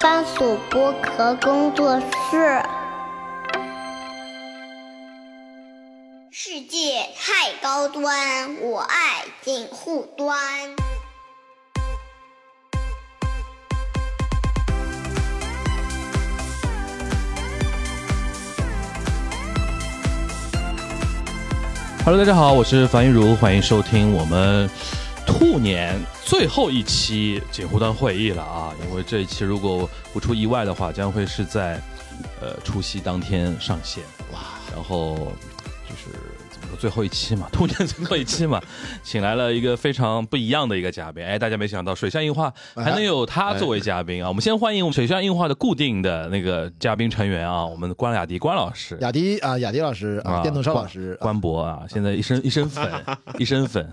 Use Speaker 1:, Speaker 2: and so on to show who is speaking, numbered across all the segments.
Speaker 1: 番薯剥壳工作室。世界太高端，我爱锦户端。
Speaker 2: Hello，大家好，我是樊玉茹，欢迎收听我们兔年最后一期锦湖端会议了啊！因为这一期如果不出意外的话，将会是在呃除夕当天上线哇。然后就是怎么说最后一期嘛，兔年最后一期嘛，请来了一个非常不一样的一个嘉宾。哎，大家没想到水象硬化还能有他作为嘉宾啊！我们先欢迎我们水象硬化的固定的那个嘉宾成员啊，我们关雅迪关老师。
Speaker 3: 雅迪啊，雅迪老师啊，电动车老师，
Speaker 2: 关博啊，现在一 身一身粉，一身粉。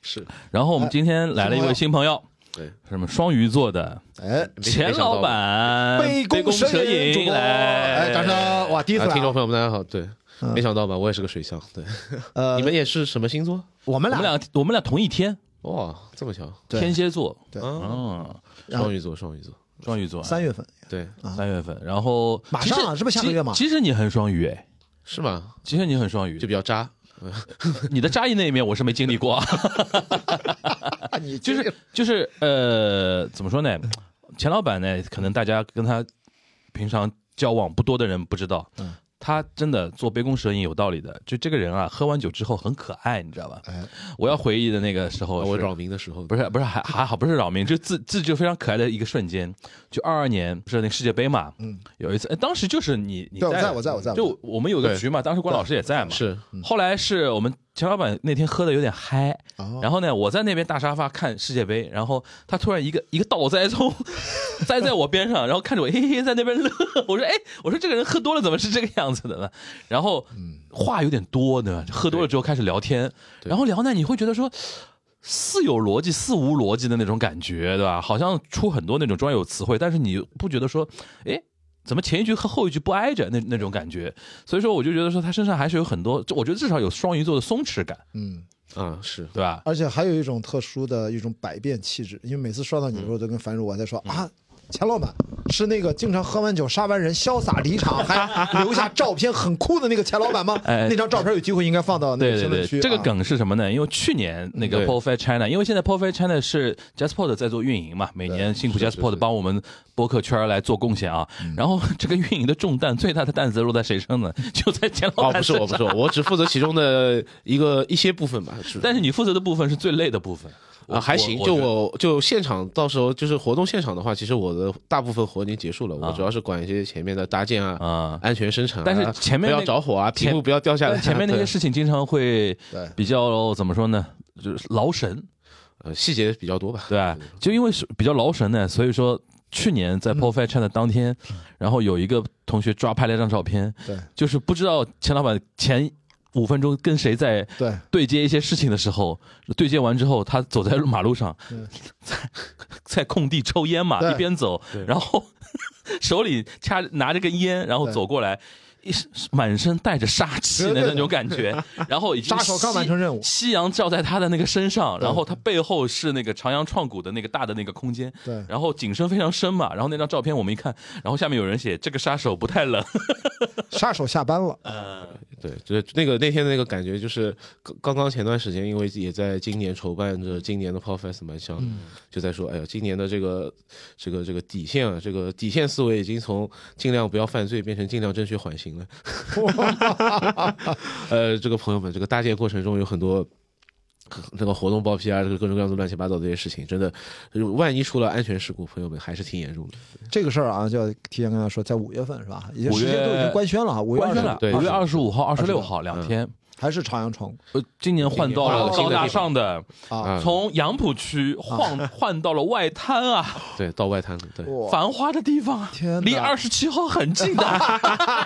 Speaker 4: 是，
Speaker 2: 然后我们今天来了一位新朋友，
Speaker 4: 对，
Speaker 2: 什么双鱼座的
Speaker 3: 哎，
Speaker 2: 钱老板，
Speaker 3: 杯
Speaker 2: 嗯弓
Speaker 3: 弓蛇影主
Speaker 2: 影
Speaker 3: 播，
Speaker 2: 来，
Speaker 3: 哎，掌声！哇，第一次
Speaker 4: 啊，
Speaker 3: 来
Speaker 4: 听众
Speaker 3: 啊，
Speaker 4: 朋友们大家好，对，
Speaker 2: 嗯
Speaker 4: 没想到吧，我也是个水象，对，
Speaker 3: 呃
Speaker 4: 你，们也是什么星座？
Speaker 3: 我们
Speaker 2: 我们
Speaker 3: 俩
Speaker 2: 俩我们俩同一天，
Speaker 4: 哇，这么巧，
Speaker 3: 对
Speaker 2: 天蝎座，
Speaker 3: 对
Speaker 4: 啊，
Speaker 2: 嗯，
Speaker 4: 双鱼座，双鱼座，
Speaker 2: 双鱼座，
Speaker 3: 三月份
Speaker 4: 对，
Speaker 2: 三月份，然后
Speaker 3: 马上啊
Speaker 2: 其实
Speaker 3: 是不是下个月嘛
Speaker 2: 其其实你很双鱼，哎，
Speaker 4: 是吗？
Speaker 2: 其实你很双鱼
Speaker 4: 就，比较渣，
Speaker 2: 你的扎意那一面我是没经历过，
Speaker 3: 啊，你
Speaker 2: 就是就是呃，怎么说呢？钱老板呢，可能大家跟他平常交往不多的人不知道，
Speaker 3: 嗯
Speaker 2: 他真的做杯弓蛇影有道理的。就这个人啊，喝完酒之后很可爱，你知道吧？
Speaker 3: 哎
Speaker 2: 我要回忆的那个时候是，
Speaker 4: 啊我扰民的时候，
Speaker 2: 不
Speaker 4: 是，
Speaker 2: 是不是还还好不是扰民，就自自就非常可爱的一个瞬间。就二二年不是那个世界杯嘛，
Speaker 3: 嗯
Speaker 2: 有一次，哎，当时就是你你
Speaker 3: 对我
Speaker 2: 在
Speaker 3: 在
Speaker 2: 的
Speaker 3: 我在我嗯在
Speaker 2: 就我们有个
Speaker 4: 对
Speaker 2: 局嘛，当时关老师也在嘛，
Speaker 4: 是
Speaker 2: 后来是我们钱老板那天喝的有点嗨，
Speaker 3: 哦
Speaker 2: 然后呢，我在那边大沙发看世界杯，然后他突然一个一个倒栽葱 栽在我边上，然后看着我嘿嘿嘿在那边乐，我说哎，我说这个人喝多了怎么是这个样子的呢？然后话有点多呢，喝多了之后开始聊天，
Speaker 4: 对
Speaker 2: 然后聊呢，你会觉得说。似有逻辑，似无逻辑的那种感觉，对吧？好像出很多那种专有词汇，但是你不觉得说，哎，怎么前一句和后一句不挨着那那种感觉？所以说，我就觉得说他身上还是有很多，就我觉得至少有双鱼座的松弛感，
Speaker 3: 嗯，
Speaker 4: 啊，是，
Speaker 2: 对吧？
Speaker 3: 而且还有一种特殊的一种百变气质，因为每次刷到你的时
Speaker 2: 嗯
Speaker 3: 候，都跟樊主我在说啊。钱老板是那个经常喝完酒杀完人潇洒离场，还留下照片很酷的那个钱老板吗？
Speaker 2: 哎
Speaker 3: 那张照片有机会应该放到那
Speaker 2: 对
Speaker 3: 个
Speaker 2: 对
Speaker 3: 评论
Speaker 2: 对，
Speaker 3: 区啊。
Speaker 2: 这个梗是什么呢？因为去年那个
Speaker 4: 对
Speaker 2: p o r f a i r China，因为现在 p o r f a i r China 是 Jasper 在做运营嘛，每年辛苦
Speaker 4: 是是
Speaker 2: Jasper
Speaker 4: 是嗯
Speaker 2: 帮我们播客圈来做贡献啊。然后这个运营的重担，最大的担子落在谁身呢？ 就在钱老
Speaker 4: 哦，
Speaker 2: 板
Speaker 4: 不是
Speaker 2: 身
Speaker 4: 我，不是 我，我只负责其中的一个一些部分吧，是，
Speaker 2: 但是你负责的部分是最累的部分
Speaker 4: 啊，还行，就我就现场，到时候就是活动现场的话，其实我的大部分活已经结束了，我主要是管一些前面的搭建啊、
Speaker 2: 啊。
Speaker 4: 安全生产啊，
Speaker 2: 但是前面
Speaker 4: 不
Speaker 2: 那
Speaker 4: 要着火啊，
Speaker 2: 前
Speaker 4: 屏幕不要掉下来
Speaker 2: 但
Speaker 4: 啊，
Speaker 2: 前面那些
Speaker 4: 对
Speaker 2: 事情经常会
Speaker 3: 对
Speaker 2: 比较怎么说呢？就是劳神，
Speaker 4: 呃细节比较多吧，
Speaker 2: 对吧？就因为是比较劳神呢，所以说去年在 p o f i c h a n 的当天，然后有一个同学抓拍了一张照片，
Speaker 3: 对
Speaker 2: 就是不知道钱老板前五分钟跟谁在
Speaker 3: 对，
Speaker 2: 对接一些事情的时候，对接完之后，他走在马路上，
Speaker 3: 嗯
Speaker 2: 在 在空地抽烟嘛，
Speaker 3: 对
Speaker 2: 一边走，
Speaker 4: 对
Speaker 2: 然后 手里掐拿着根烟，然后
Speaker 3: 对
Speaker 2: 走过来。一身满身带着杀气的
Speaker 3: 对对
Speaker 2: 那种感觉， 然后已经
Speaker 3: 杀手刚
Speaker 2: 夕
Speaker 3: 完成任务嗯
Speaker 2: 夕阳照在他的那个身上，然后他背后是那个长阳创谷的那个大的那个空间，
Speaker 3: 对
Speaker 2: 然后景深非常深嘛，然后那张照片我们一看，然后下面有人写这个杀手不太冷，
Speaker 3: 杀手下班了，
Speaker 4: 对，就是那个那天的那个感觉，就是刚刚刚前段时间，因为也在今年筹办着今年的 p o f e s 蛮像，
Speaker 2: 嗯
Speaker 4: 就在说，哎呀，今年的这个这个这个底线啊，这个底线思维已经从尽量不要犯罪变成尽量争取缓刑了。 呃，这个朋友们，这个搭建过程中有很多。这个活动报批啊，这个各种各样的乱七八糟的这些事情，真的，万一出了安全事故，朋友们还是挺严重的。
Speaker 3: 这个事儿啊，就要提前跟大家说，在五月份是吧？已经
Speaker 2: 五
Speaker 3: 时
Speaker 2: 月
Speaker 3: 间都已经官宣了啊，五月
Speaker 2: 官宣
Speaker 3: 20
Speaker 2: 了，
Speaker 4: 对
Speaker 2: 五月二十五号、二十六
Speaker 3: 26
Speaker 2: 号嗯两天，
Speaker 3: 还是朝阳窗
Speaker 2: 呃，今年换到了
Speaker 4: 今
Speaker 2: 哦高
Speaker 4: 年
Speaker 2: 大上的，
Speaker 3: 啊，
Speaker 4: 嗯啊
Speaker 2: 从杨浦区换换到了外滩啊，
Speaker 4: 对，到外滩，对，
Speaker 3: 哇，
Speaker 2: 繁花的地方啊
Speaker 3: 天，哪
Speaker 2: 离二十七号很近 的，啊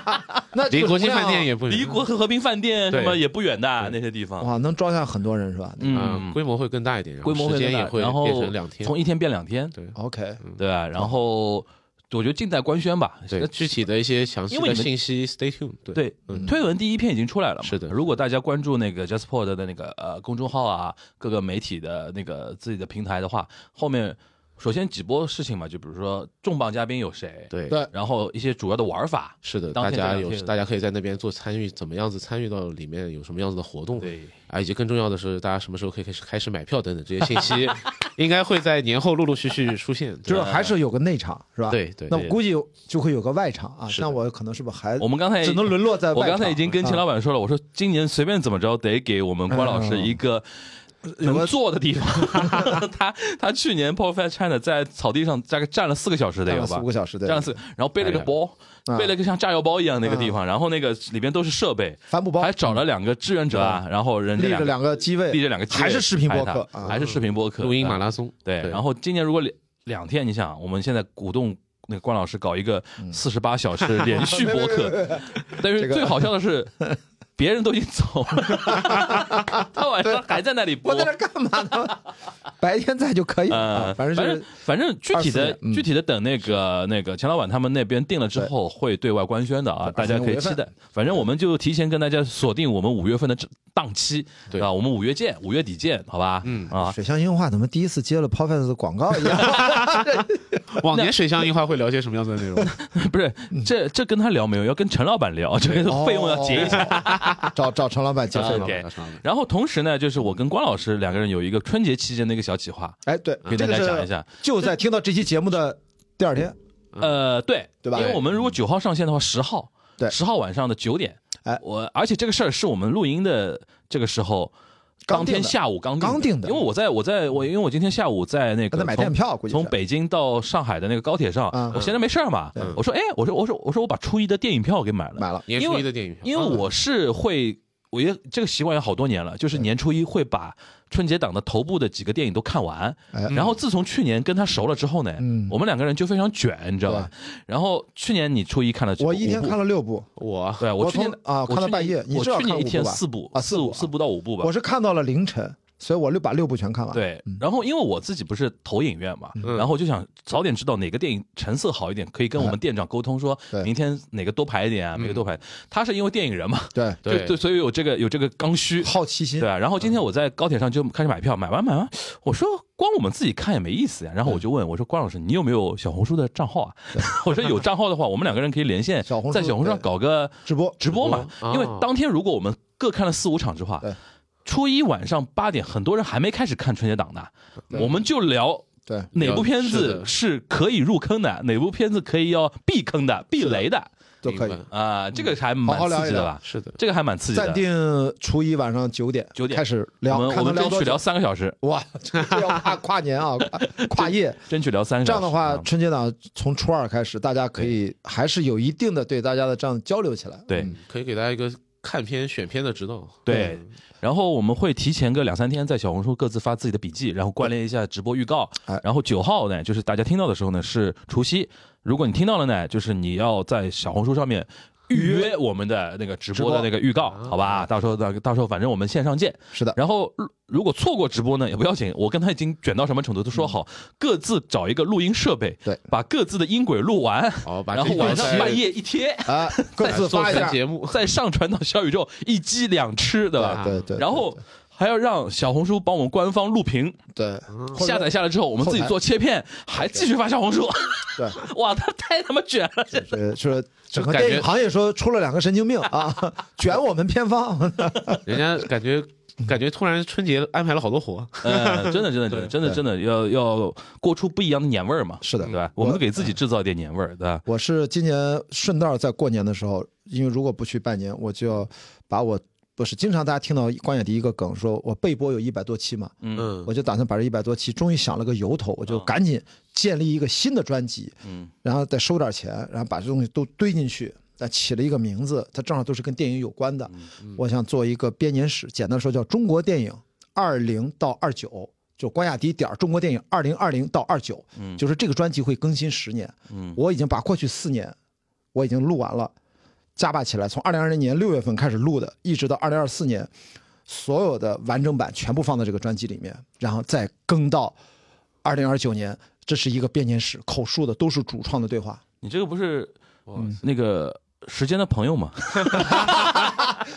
Speaker 3: 那这
Speaker 4: 离
Speaker 3: 个
Speaker 4: 国际
Speaker 3: 流量
Speaker 4: 饭店也不远
Speaker 2: 离国和和平饭店什么
Speaker 4: 对
Speaker 2: 也不远的啊那些地方，
Speaker 3: 哇，能装下很多人是吧？
Speaker 2: 嗯
Speaker 4: 嗯，，规模会更大一点，然后
Speaker 2: 规模
Speaker 4: 时
Speaker 2: 会
Speaker 4: 间
Speaker 2: 更
Speaker 4: 也
Speaker 2: 大，
Speaker 4: 会
Speaker 2: 然后
Speaker 4: 变成两天，
Speaker 2: 从一天变两天，
Speaker 4: 对
Speaker 3: OK，
Speaker 2: 对吧？然后我觉得静待官宣吧，
Speaker 4: 对，具体的一些详细
Speaker 2: 因为
Speaker 4: 的
Speaker 2: 你们
Speaker 4: 信息，stay tuned 对。嗯
Speaker 2: 对，推文第一篇已经出来了嘛。
Speaker 4: 是的
Speaker 2: 如果大家关注那个 Jasper 的那个呃公众号啊，各个媒体的那个自己的平台的话，后面首先几波事情嘛，就比如说重磅嘉宾有谁，，
Speaker 4: 对
Speaker 3: 对
Speaker 2: 然后一些主要的玩法，
Speaker 4: 是的，
Speaker 2: 当
Speaker 4: 大
Speaker 2: 天
Speaker 4: 家
Speaker 2: 这两
Speaker 4: 有
Speaker 2: 天
Speaker 4: 大家可以在那边做参与，怎么样子参与到里面有什么样子的活动，
Speaker 2: 对
Speaker 4: 啊，以及更重要的是，大家什么时候可以开始开始买票等等这些信息， 应该会在年后陆陆续续出现。
Speaker 2: 啊
Speaker 4: 对
Speaker 3: 就是
Speaker 4: 吧
Speaker 3: 还是有个内场是吧？
Speaker 4: 对对
Speaker 3: 那
Speaker 4: 对
Speaker 3: 我估计有就会有个外场啊。
Speaker 4: 是的
Speaker 3: 那我可能是不是还
Speaker 2: 我们刚才
Speaker 3: 只能沦落在外
Speaker 2: 我
Speaker 3: 场？啊
Speaker 2: 刚才已经跟秦老
Speaker 3: 板
Speaker 2: 板说了，我说今年随便怎么着得给我们关老
Speaker 4: 嗯
Speaker 2: 师一个。
Speaker 3: 呃
Speaker 2: 能坐的地方， 他他去年 p o f e t China 在草地上大概站了四个小时得有吧
Speaker 3: 四五，个小时，对
Speaker 2: 站了四个，然后背了个
Speaker 4: 哎呀
Speaker 2: 包，
Speaker 3: 啊
Speaker 2: 背了个像炸药包一样那个地方，然后那个里边都是设备，
Speaker 3: 帆嗯布包
Speaker 2: 还找了两个志愿者啊，然后人家
Speaker 3: 立着
Speaker 2: 两
Speaker 3: 两
Speaker 2: 个
Speaker 3: 个机位，
Speaker 2: 立着两个机位
Speaker 3: 还是视频播
Speaker 2: 拍
Speaker 3: 客
Speaker 2: 他
Speaker 3: 啊，
Speaker 2: 还是视频播客
Speaker 4: 录音马
Speaker 2: 拉。
Speaker 4: 拉松，
Speaker 2: 对，然后今年如果两两天，你想，我们现在鼓动那个关老师搞一个
Speaker 3: 嗯
Speaker 2: 四十八小时连续播 客，但是最好笑的是，别人都已经走了，他晚上还在那里播
Speaker 3: 我。在这干嘛呢？ 白天在就可以了
Speaker 2: 呃
Speaker 3: 啊，，反正
Speaker 2: 反
Speaker 3: 就
Speaker 2: 正
Speaker 3: 是
Speaker 2: 反正具体
Speaker 3: 24
Speaker 2: 的
Speaker 3: 年嗯
Speaker 2: 具体的等那个那个钱老板他们那边定了之后会对外官宣的啊，
Speaker 3: 对
Speaker 2: 大家可以
Speaker 3: 25
Speaker 2: 期
Speaker 3: 月
Speaker 2: 待。反正我们就提前跟大家锁定我们五月份的这档期，
Speaker 4: 对
Speaker 2: 啊，我们五月见，五月底见，好吧？嗯啊，
Speaker 3: 水乡樱花怎么第一次接了 p o p e t 的广告一样？
Speaker 4: 往年水乡樱花会聊些什么样子的 内容？
Speaker 2: 不是，这这跟他聊没有，要跟陈老板聊， 这
Speaker 3: 哦
Speaker 2: 个费用要结一下。
Speaker 3: 找找陈老板接费
Speaker 2: 啊
Speaker 3: 吗？
Speaker 2: OK 然后同时呢，就是我跟关老师两个人有一个春节期间的一个小企划，
Speaker 3: 哎，对，
Speaker 2: 给大
Speaker 3: 这
Speaker 2: 家
Speaker 3: 个是
Speaker 2: 嗯讲一下。
Speaker 3: 就在听到这期节目的第二天，
Speaker 2: 呃，对，
Speaker 3: 嗯对吧
Speaker 2: 因为我们如果九号上线的话，十号，
Speaker 3: 对
Speaker 2: 十号晚上的九点，
Speaker 3: 哎
Speaker 2: 我而且这个事儿是我们录音的这个时候。
Speaker 3: 刚
Speaker 2: 当
Speaker 3: 定的
Speaker 2: 天下午刚
Speaker 3: 刚定的
Speaker 2: 因为我在我在我因为我今天下午在那个
Speaker 3: 还在买
Speaker 2: 从
Speaker 3: 电票啊估计是
Speaker 2: 从北京到上海的那个高铁上
Speaker 3: 嗯，
Speaker 2: 我闲着没事儿嘛，我说哎，我说我说我说我把初一的电影票给买了，
Speaker 3: 买了
Speaker 4: 年
Speaker 2: 因
Speaker 4: 初
Speaker 2: 为
Speaker 4: 一的电影票，啊
Speaker 2: 因为我是会，我也这个习惯有好多年了，就是年初一会把春节档的头部的几个电影都看完。
Speaker 3: 哎
Speaker 2: 然后自从去年跟他熟了之后呢，
Speaker 3: 嗯
Speaker 2: 我们两个人就非常卷，你知道吧？然后去年你初一看了几部，
Speaker 3: 我一天
Speaker 2: 五部
Speaker 3: 看了六部，
Speaker 4: 我
Speaker 2: 对我
Speaker 3: 我
Speaker 2: 去年
Speaker 3: 从啊
Speaker 2: 我
Speaker 3: 看到
Speaker 2: 去年
Speaker 3: 半夜你
Speaker 2: 我
Speaker 3: 至少
Speaker 2: 去年
Speaker 3: 看
Speaker 2: 一
Speaker 3: 五部
Speaker 2: 天
Speaker 3: 吧
Speaker 2: 四部
Speaker 3: 啊
Speaker 2: 四
Speaker 3: 四部
Speaker 2: 四
Speaker 3: 啊
Speaker 2: 部到五部吧
Speaker 3: 我。是看到了凌晨，所以我六把六部全看完。，
Speaker 2: 对，然后因为我自己不是投影院嘛，
Speaker 4: 嗯
Speaker 2: 然后就想早点知道哪个电影成色好一点，可以跟我们店长沟通，说
Speaker 3: 嗯对
Speaker 2: 明天哪个多排一点啊，哪个多排。他是因为电影人嘛，
Speaker 3: 对
Speaker 2: 就
Speaker 4: 对
Speaker 2: 对，所以有这个有这个刚需，
Speaker 3: 好奇心嗯
Speaker 2: 对，啊，然后今天我在高铁上就开始买票，买完买完，我说光我们自己看也没意思呀。然后
Speaker 3: 嗯
Speaker 2: 我就问我说关老师，你有没有小红书的账号啊？ 我说有账号的话，我们两个人可以连线，
Speaker 3: 小红书
Speaker 2: 在小红书上
Speaker 3: 对
Speaker 2: 搞个
Speaker 3: 直播
Speaker 2: 直播嘛
Speaker 4: 直播。
Speaker 2: 因为
Speaker 4: 哦
Speaker 2: 当天如果我们各看了四五场之话
Speaker 3: 对，
Speaker 2: 初一晚上八点，很多人还没开始看春节档呢，我们就聊。
Speaker 3: 对
Speaker 2: 哪部片
Speaker 4: 是
Speaker 2: 子
Speaker 4: 的
Speaker 2: 是可以入坑的？哪部片子可以要避坑的、避雷的？
Speaker 3: 都可以
Speaker 4: 明白啊
Speaker 2: 啊，这个还蛮
Speaker 3: 好好聊
Speaker 2: 刺激
Speaker 3: 一
Speaker 2: 的
Speaker 3: 聊
Speaker 2: 吧？
Speaker 4: 是的，
Speaker 2: 这个还蛮刺激的。
Speaker 3: 暂定初一晚上九点
Speaker 2: 9点
Speaker 3: 开始
Speaker 2: 我
Speaker 3: 聊，
Speaker 2: 们
Speaker 3: 看
Speaker 2: 我
Speaker 3: 能
Speaker 2: 们争
Speaker 3: 多
Speaker 2: 取聊
Speaker 3: 久。
Speaker 2: 三个小时，
Speaker 3: 哇，这这要跨跨年啊，跨跨夜。
Speaker 2: 争取聊三个
Speaker 3: 这
Speaker 2: 小时。
Speaker 3: 样的话，
Speaker 2: 嗯
Speaker 3: 春节档从初二开始，大家可以还是有一定的对大家的这样交流起来。
Speaker 2: 对
Speaker 3: 嗯
Speaker 4: 可以给大家一个看片选片的指导。
Speaker 2: 对，然后我们会提前个两三天在小红书各自发自己的笔记，然后关联一下直播预告
Speaker 3: 哎。
Speaker 2: 然后九号呢，就是大家听到的时候呢是除夕，如果你听到了呢，就是你要在小红书上面。预约我们的那个直播的那个预告，好吧？到时候到到时候反正我们线上见。
Speaker 3: 是的，
Speaker 2: 然后如如果错过直播呢，也不要紧，我跟他已经卷到什么程度都说好，各自找一个录音设备，
Speaker 3: 对
Speaker 2: 把各自的音轨录完，
Speaker 4: 好，把
Speaker 2: 然后
Speaker 4: 这
Speaker 2: 晚
Speaker 4: 期
Speaker 2: 上半夜一贴，
Speaker 3: 啊，各自
Speaker 4: 做
Speaker 3: 发一
Speaker 4: 成
Speaker 3: 下。
Speaker 4: 节目，
Speaker 2: 再上传到小宇宙，一鸡两吃，对吧？
Speaker 4: 啊
Speaker 3: 对对，
Speaker 2: 然后还要让小红书帮我们官方录屏，
Speaker 3: 对
Speaker 2: 下载下来之后，我们自己做切片，还继续发小红书。
Speaker 3: 对，
Speaker 2: 哇，他太他妈卷 了！这
Speaker 3: 呃， 说整个
Speaker 4: 感觉
Speaker 3: 电影行业说出了两个神经病啊， 卷我们片方。
Speaker 4: 人家感觉感觉突然春节安排了好多活，
Speaker 2: 呃，真的，真的，真的，真的，真的要要过出不一样的年味儿嘛？
Speaker 3: 是的
Speaker 2: 对吧？我们给自己制造一点年味儿，对吧？
Speaker 3: 我是今年顺道在过年的时候，因为如果不去拜年，我就要把我不是经常大家听到关雅迪一个梗，说我备播有一百多期嘛，
Speaker 4: 嗯，啊
Speaker 3: 我就打算把这一百多期终于想了个由头，我就赶紧建立一个新的专辑，
Speaker 2: 嗯，
Speaker 3: 然后再收点钱，然后把这东西都堆进去。再起了一个名字，它正好都是跟电影有关的。我想做一个编年史，简单说叫中国电影二零到二九，就关雅迪点儿中国电影二零二零到二九，就是这个专辑会更新十年。
Speaker 2: 嗯
Speaker 3: 我已经把过去四年我已经录完了，加把起来，从二零二零年六月份开始录的，一直到二零二四年，所有的完整版全部放在这个专辑里面，然后再更到二零二九年，这是一个编年史，口述的都是主创的对 话。
Speaker 2: 你这个不是嗯那个时间的朋友吗？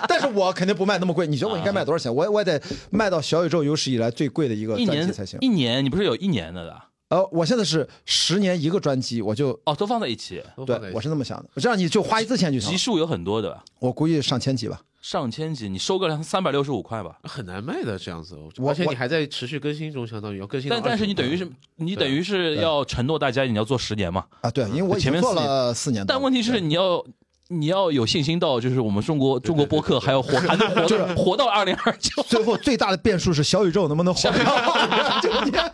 Speaker 3: 但是我肯定不卖那么贵，你觉得我应该
Speaker 2: 啊
Speaker 3: 卖多少钱？我也我也得卖到小宇宙有史以来最贵的一个
Speaker 2: 一
Speaker 3: 专辑
Speaker 2: 年
Speaker 3: 才行
Speaker 2: 一。年，你不是有一年的的？
Speaker 3: 呃，我现在是十年一个专辑，我就
Speaker 2: 哦，都放在一起，
Speaker 4: 都放在
Speaker 3: 对
Speaker 4: 一
Speaker 3: 我
Speaker 4: 起
Speaker 3: 是那么想的，这样你就花一次钱就成
Speaker 2: 集
Speaker 3: 了。
Speaker 2: 数有很多的吧，
Speaker 3: 我估计上千集吧。
Speaker 2: 上千集，你收个两三百六十五块吧。
Speaker 4: 很难卖的这样子，我
Speaker 3: 我
Speaker 4: 而且
Speaker 3: 我
Speaker 4: 你还在持续更新中，相当于要更新到
Speaker 2: 但
Speaker 4: 20。
Speaker 2: 但是你等于
Speaker 4: 嗯
Speaker 2: 是你等于是要承诺大家你要做十年嘛，
Speaker 3: 啊，对，因为我已
Speaker 2: 前
Speaker 3: 经
Speaker 2: 面
Speaker 3: 做
Speaker 2: 四年
Speaker 3: 了四年多了。
Speaker 2: 但问题是你要你要有信心到就是我们中国中国播客还要活还 能活到活到二零二九，
Speaker 3: 最后最大的变数是小宇宙能不能 火这个天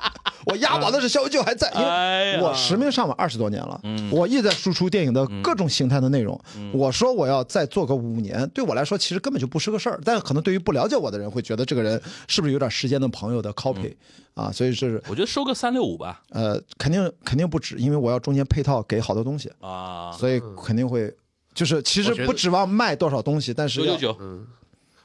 Speaker 3: 我押宝的是小宇宙还在，因
Speaker 2: 哎呀
Speaker 3: 为我实名上网二十多年了，我一直在输出电影的各种形态的内容。我说我要再做个五年，对我来说其实根本就不是个事儿，但可能对于不了解我的人会觉得这个人是不是有点时间的朋友的 copy 啊，所以这是
Speaker 2: 我觉得收个三六五 吧
Speaker 3: 呃肯定肯定不止，因为我要中间配套给好多东西，
Speaker 2: 啊，
Speaker 3: 所以肯定会就是其
Speaker 4: 我觉
Speaker 3: 实
Speaker 4: 得
Speaker 3: 不指望卖多少东西，但是
Speaker 2: 九
Speaker 3: 要
Speaker 2: 九九，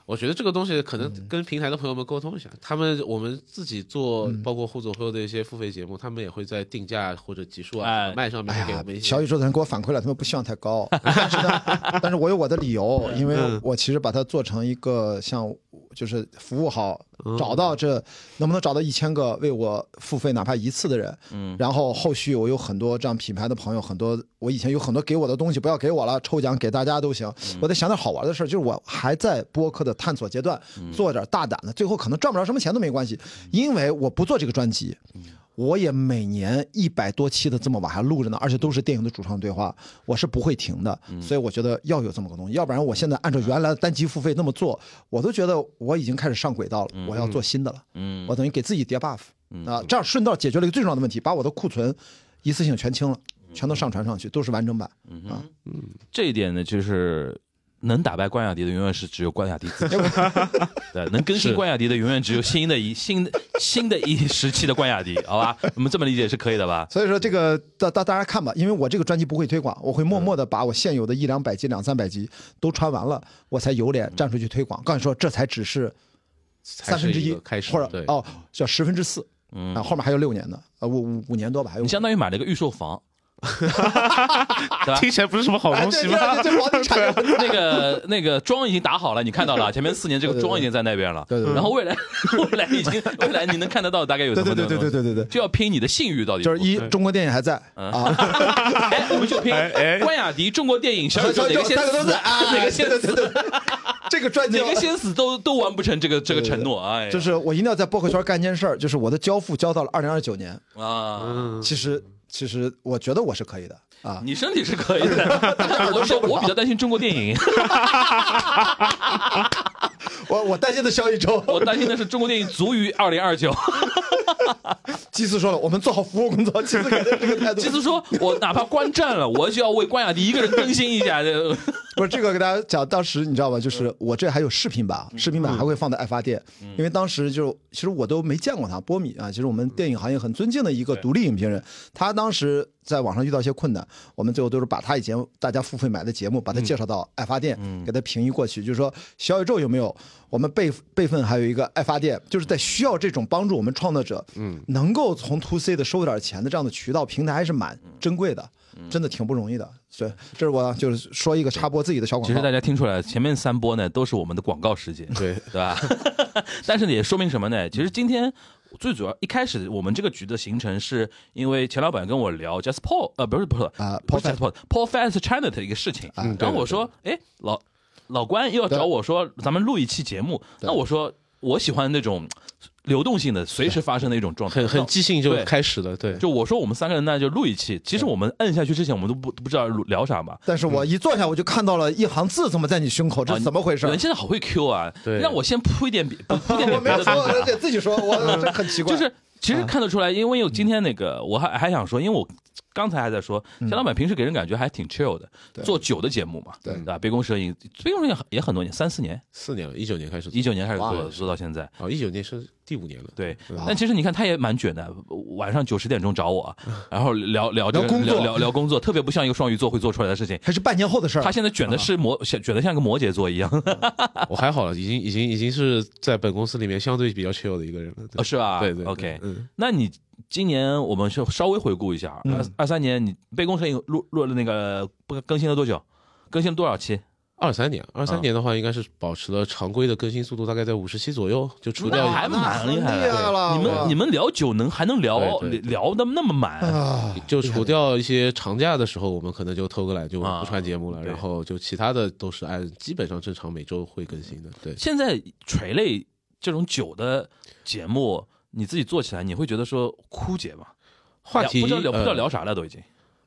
Speaker 4: 我觉得这个东西可能跟平台的朋友们沟通一下，他们我们自己做，包括互走互右的一些付费节目，他们也会在定价或者集数
Speaker 2: 哎
Speaker 4: 啊、小卖上面
Speaker 3: 哎
Speaker 4: 会给我
Speaker 3: 呀
Speaker 4: 们一，些
Speaker 3: 小宇宙的人给我反馈了，他们不希望太高， 但是呢，但是我有我的理由，因为我其实把它做成一个像，就是服务好，找到这能不能找到一千个为我付费哪怕一次的人，嗯，然后后续我有很多这样品牌的朋友，很多我以前有很多给我的东西不要给我了，抽奖给大家都行，我得想点好玩的事儿，就是我还在播客的探索阶段，做点大胆的，最后可能赚不着什么钱都没关系，因为我不做这个专辑，我也每年一百多期的这么往下录着呢，而且都是电影的主创对话，我是不会停的。所以我觉得要有这么个东西，要不然我现在按照原来的单集付费那么做，我都觉得我已经开始上轨道了，我要做新的了。
Speaker 2: 嗯
Speaker 3: 我等于给自己叠 buff 啊，这样顺道解决了一个最重要的问题，把我的库存一次性全清了，全都上传上去，都是完整版。
Speaker 2: 这一点呢就是。能打败关雅迪的永远是只有关雅迪自 己，对，能更新关雅迪的永远只有新的一新的新的一时期的关雅迪，好吧？我们这么理解是可以的吧？
Speaker 3: 所以说这个大大大家看吧，因为我这个专辑不会推广，我会默默的把我现有的一两百集、两三百集都传完了，我才有脸站出去推广。刚才说这才只是
Speaker 4: 才
Speaker 3: 三分
Speaker 4: 是
Speaker 3: 之
Speaker 4: 一
Speaker 3: 一
Speaker 4: 个开始，
Speaker 3: 或
Speaker 4: 对
Speaker 3: 者哦叫十分之四，啊，后面还有六年的，呃五五五年多吧，还有
Speaker 2: 你相
Speaker 3: 当
Speaker 2: 当于买了个预售房，
Speaker 4: 听起来不是什么好
Speaker 3: 哎，
Speaker 4: 东
Speaker 3: 对
Speaker 4: 西
Speaker 3: 对对，
Speaker 4: 吧？
Speaker 3: 这房地产有问题
Speaker 2: 那个那个桩已经打好了，你看到了，前面四年这个桩已经在那边了。
Speaker 3: 对对对
Speaker 2: 然后未来 未来已经未来你能看得到大概有什
Speaker 3: 对
Speaker 2: 么
Speaker 3: 对对
Speaker 2: 东西？
Speaker 3: 对对对对对，
Speaker 2: 就要拼你的信誉到底。
Speaker 3: 就是一中国电影还在啊，
Speaker 2: 哎，我们就拼关雅迪、中国电影、小宇宙哪个先
Speaker 3: 三个都
Speaker 2: 死，
Speaker 3: 在啊，
Speaker 2: 哪个先
Speaker 3: 对
Speaker 2: 死，
Speaker 3: 对对对这个专辑
Speaker 2: 哪个先死都都完不成这个这个承诺。哎呀，
Speaker 3: 就是我一定要在播客圈干一件事儿，就是我的交付交到了二零二九年，
Speaker 2: 啊。
Speaker 4: 嗯
Speaker 3: 其实其实我觉得我是可以的啊，
Speaker 2: 你身体是可以的，但是我说我比较担心中国电影，
Speaker 3: 我我担心的小宇宙，
Speaker 2: 我担心的是中国电影足于二零二九。
Speaker 3: 基斯说了，我们做好服务工作，基斯肯定是这个态度。
Speaker 2: 其实说我哪怕观战了，我就要为关雅迪一个人更新一下。这
Speaker 3: 不是这个，给大家讲，当时你知道吧？就是我这还有视频版，视频版还会放在爱发店，因为当时就其实我都没见过他波米啊，其实我们电影行业很尊敬的一个独立影评人，他当时在网上遇到一些困难，我们最后都是把他以前大家付费买的节目，把他介绍到爱发店，给他平移过去，就是说小宇宙有没有？我们备备份还有一个爱发电，就是在需要这种帮助我们创作者，嗯，能够从 to C 的收点钱的这样的渠道，平台还是蛮珍贵的，真的挺不容易的。所以这是我就是说一个插播自己的小广
Speaker 2: 其实大
Speaker 3: 告。
Speaker 2: 家听出来，前面三波呢都是我们的广告时间，
Speaker 4: 对
Speaker 2: 对吧？但是呢也说明什么呢？其实今天最主要一开始我们这个局的形成，是因为钱老板跟我聊 Just Paul，呃，不是不是
Speaker 3: 啊
Speaker 2: 不是
Speaker 3: Paul 啊
Speaker 2: Just Paul，Paul Fast China 的一个事情。
Speaker 4: 嗯对
Speaker 2: 然后我说，哎，老老关又要找我说，咱们录一期节目。那我说，我喜欢那种流动性的、随时发生的一种状态，
Speaker 4: 很很
Speaker 2: 那
Speaker 4: 即兴就
Speaker 2: 对
Speaker 4: 开始了，对，
Speaker 2: 就我说我们三个人那就录一期，其实我们摁下去之前，我们都不都不知道聊啥嘛。
Speaker 3: 但是我一坐下，我就看到了一行字，怎么在你胸口？这
Speaker 2: 啊
Speaker 3: 怎么回事？
Speaker 2: 人现在好会 Q 啊！
Speaker 4: 对
Speaker 2: 让我先铺一点别，铺一 点
Speaker 3: 我
Speaker 2: 点
Speaker 3: 没
Speaker 2: 别
Speaker 3: 有
Speaker 2: 的东
Speaker 3: 说，
Speaker 2: 西。
Speaker 3: 我得自己说，我这很奇怪。
Speaker 2: 啊就是其实看得出来，因为我今天那个我还还想说，因为我刚才还在说，钱老板平时给人感觉还挺 chill 的，做酒的节目嘛，
Speaker 3: 对
Speaker 2: 吧？杯弓蛇影，杯弓蛇影也很多年，三四年，
Speaker 4: 四年了，一九年开始做，
Speaker 2: 一九年开始做
Speaker 3: 哇
Speaker 2: 做到现在。
Speaker 4: 哦，一九年是第五年了，
Speaker 2: 对，但其实你看，他也蛮卷的，晚上九十点钟找我，然后聊聊这个
Speaker 3: 聊工作
Speaker 2: 聊聊聊工作，特别不像一个双鱼座会做出来的事情。
Speaker 3: 还是半年后的事儿
Speaker 2: 他。现在卷的是摩，卷的像个摩羯座一样，
Speaker 4: 我还好了，已经已经已经是在本公司里面相对比较 chill 的一个人了，
Speaker 2: 哦，
Speaker 4: 对
Speaker 2: 是吧？
Speaker 4: 对对对
Speaker 2: ，OK，
Speaker 4: 嗯，
Speaker 2: 那你今年我们就稍微回顾一下，二二三年你《杯弓蛇影》录录了那个不更新了多久？更新了多少期？
Speaker 4: 二三年，二
Speaker 2: 啊
Speaker 4: 三年的话应该是保持了常规的更新速度，大概在五十期左右，就除掉
Speaker 2: 那还蛮厉害的
Speaker 3: 那很厉害了
Speaker 2: 你
Speaker 3: 我
Speaker 2: 们你们聊酒能还能聊
Speaker 4: 对对对
Speaker 2: 聊的那么满，
Speaker 3: 啊，
Speaker 4: 就除掉一些长假的时候，我们可能就偷个懒，就
Speaker 2: 啊
Speaker 4: 不传节目了。
Speaker 2: 对
Speaker 4: 然后就其他的都是按基本上正常每周会更新的。对，
Speaker 2: 现在垂类这种酒的节目，你自己做起来，你会觉得说枯竭吗？
Speaker 4: 话题
Speaker 2: 聊不知道聊不知道
Speaker 4: 呃
Speaker 2: 聊啥了，都已经。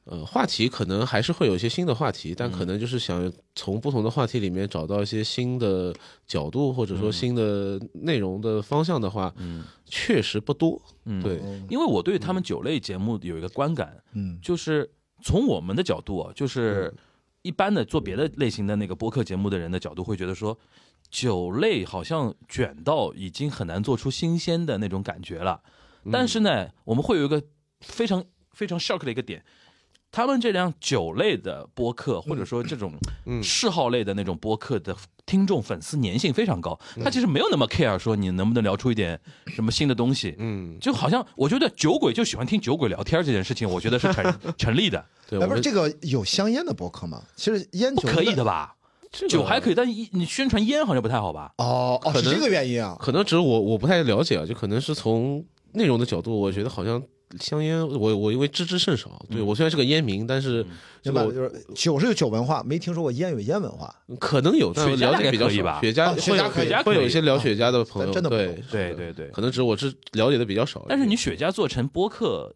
Speaker 4: 呃，话题可能还是会有一些新的话题，
Speaker 2: 嗯
Speaker 4: 但可能就是想从不同的话题里面找到一些新的角度，或者说新的内容的方向的话，
Speaker 2: 嗯
Speaker 4: 确实不多。
Speaker 2: 嗯，
Speaker 4: 对，
Speaker 2: 因为我对他们酒类节目有一个观感，
Speaker 3: 嗯，
Speaker 2: 就是从我们的角度啊，就是一般的做别的类型的那个播客节目的人的角度，会觉得说，酒类好像卷到已经很难做出新鲜的那种感觉了。但是呢，我们会有一个非常非常 shock 的一个点。他们这辆酒类的播客，或者说这种嗜好类的那种播客的听众粉丝粘性非常高，他其实没有那么 care 说你能不能聊出一点什么新的东西，
Speaker 4: 嗯，
Speaker 2: 就好像我觉得酒鬼就喜欢听酒鬼聊天这件事情，我觉得是成 成立的，
Speaker 4: 对，
Speaker 3: 哎，
Speaker 4: 我
Speaker 3: 不
Speaker 4: 们
Speaker 3: 是这个有香烟的博客吗？其实烟
Speaker 2: 不
Speaker 3: 酒
Speaker 2: 可以的吧？
Speaker 4: 这个
Speaker 2: 酒还可以，但一你宣传烟好像不太好吧？
Speaker 3: 哦哦，
Speaker 4: 可
Speaker 3: 是
Speaker 4: 能
Speaker 3: 这个原因啊。
Speaker 4: 可能只是我我不太了解啊，就可能是从内容的角度，我觉得好像香烟，我我因为知之甚少，
Speaker 2: 嗯
Speaker 4: 对我虽然是个烟民，但是这
Speaker 3: 明白了，
Speaker 4: 个我
Speaker 3: 就是酒是有酒文化，没听说过烟有烟文化。
Speaker 2: 嗯
Speaker 4: 可能有，但
Speaker 2: 雪
Speaker 4: 我
Speaker 2: 茄
Speaker 4: 了
Speaker 2: 大概
Speaker 4: 解比较
Speaker 2: 可以
Speaker 4: 少
Speaker 2: 吧。
Speaker 4: 雪茄
Speaker 3: 哦雪
Speaker 4: 会
Speaker 3: 茄可以哦
Speaker 4: 有
Speaker 2: 可
Speaker 4: 会有
Speaker 2: 以
Speaker 4: 一些聊雪茄的朋
Speaker 3: 但
Speaker 4: 友，
Speaker 3: 真的不
Speaker 4: 对
Speaker 3: 懂
Speaker 2: 对对对
Speaker 4: 可能只是我是了解的比较少。
Speaker 2: 但是你雪茄做成播 客，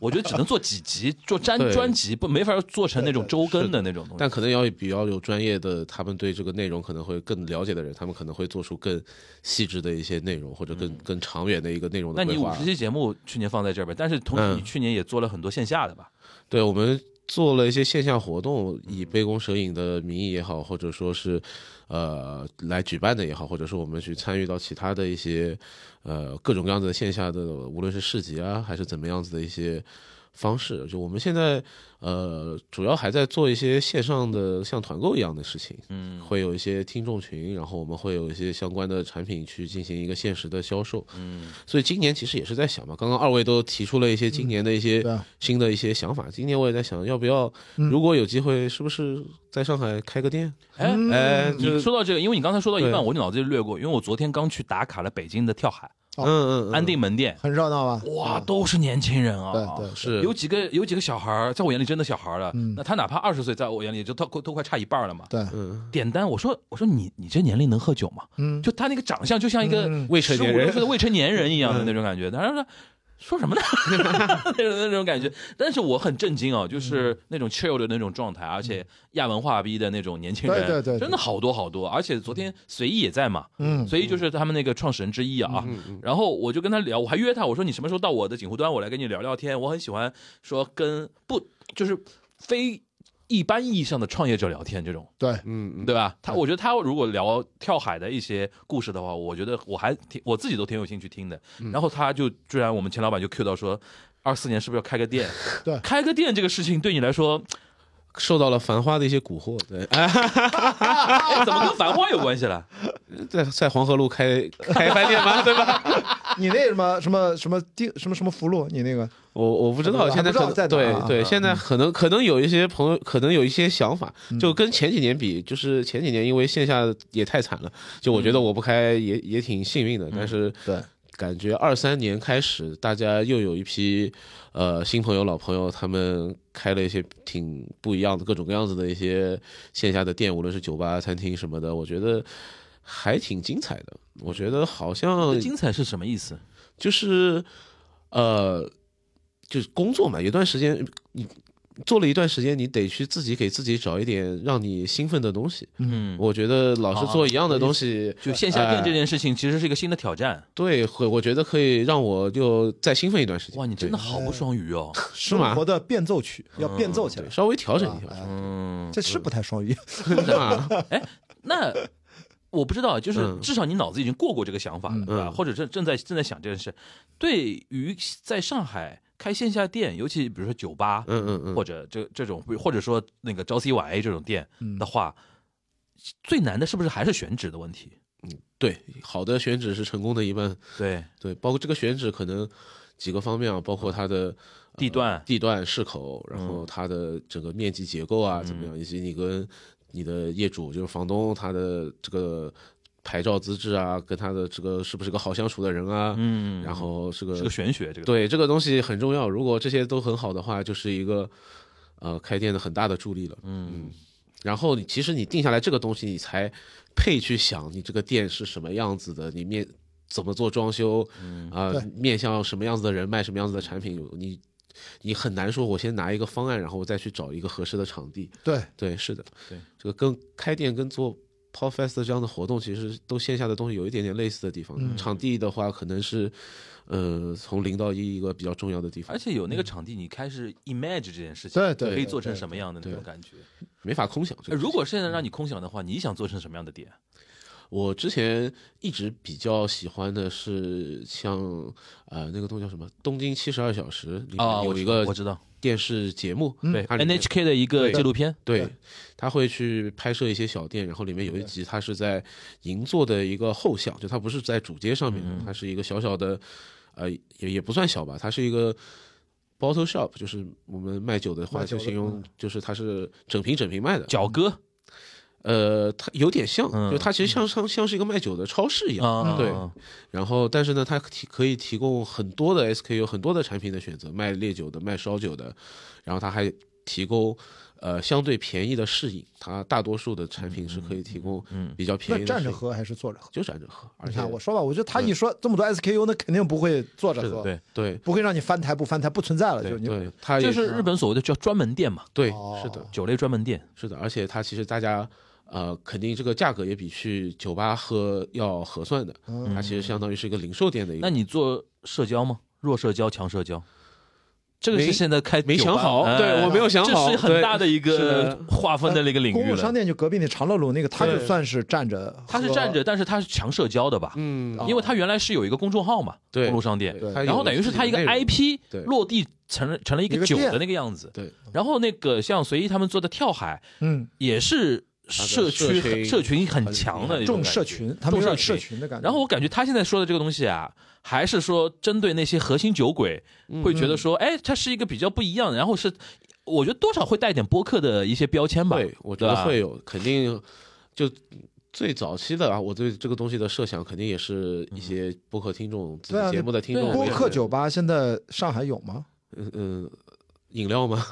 Speaker 2: 我觉得只能做几集，做专
Speaker 4: 对
Speaker 2: 专辑不没法做成那种周更的那种东西。
Speaker 4: 但可能要比较有专业的，他们对这个内容可能会更了解的人，他们可能会做出更细致的一些内容，或者更、更长远的一个内容
Speaker 2: 嗯那
Speaker 4: 的
Speaker 2: 你
Speaker 4: 规
Speaker 2: 五
Speaker 4: 划啊
Speaker 2: 十。期节目去年放在这儿呗，但是同时
Speaker 4: 嗯
Speaker 2: 你去年也做了很多线下的吧？
Speaker 4: 对我们做了一些线下活动，以杯弓蛇影的名义也好，或者说是呃来举办的也好，或者说我们去参与到其他的一些呃各种各样的线下的，无论是市集啊，还是怎么样子的一些。方式就我们现在，呃，主要还在做一些线上的像团购一样的事情，
Speaker 2: 嗯，
Speaker 4: 会有一些听众群，然后我们会有一些相关的产品去进行一个限时的销售。嗯，所以今年其实也是在想嘛，刚刚二位都提出了一些今年的一些
Speaker 3: 对啊
Speaker 4: 新的一些想法。今年我也在想，要不要如果有机会，是不是在上海开个店？
Speaker 2: 哎。
Speaker 4: 哎，就
Speaker 2: 你说到这个，因为你刚才说到一
Speaker 4: 对
Speaker 2: 半，我就脑子里掠过，因为我昨天刚去打卡了北京的跳海
Speaker 4: 嗯嗯嗯，嗯
Speaker 2: 安定门店，
Speaker 3: 很热闹吧？
Speaker 2: 哇，都是年轻人啊，
Speaker 3: 对对对
Speaker 4: 是嗯
Speaker 2: 有几个有几个小孩儿，在我眼里真的小孩儿了。那他哪怕二十岁，在我眼里也就都都快差一半儿了嘛。
Speaker 3: 对，
Speaker 4: 嗯，
Speaker 2: 点单，我说我说你你这年龄能喝酒吗？
Speaker 3: 嗯
Speaker 2: 就他那个长相，就像一个
Speaker 4: 未成年人
Speaker 2: 15岁的未成年人一样的
Speaker 3: 嗯
Speaker 2: 那种感觉。然后说说什么呢？ 那种那种感觉。但是我很震惊啊，
Speaker 3: 嗯
Speaker 2: 就是那种 chill 的那种状态，而且亚文化逼的那种年轻人，
Speaker 3: 对对对对
Speaker 2: 真的好多好多。而且昨天随意也在嘛，
Speaker 3: 嗯
Speaker 2: 随意就是他们那个创始人之一啊。然后我就跟他聊，我还约他，我说你什么时候到我的锦湖端，我来跟你聊聊天。我很喜欢说跟不就是非一般意义上的创业者聊天这种。
Speaker 3: 对，
Speaker 4: 嗯
Speaker 2: 对吧？他，我觉得他如果聊跳海的一些故事的话，我觉得我还挺我自己都挺有兴趣听的。然后他就居然我们钱老板就 Q 到说，二四年是不是要开个店？
Speaker 3: 对
Speaker 2: 开个店这个事情对你来说，
Speaker 4: 受到了繁花的一些蛊惑，对，哎，
Speaker 2: 哎、怎么跟繁花有关系了？
Speaker 4: 在在黄河路开开饭店吗？对吧？
Speaker 3: 你那什么什么什么定什么什么福禄，你那个
Speaker 4: 我我不知道，
Speaker 3: 还
Speaker 4: 现
Speaker 3: 不
Speaker 4: 在
Speaker 3: 知
Speaker 4: 可
Speaker 3: 道
Speaker 4: 能
Speaker 3: 在哪儿啊
Speaker 4: 对对，现在可能可能有一些朋友，可能有一些想法，
Speaker 3: 嗯
Speaker 4: 就跟前几年比，就是前几年因为线下也太惨了，就我觉得我不开也也挺幸运的，但是
Speaker 3: 嗯对
Speaker 4: 感觉二三年开始，大家又有一批呃新朋友、老朋友，他们开了一些挺不一样的各种各样子的一些线下的店，无论是酒吧、餐厅什么的，我觉得还挺精彩的。我觉得好像
Speaker 2: 精彩是什么意思？
Speaker 4: 就是呃，就是工作嘛，有段时间你做了一段时间，你得去自己给自己找一点让你兴奋的东西。
Speaker 2: 嗯，
Speaker 4: 我觉得老是做一样的东西，
Speaker 2: 就线下店这
Speaker 4: 哎
Speaker 2: 件事情其实是一个新的挑战。
Speaker 4: 对，会我觉得可以让我就再兴奋一段时间。
Speaker 2: 哇，你真的好不双鱼哦！
Speaker 4: 是吗
Speaker 3: 生活的变奏曲要变奏起
Speaker 4: 对
Speaker 3: 来
Speaker 4: 对，稍微调整一
Speaker 3: 啊
Speaker 4: 下，
Speaker 3: 哎
Speaker 2: 嗯，
Speaker 3: 这是不太双语。
Speaker 4: 是吗？
Speaker 2: 哎那我不知道，就是
Speaker 4: 嗯
Speaker 2: 至少你脑子已经过过这个想法了，对吧？
Speaker 4: 嗯
Speaker 2: 或者正正在正在想这件事。对于在上海开线下店，尤其比如说酒吧，
Speaker 4: 嗯嗯嗯，
Speaker 2: 或者这这种，或者说那个朝 C 晚 A 这种店
Speaker 3: 嗯
Speaker 2: 的话，最难的是不是还是选址的问题？
Speaker 4: 对，好的选址是成功的一半，
Speaker 2: 对，
Speaker 4: 对，包括这个选址可能几个方面啊，包括它的呃
Speaker 2: 地段嗯
Speaker 4: 地段、市口，然后它的整个面积结构啊，怎么样，以及你跟你的业主就是房东他的这个牌照资质啊，跟他的这个是不是个好相处的人啊，
Speaker 2: 嗯
Speaker 4: 然后这个
Speaker 2: 是个玄学，这个
Speaker 4: 对这个东西很重要。如果这些都很好的话，就是一个呃开店的很大的助力了。
Speaker 2: 嗯
Speaker 4: 然后你其实你定下来这个东西，你才配去想你这个店是什么样子的，你面怎么做装修，
Speaker 2: 嗯
Speaker 4: 啊、
Speaker 3: 对
Speaker 4: 面向什么样子的人卖什么样子的产品，你你很难说我先拿一个方案，然后我再去找一个合适的场地。
Speaker 3: 对，
Speaker 4: 对，是的，
Speaker 2: 对
Speaker 4: 这个跟开店跟做 p o p Fest 这样的活动，其实都线下的东西有一点点类似的地方。
Speaker 2: 嗯
Speaker 4: 场地的话，可能是呃从零到一一个比较重要的地方
Speaker 2: 而，且有那个
Speaker 4: 嗯
Speaker 2: 场地，你开始 image 这件事情，
Speaker 3: 对
Speaker 2: 可
Speaker 3: 对
Speaker 2: 以
Speaker 3: 对
Speaker 2: 做成
Speaker 3: 对
Speaker 2: 什么样的那
Speaker 4: 对
Speaker 2: 种感觉。
Speaker 4: 没法空想。这
Speaker 2: 呃
Speaker 4: 个
Speaker 2: 如果现在让你空想的话，你想做成什么样的点？
Speaker 4: 我之前一直比较喜欢的是像呃那个东西叫什么《东京七十二小时》里
Speaker 2: 啊，
Speaker 4: 面
Speaker 2: 我
Speaker 4: 有
Speaker 2: 知
Speaker 4: 一
Speaker 2: 道
Speaker 4: 个
Speaker 2: 我知道，嗯
Speaker 4: 电视节目，
Speaker 2: 对
Speaker 4: 嗯它里面
Speaker 2: ，NHK 的一个
Speaker 4: 对
Speaker 2: 纪录片，
Speaker 4: 对，他会去拍摄一些小店，然后里面有一集他是在银座的一个后巷，就它不是在主街上面的，它是一个小小的，呃，也也不算小吧，它是一个 bottle shop，就是我们卖酒的话
Speaker 3: 卖酒
Speaker 4: 就
Speaker 3: 的
Speaker 4: 形容就是它是整瓶整瓶卖的，
Speaker 2: 角哥
Speaker 4: 呃，它有点像，
Speaker 2: 嗯
Speaker 4: 就它其实像像像是一个卖酒的超市一样，
Speaker 2: 啊，
Speaker 4: 对然后，但是呢，它提可以提供很多的 SKU，很多的产品的选择，卖烈酒的，卖烧酒的，然后它还提供呃相对便宜的试饮，它大多数的产品是可以提供
Speaker 2: 嗯
Speaker 4: 比较
Speaker 3: 那
Speaker 4: 便宜的
Speaker 3: 站
Speaker 4: 试
Speaker 3: 着
Speaker 4: 饮，
Speaker 3: 喝还是坐着喝？
Speaker 4: 就站着喝，而
Speaker 3: 你
Speaker 4: 且
Speaker 3: 看我说吧，我觉得他一说这么多 SKU，那肯定不会坐着喝，
Speaker 2: 对，
Speaker 4: 对
Speaker 3: 不会让你翻台不翻台，不存在了，就你
Speaker 4: 对，它也
Speaker 2: 就是日本所谓的叫专门店嘛，
Speaker 4: 对
Speaker 3: 哦
Speaker 4: 是的
Speaker 2: 酒类专门店，
Speaker 4: 是的，而且它其实大家。呃，肯定这个价格也比去酒吧喝要合算的，它其实相当于是一个零售店的一个
Speaker 2: 那。你做社交吗？弱社交，强社交，这个
Speaker 4: 没
Speaker 2: 是现在开
Speaker 4: 没
Speaker 2: 酒吧
Speaker 4: 想好
Speaker 2: 哎
Speaker 4: 对我没有想好
Speaker 2: 这是很大的一
Speaker 4: 对是
Speaker 2: 个
Speaker 4: 的
Speaker 2: 划分的那个领
Speaker 3: 公
Speaker 2: 域
Speaker 3: 共商
Speaker 2: 了。
Speaker 3: 店就隔壁那长乐路那个，他就
Speaker 4: 对
Speaker 3: 算是站着，
Speaker 2: 他是站着，，但是他是强社交的吧？
Speaker 4: 嗯，
Speaker 2: 因为他原来是有一个公众号嘛，
Speaker 4: 对
Speaker 2: 公路商店，
Speaker 4: 对它有
Speaker 2: 然后等于是他一个
Speaker 4: 自己的内容
Speaker 2: IP
Speaker 4: 对
Speaker 2: 落地成了成了一
Speaker 3: 一
Speaker 2: 个
Speaker 3: 个
Speaker 2: 酒
Speaker 3: 店
Speaker 2: 的那个样子。
Speaker 4: 对，
Speaker 2: 然后那个像随意他们做的跳海
Speaker 3: 嗯，
Speaker 2: 也是社区
Speaker 4: 社群
Speaker 2: 很社群很强的一种
Speaker 3: 重
Speaker 2: 感觉
Speaker 3: 社群，他们有点
Speaker 2: 重社
Speaker 3: 社
Speaker 2: 群
Speaker 3: 群的感觉。
Speaker 2: 然后我感觉他现在说的这个东西啊，还是说针对那些核心酒鬼，会觉得说，哎，它是一个比较不一样的，然后是，我觉得多少会带点播客的一些标签吧。
Speaker 4: 对，我觉得
Speaker 2: 吧
Speaker 4: 会有，肯定就最早期的啊，我对这个东西的设想，肯定也是一些
Speaker 2: 嗯
Speaker 4: 播客听众、自
Speaker 3: 对啊
Speaker 4: 己节目的听
Speaker 2: 对
Speaker 4: 众
Speaker 2: 啊
Speaker 4: 为主
Speaker 3: 播
Speaker 4: 的。
Speaker 3: 客酒吧现在上海有吗？
Speaker 4: 嗯，嗯，饮料 吗？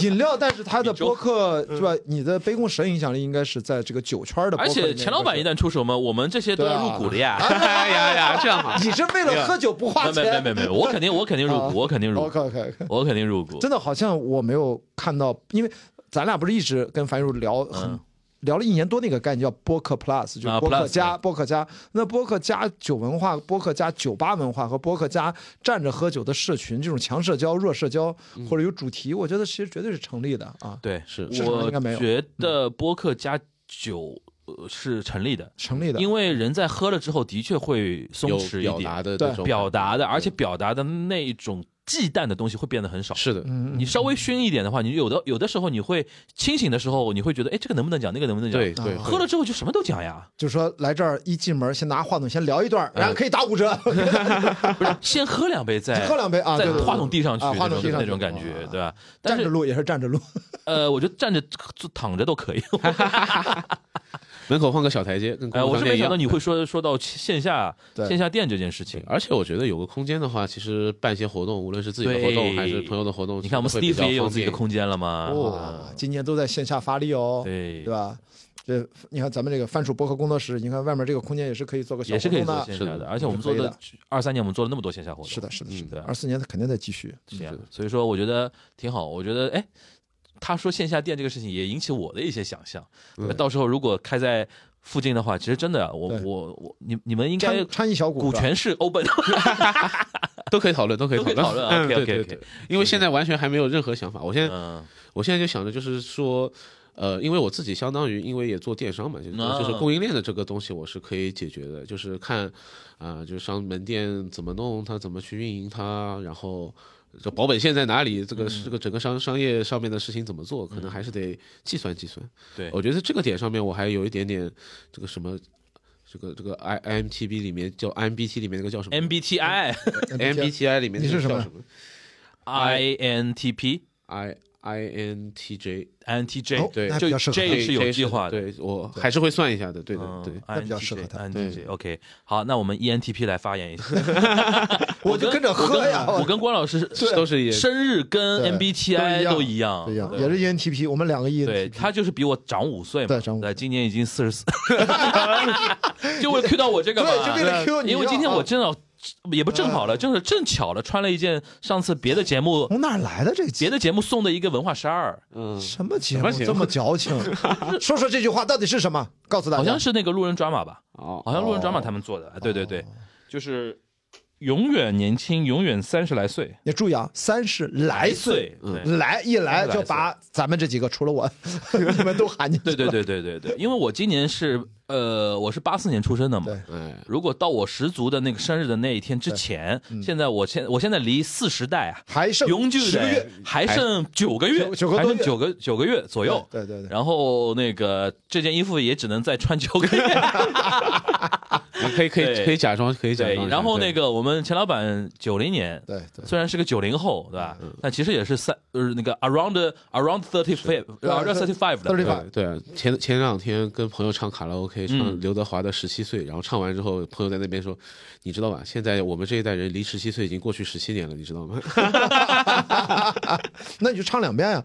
Speaker 3: 饮料，但是它的播客对吧？你的杯弓蛇影响力应该是在这个酒圈的播客
Speaker 2: 嗯而
Speaker 3: 里面。
Speaker 2: 且钱老板一旦出手嘛，我们这些都要入股了 呀。
Speaker 4: 哎呀呀，这样好。
Speaker 3: 你是为了喝酒不花
Speaker 2: 没没没
Speaker 3: 钱？
Speaker 2: 没没，我肯定我肯定入
Speaker 3: 啊
Speaker 2: 股，我肯定入股，
Speaker 3: OK OK，
Speaker 2: 我肯定入股。
Speaker 3: 真的好像我没有看到，因为咱俩不是一直跟樊茹聊很、
Speaker 2: 嗯
Speaker 3: 聊了一年多那个概念叫播客 Plus，就是
Speaker 2: 啊
Speaker 3: 播客
Speaker 2: Plus，
Speaker 3: 加、播客加。那播客加酒文化、播客加酒吧文化和播客加站着喝酒的社群，这种强社交、弱社交
Speaker 2: 嗯
Speaker 3: 或者有主题，我觉得其实绝对是成立的啊，
Speaker 2: 对，
Speaker 4: 是
Speaker 3: 市场上
Speaker 2: 我
Speaker 3: 应该没有
Speaker 2: 觉得播客加酒呃是成立的，
Speaker 3: 成立的。
Speaker 2: 因为人在喝了之后的确会松
Speaker 4: 有
Speaker 2: 弛
Speaker 4: 表
Speaker 2: 一
Speaker 4: 达
Speaker 2: 点，
Speaker 4: 的
Speaker 3: 对
Speaker 4: 那种
Speaker 2: 表达
Speaker 3: 嗯
Speaker 2: 的，而且
Speaker 4: 对
Speaker 2: 表达的那一种忌惮的东西会变得很少。
Speaker 4: 是的，
Speaker 3: 嗯，
Speaker 2: 你稍微熏一点的话，你有的有的时候你会清醒的时候，你会觉得，哎，这个能不能讲，那个能不能讲？
Speaker 4: 对对，
Speaker 3: 啊
Speaker 4: 会
Speaker 2: 喝了之后就什么都讲呀，
Speaker 3: 就说来这儿一进门先拿话筒先聊一段，
Speaker 2: 哎
Speaker 3: 然后可以打五折，
Speaker 2: 不是，先喝两杯再
Speaker 3: 喝两杯啊，
Speaker 2: 再
Speaker 3: 对对对
Speaker 2: 哎话筒递上去
Speaker 3: 啊
Speaker 2: 那
Speaker 3: 话筒
Speaker 2: 种
Speaker 3: 递上
Speaker 2: 那
Speaker 3: 去
Speaker 2: 种感
Speaker 3: 啊
Speaker 2: 觉，对吧？但
Speaker 3: 站着
Speaker 2: 是
Speaker 3: 录也是站着录，
Speaker 2: 呃，我觉得站着坐躺着都可 以。
Speaker 4: 门口放个小台阶，跟
Speaker 2: 哎，我是没想到
Speaker 4: 你。
Speaker 2: 你会说说到线下
Speaker 3: 对
Speaker 2: 线下店这件事情。
Speaker 4: 而且我觉得有个空间的话，其实办一些活动，无论是自己的
Speaker 2: 对
Speaker 4: 活动还是朋友的活动，
Speaker 2: 你看我们
Speaker 4: 会比
Speaker 2: Steve
Speaker 4: 较
Speaker 2: 也有
Speaker 4: 方
Speaker 2: 自己的
Speaker 4: 便
Speaker 2: 空间了嘛？
Speaker 3: 哇，今年都在线下发力哦，
Speaker 2: 对
Speaker 3: 对吧？这你看咱们这个番薯博客工作室，你看外面这个空间也是可以做个小
Speaker 2: 也是
Speaker 3: 活
Speaker 2: 可以
Speaker 3: 动
Speaker 2: 做
Speaker 3: 的，
Speaker 2: 线
Speaker 4: 是
Speaker 2: 下的，
Speaker 4: 的
Speaker 2: 而且我们做
Speaker 3: 可以
Speaker 2: 的
Speaker 3: 的
Speaker 2: 二三年我们做了那么多线下活动，
Speaker 3: 是的，是嗯的，是
Speaker 2: 对
Speaker 3: 的，二四年它肯定在继续，
Speaker 2: 这样，所以说我觉得挺好。我觉得，哎，他说线下店这个事情也引起我的一些想象。那到时候如果开在附近的话，其实真的，啊我
Speaker 3: 对
Speaker 2: 我我，你你们应该
Speaker 3: 掺掺一小股
Speaker 2: 股
Speaker 3: 是吧
Speaker 2: 权是 open，
Speaker 4: 都可以讨论，都可以
Speaker 2: 都可以讨论啊
Speaker 4: 嗯
Speaker 2: OK，OK，
Speaker 4: 对对
Speaker 2: OK
Speaker 4: 对，因为现在完全还没有任何想法，我现在
Speaker 2: 嗯，
Speaker 4: 我现在就想着，就是说，呃，因为我自己相当于，因为也做电商嘛，就是
Speaker 2: 啊
Speaker 4: 就是供应链的这个东西，我是可以解决的，就是看，啊、就是商门店怎么弄，它怎么去运营它，然后这保本线在哪里，这个这个整个商商业上面的事情怎么做，可能还是得计算计算。
Speaker 2: 对
Speaker 4: 我觉得这个点上面我还有一点点这个什么。这个这个 I I M T B 里面叫 I M B T 里面那个叫什么
Speaker 2: ，MBTI、
Speaker 4: M B T I 里面那
Speaker 3: 你是
Speaker 4: 个
Speaker 3: 什么
Speaker 4: 叫什么
Speaker 2: INTP、
Speaker 4: I INTJ，
Speaker 3: 哦
Speaker 2: INTJ，
Speaker 4: 对
Speaker 3: 那比
Speaker 2: 就
Speaker 3: 较适合他。
Speaker 2: 这是有计划的
Speaker 4: 对我还是会算一下的，对的，
Speaker 2: 嗯
Speaker 4: 对。
Speaker 3: 那比较适合他
Speaker 2: INTJ OK，好，那我们 E ENTP 来发言一下。
Speaker 3: 我就跟着喝呀
Speaker 2: 我跟
Speaker 3: 我
Speaker 2: 我跟关老师
Speaker 4: 对都是 ENTP
Speaker 2: 生日
Speaker 3: 啊对
Speaker 2: 跟 MBTI
Speaker 3: 都
Speaker 2: 都
Speaker 3: 一
Speaker 2: 一样，
Speaker 3: 对呀，也是 E ENTP，我们两个
Speaker 2: 对
Speaker 3: ENTP，
Speaker 2: 他就是比我长五岁嘛，
Speaker 3: 对长五岁
Speaker 2: 今年已经四十四， 就会 Q 到我这个嘛，
Speaker 3: 对就嗯变成 Q 你
Speaker 2: 因为
Speaker 3: 了
Speaker 2: 今天
Speaker 3: 啊
Speaker 2: 我正好也不正好了，就是正巧了，穿了一件上次别的节目
Speaker 3: 从哪儿来的这
Speaker 2: 别
Speaker 3: 节
Speaker 2: 的节目送的一个文化衫儿，
Speaker 4: 嗯，
Speaker 3: 什么节目
Speaker 4: 么节目
Speaker 3: 这么矫情？说说这句话到底是什么？告诉大家，
Speaker 2: 好像是那个路人抓马吧，
Speaker 4: 哦，
Speaker 2: 好像路人抓马他们做
Speaker 3: 哦
Speaker 2: 的，对对对，就是永远年轻，永远三十来岁，
Speaker 3: 也注意啊，三十来岁。，
Speaker 2: 对。
Speaker 3: 来一来就把咱们这几个除了我， 你们都喊进去。
Speaker 2: 对对对对对对，因为我今年是呃，我是八四年出生的嘛
Speaker 3: 对，
Speaker 4: 哎，
Speaker 2: 如果到我十足的那个生日的那一天之前，
Speaker 3: 嗯
Speaker 2: 现在我现我现在离四十代啊，
Speaker 3: 还剩
Speaker 2: 永久
Speaker 3: 十个
Speaker 2: 代
Speaker 3: 月，
Speaker 2: 还剩九个月
Speaker 3: 九，九个多
Speaker 2: 还
Speaker 3: 月
Speaker 2: 剩九个九个月左右。
Speaker 3: 对对对，
Speaker 2: 然后那个这件衣服也只能再穿九个月。
Speaker 4: 可以可以
Speaker 2: 对
Speaker 4: 可以假装可以假
Speaker 2: 对
Speaker 4: 装一，下。
Speaker 2: 然后那
Speaker 4: 个
Speaker 2: 个我们钱老板九零年，
Speaker 3: 对对嗯
Speaker 2: 虽然是个九零后，对吧？但其实也是三呃那个 around around thirty five 呃 around thirty five 的。
Speaker 3: 对吧？
Speaker 4: 对对，前前两天跟朋友唱卡拉 OK，唱
Speaker 2: 嗯
Speaker 4: 刘德华的《十七岁》，然后唱完之后，朋友在那边说：“你知道吧？现在我们这一代人离十七岁已经过去十七年了，你知道吗？”
Speaker 3: 那你就唱两 遍呀、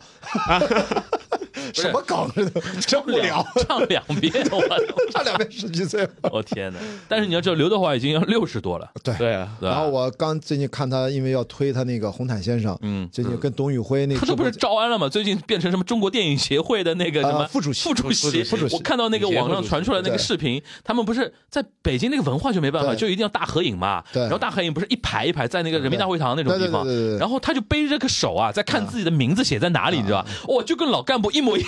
Speaker 3: 什么梗啊似的，真无聊。
Speaker 2: 唱两遍，我 的
Speaker 3: 唱两遍十几岁，
Speaker 2: 我天哪！但是你要知道，刘德华已经要六十多了，
Speaker 3: 对。
Speaker 4: 对啊，
Speaker 2: 对吧
Speaker 3: 然后我刚最近看他，因为要推他那个红毯先生，
Speaker 2: 嗯
Speaker 3: 最近跟董宇辉那个
Speaker 2: 他这不是
Speaker 3: 直播间
Speaker 2: 招安了吗？最近变成什么中国电影协会的那个什么
Speaker 3: 呃副主席
Speaker 2: 副主席，
Speaker 3: 副主席
Speaker 2: 我看到那个网上传出来那个
Speaker 3: 对
Speaker 2: 视频，他们不是在北京那个文化就没办法，
Speaker 3: 对
Speaker 2: 就一定要大合影嘛。
Speaker 3: 对
Speaker 2: 然后大合影不是一排一排在那个人民大会堂那种地方
Speaker 3: 对对对对啊对对，
Speaker 2: 然后他就背着个手啊，在看自己的名字写在哪里，你知道吧？哇，就跟老干部一模一样。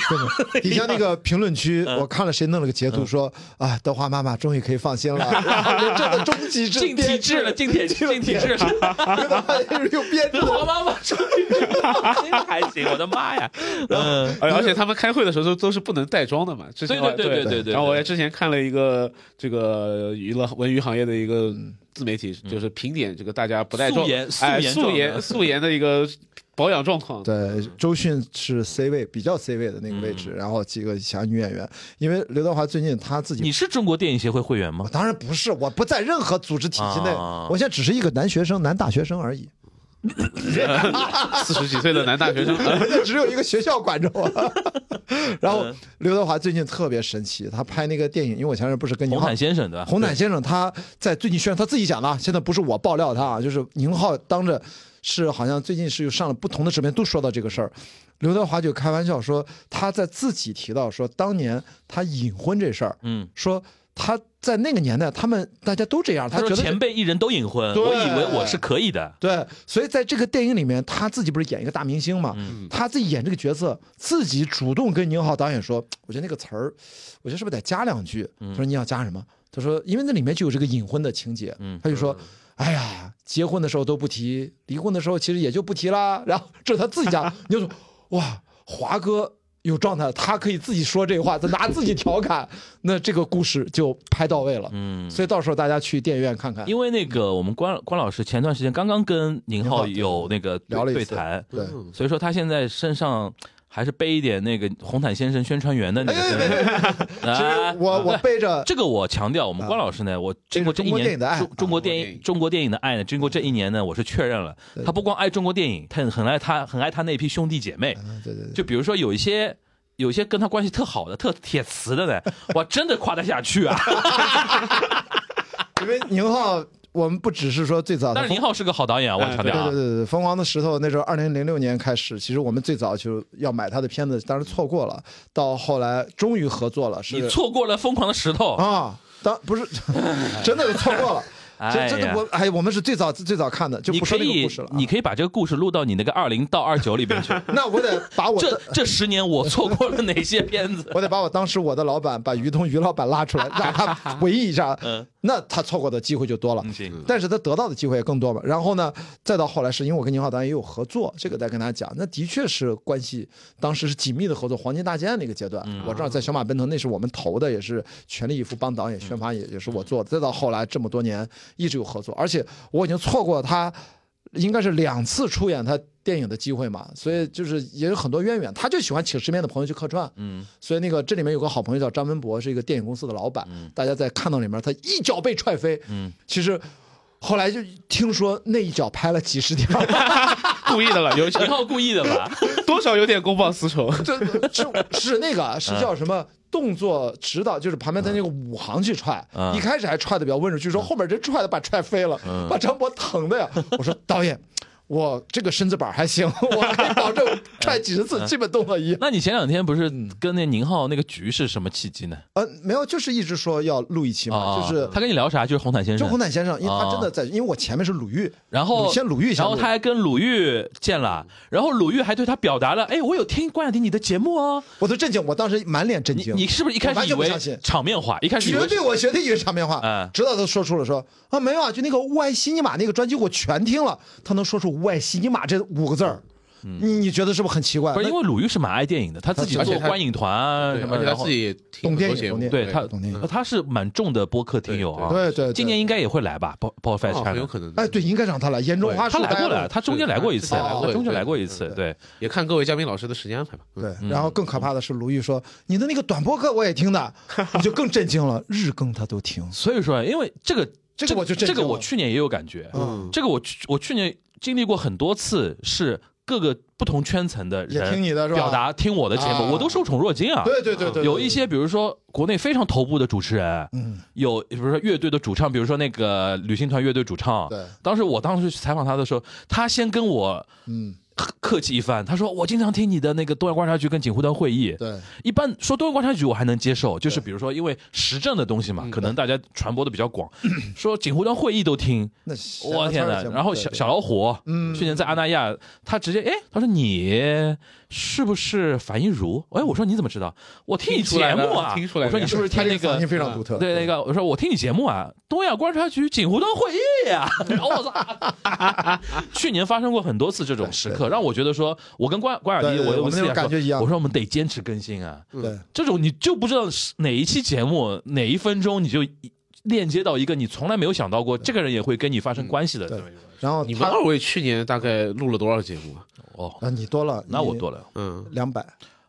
Speaker 3: 底下那个评论区，
Speaker 2: 嗯
Speaker 3: 我看了谁弄了个截图说啊，德华妈妈终于可以放心了，然 后人真的 终极制
Speaker 2: 进体制了，进体进体制了。
Speaker 3: 又编制
Speaker 2: 德华妈妈终于，这个还行，我的妈 呀！嗯，
Speaker 4: 哎而而且他们开会的时候都都是不能带妆的嘛。之前我
Speaker 2: 对对对对对对
Speaker 4: 然后我也之前看了一个这个娱乐文娱行业的一个自媒体，就是评点这个大家不带妆
Speaker 2: 嗯素颜素
Speaker 4: 哎
Speaker 2: 颜
Speaker 4: 素
Speaker 2: 状
Speaker 4: 颜
Speaker 2: 的
Speaker 4: 素颜的一个保养状况。
Speaker 3: 对，周迅是 C 位，比较 C 位的那个位置，
Speaker 2: 嗯
Speaker 3: 然后几个小女演员，因为刘德华最近他自己
Speaker 2: 你是中国电影协会会员吗
Speaker 3: 我？当然不是，我不在任何组织体系内，
Speaker 2: 啊
Speaker 3: 我现在只是一个男学生、男大学生 而已，
Speaker 4: 四十几岁的男大学 生，哎
Speaker 3: 我就只有一个学校管着我。然后
Speaker 2: 嗯
Speaker 3: 刘德华最近特别神奇，他拍那个电影，因为我前阵不是跟宁
Speaker 2: 红
Speaker 3: 浩
Speaker 2: 毯。先生对吧？
Speaker 3: 红毯先生他在最近宣传，他自己讲的啊，现在不是我爆料他啊，就是宁浩当着是好像最近是又上了不同的视频，都说到这个事儿。刘德华就开玩笑说，他在自己提到说，当年他隐婚这事儿，
Speaker 2: 嗯。
Speaker 3: 说他在那个年代，他们大家都这样，
Speaker 2: 他
Speaker 3: 觉
Speaker 2: 说
Speaker 3: 得
Speaker 2: 前辈艺人都隐婚，
Speaker 3: 对
Speaker 2: 我以为我是可以的。
Speaker 3: 对，所以在这个电影里面，他自己不是演一个大明星嘛？
Speaker 2: 嗯
Speaker 3: 他自己演这个角色，自己主动跟宁浩导演说：“我觉得那个词儿，我觉得是不是得加两句？”
Speaker 2: 嗯
Speaker 3: 他说：“你要加什么？”他说：“因为那里面就有这个隐婚的情节。”
Speaker 2: 嗯
Speaker 3: 他就说：“哎呀，结婚的时候都不提，离婚的时候其实也就不提啦。”然后这是他自己 讲，你就说：“哇，华哥。”有状态，他可以自己说这话，他拿自己调侃，那这个故事就拍到位了。
Speaker 2: 嗯，
Speaker 3: 所以到时候大家去电影院看看，
Speaker 2: 因为那个我们关关老师前段时间刚刚跟宁浩有那个
Speaker 3: 聊了一
Speaker 2: 对
Speaker 3: 次
Speaker 2: 谈，
Speaker 3: 对。
Speaker 2: 所以说他现在身上还是背一点那个红毯先生宣传员的那个
Speaker 3: 哎
Speaker 2: 身份。啊，
Speaker 3: 我我
Speaker 2: 对
Speaker 3: 背着
Speaker 2: 这个我强调，我们关老师呢，我经过这一
Speaker 3: 中国电
Speaker 2: 年
Speaker 3: 影的爱
Speaker 2: 中中国电
Speaker 4: 中国电
Speaker 2: 影
Speaker 4: 影
Speaker 2: 中国电影的爱呢，经过这一年呢，我是确认了，他不光爱中国电影，他很很爱他很爱他那批兄弟姐妹。
Speaker 3: 嗯对对对，
Speaker 2: 就比如说有一些有一些跟他关系特好的、特铁磁 的呢，我真的夸得下去啊。
Speaker 3: 因为宁浩，我们不只是说最早的
Speaker 2: 但是
Speaker 3: 疯，
Speaker 2: 宁浩是个好导演啊，我强
Speaker 3: 对
Speaker 2: 调啊。
Speaker 3: 对对对，《疯狂的石头》那时候二零零六年开始，其实我们最早就要买他的片子，当时错过了，到后来终于合作了，是
Speaker 2: 你错过了疯狂的石头，
Speaker 3: 啊，当不是 真的错过了，
Speaker 2: 哎
Speaker 3: 真
Speaker 2: 呀
Speaker 3: 真的我哎，我们是最早最早看的，就
Speaker 2: 你
Speaker 3: 不
Speaker 2: 可
Speaker 3: 说那个
Speaker 2: 以
Speaker 3: 故事了，啊，啊
Speaker 2: 你可以把这个故事录到你那个二零到二九里边去。
Speaker 3: 那我得把 我
Speaker 2: 这
Speaker 3: 的。
Speaker 2: 这十年我错过了哪些片 子？
Speaker 3: 我得把我当时我的老板把于东于老板拉出来，让他回忆一下，
Speaker 2: 嗯
Speaker 3: 那他错过的机会就多了。
Speaker 2: 嗯行，
Speaker 3: 但是他得到的机会也更多嘛。然后呢，再到后来是因为我跟宁浩导演也有合作，这个再跟大家讲，那的确是关系当时是紧密的合作，黄金大劫案那个阶段，
Speaker 2: 嗯
Speaker 3: 我知道在小马奔腾那是我们投的，也是全力以赴帮导演宣发也，也是我做的。再到后来这么多年一直有合作，而且我已经错过他。应该是两次出演他电影的机会嘛，所以就是也有很多渊源。他就喜欢请身边的朋友去客串，
Speaker 2: 嗯，
Speaker 3: 所以那个这里面有个好朋友叫张文博，是一个电影公司的老板。大家在看到里面，他一脚被踹飞。
Speaker 2: 嗯，
Speaker 3: 其实后来就听说那一脚拍了几十条，
Speaker 4: 故意的了，有
Speaker 2: 陈浩故意的吧？
Speaker 4: 多少有点公报私 仇。
Speaker 3: 这是是那个啊
Speaker 2: 嗯
Speaker 3: 是叫什么动作指导，就是旁边他那个武行去踹，
Speaker 2: 嗯
Speaker 3: 一开始还踹的比较温柔，据说后面真踹的把踹飞了，把张博疼的呀。我说导演。我这个身子板还行，我可以保证
Speaker 2: 嗯
Speaker 3: 踹几十次，基本动作一样。
Speaker 2: 那你前两天不是
Speaker 3: 嗯
Speaker 2: 跟那宁浩那个局是什么契机呢？
Speaker 3: 呃，没有，就是一直说要录一期嘛，
Speaker 2: 啊，
Speaker 3: 就是
Speaker 2: 他跟你聊啥？就是红毯先
Speaker 3: 周
Speaker 2: 生
Speaker 3: 鸿。瀚先生，因为他真的在，因为我前面是鲁豫，
Speaker 2: 哦然后
Speaker 3: 鲁先鲁豫嗯先
Speaker 2: 然后他还跟鲁豫见了，然后鲁豫还对他表达了，哎，我有听关雅迪你的节目哦。
Speaker 3: 我都震惊，我当时满脸震
Speaker 2: 你
Speaker 3: 惊。
Speaker 2: 你是不是一开
Speaker 3: 我完
Speaker 2: 始以
Speaker 3: 全不
Speaker 2: 为
Speaker 3: 相信
Speaker 2: 场面话？一开始以为
Speaker 3: 绝对，我绝对以为场面话，
Speaker 2: 嗯
Speaker 3: 直到他说出了说啊没有啊，就那个乌埃西尼玛那个专辑我全听了，他能说出乌埃西尼玛这五个字儿，
Speaker 2: 嗯
Speaker 3: 你你觉得是不是很奇怪？
Speaker 2: 不是因为鲁豫是蛮爱电影的，他自己
Speaker 4: 而
Speaker 2: 做
Speaker 4: 且他
Speaker 2: 观影团啊什么，
Speaker 4: 而且他
Speaker 2: 然后
Speaker 4: 自己也挺
Speaker 3: 懂电
Speaker 4: 多
Speaker 3: 影
Speaker 4: 节
Speaker 3: 懂
Speaker 4: 目，
Speaker 3: 电
Speaker 2: 对哦他
Speaker 3: 懂电影
Speaker 2: 他是蛮重的播客听友啊。
Speaker 3: 对对，对
Speaker 2: 今年应该也会来吧，包包
Speaker 4: 哦
Speaker 2: Five
Speaker 4: 很
Speaker 2: China
Speaker 4: 有。可能的。
Speaker 3: 哎对应该让他来，严中花
Speaker 2: 他
Speaker 3: 树
Speaker 2: 来过
Speaker 3: 呆
Speaker 2: 了，他中间来过一次，
Speaker 4: 是他
Speaker 2: 他中间来过一
Speaker 4: 对
Speaker 2: 次，对，
Speaker 4: 也看各位嘉宾老师的时间安排吧。嗯
Speaker 3: 对，然后更可怕的是，鲁豫说你的那个短播客我也 听的，我就更震惊了，日更他都听。
Speaker 2: 所以说，因为这个
Speaker 3: 这个我就震
Speaker 2: 这个
Speaker 3: 惊
Speaker 2: 我
Speaker 3: 了
Speaker 2: 去年也有感觉，
Speaker 3: 嗯
Speaker 2: 这个我去我去年经历过很多次，是各个不同圈层的
Speaker 3: 也
Speaker 2: 人
Speaker 3: 听你的是吧
Speaker 2: 表达听我的节目，
Speaker 3: 啊
Speaker 2: 我都受宠若惊啊。
Speaker 3: 对对对对，
Speaker 2: 有一些，比如说国内非常头部的主持人，
Speaker 3: 嗯，
Speaker 2: 有比如说乐队的主唱，比如说那个旅行团乐队主唱，
Speaker 3: 对
Speaker 2: 当时我当时去采访他的时候，他先跟我
Speaker 3: 嗯
Speaker 2: 客客气一番，他说我经常听你的那个东亚观察局跟锦湖端会议，
Speaker 3: 对。
Speaker 2: 一般说东亚观察局我还能接受，就是比如说因为时政的东西
Speaker 4: 嗯
Speaker 2: 嘛，可能大家传播的比较 广，说锦湖端会议都听，
Speaker 3: 那
Speaker 2: 我天
Speaker 3: 哪
Speaker 2: 哪！！然后小小老虎，
Speaker 3: 嗯
Speaker 2: 去年在阿那亚，他直接哎，他说你是不是樊一茹？哎，我说你怎么知道？我听你
Speaker 4: 听出
Speaker 2: 节
Speaker 4: 来的
Speaker 2: 目啊，
Speaker 4: 听出来
Speaker 2: 我
Speaker 4: 的
Speaker 2: 说你是不是
Speaker 3: 他
Speaker 2: 听
Speaker 3: 这
Speaker 2: 那
Speaker 3: 个嗓音
Speaker 2: 个？嗯
Speaker 3: 非常独特，
Speaker 2: 对，那个我说我听你节目啊，东亚观察局锦湖端会议啊， 然后我操， 去年发生过很多次这种时刻，让我觉得说，我跟关关雅迪，
Speaker 3: 对对
Speaker 2: 我
Speaker 3: 我们
Speaker 2: 私
Speaker 3: 那种
Speaker 2: 底下
Speaker 3: 感
Speaker 2: 说
Speaker 3: 觉一样
Speaker 2: 我说我们得坚持更新啊，
Speaker 3: 对，
Speaker 2: 这种你就不知道是哪一期节目哪一分钟你就一链接到一个你从来没有想到过这个人也会跟你发
Speaker 3: 嗯
Speaker 2: 生关系的这么一个
Speaker 3: 然后
Speaker 4: 你们
Speaker 3: 他
Speaker 4: 二位去年大概录了多少节目啊？
Speaker 2: 哦，
Speaker 3: 啊，你多了，
Speaker 2: 那我多了
Speaker 4: 嗯，
Speaker 3: 两百，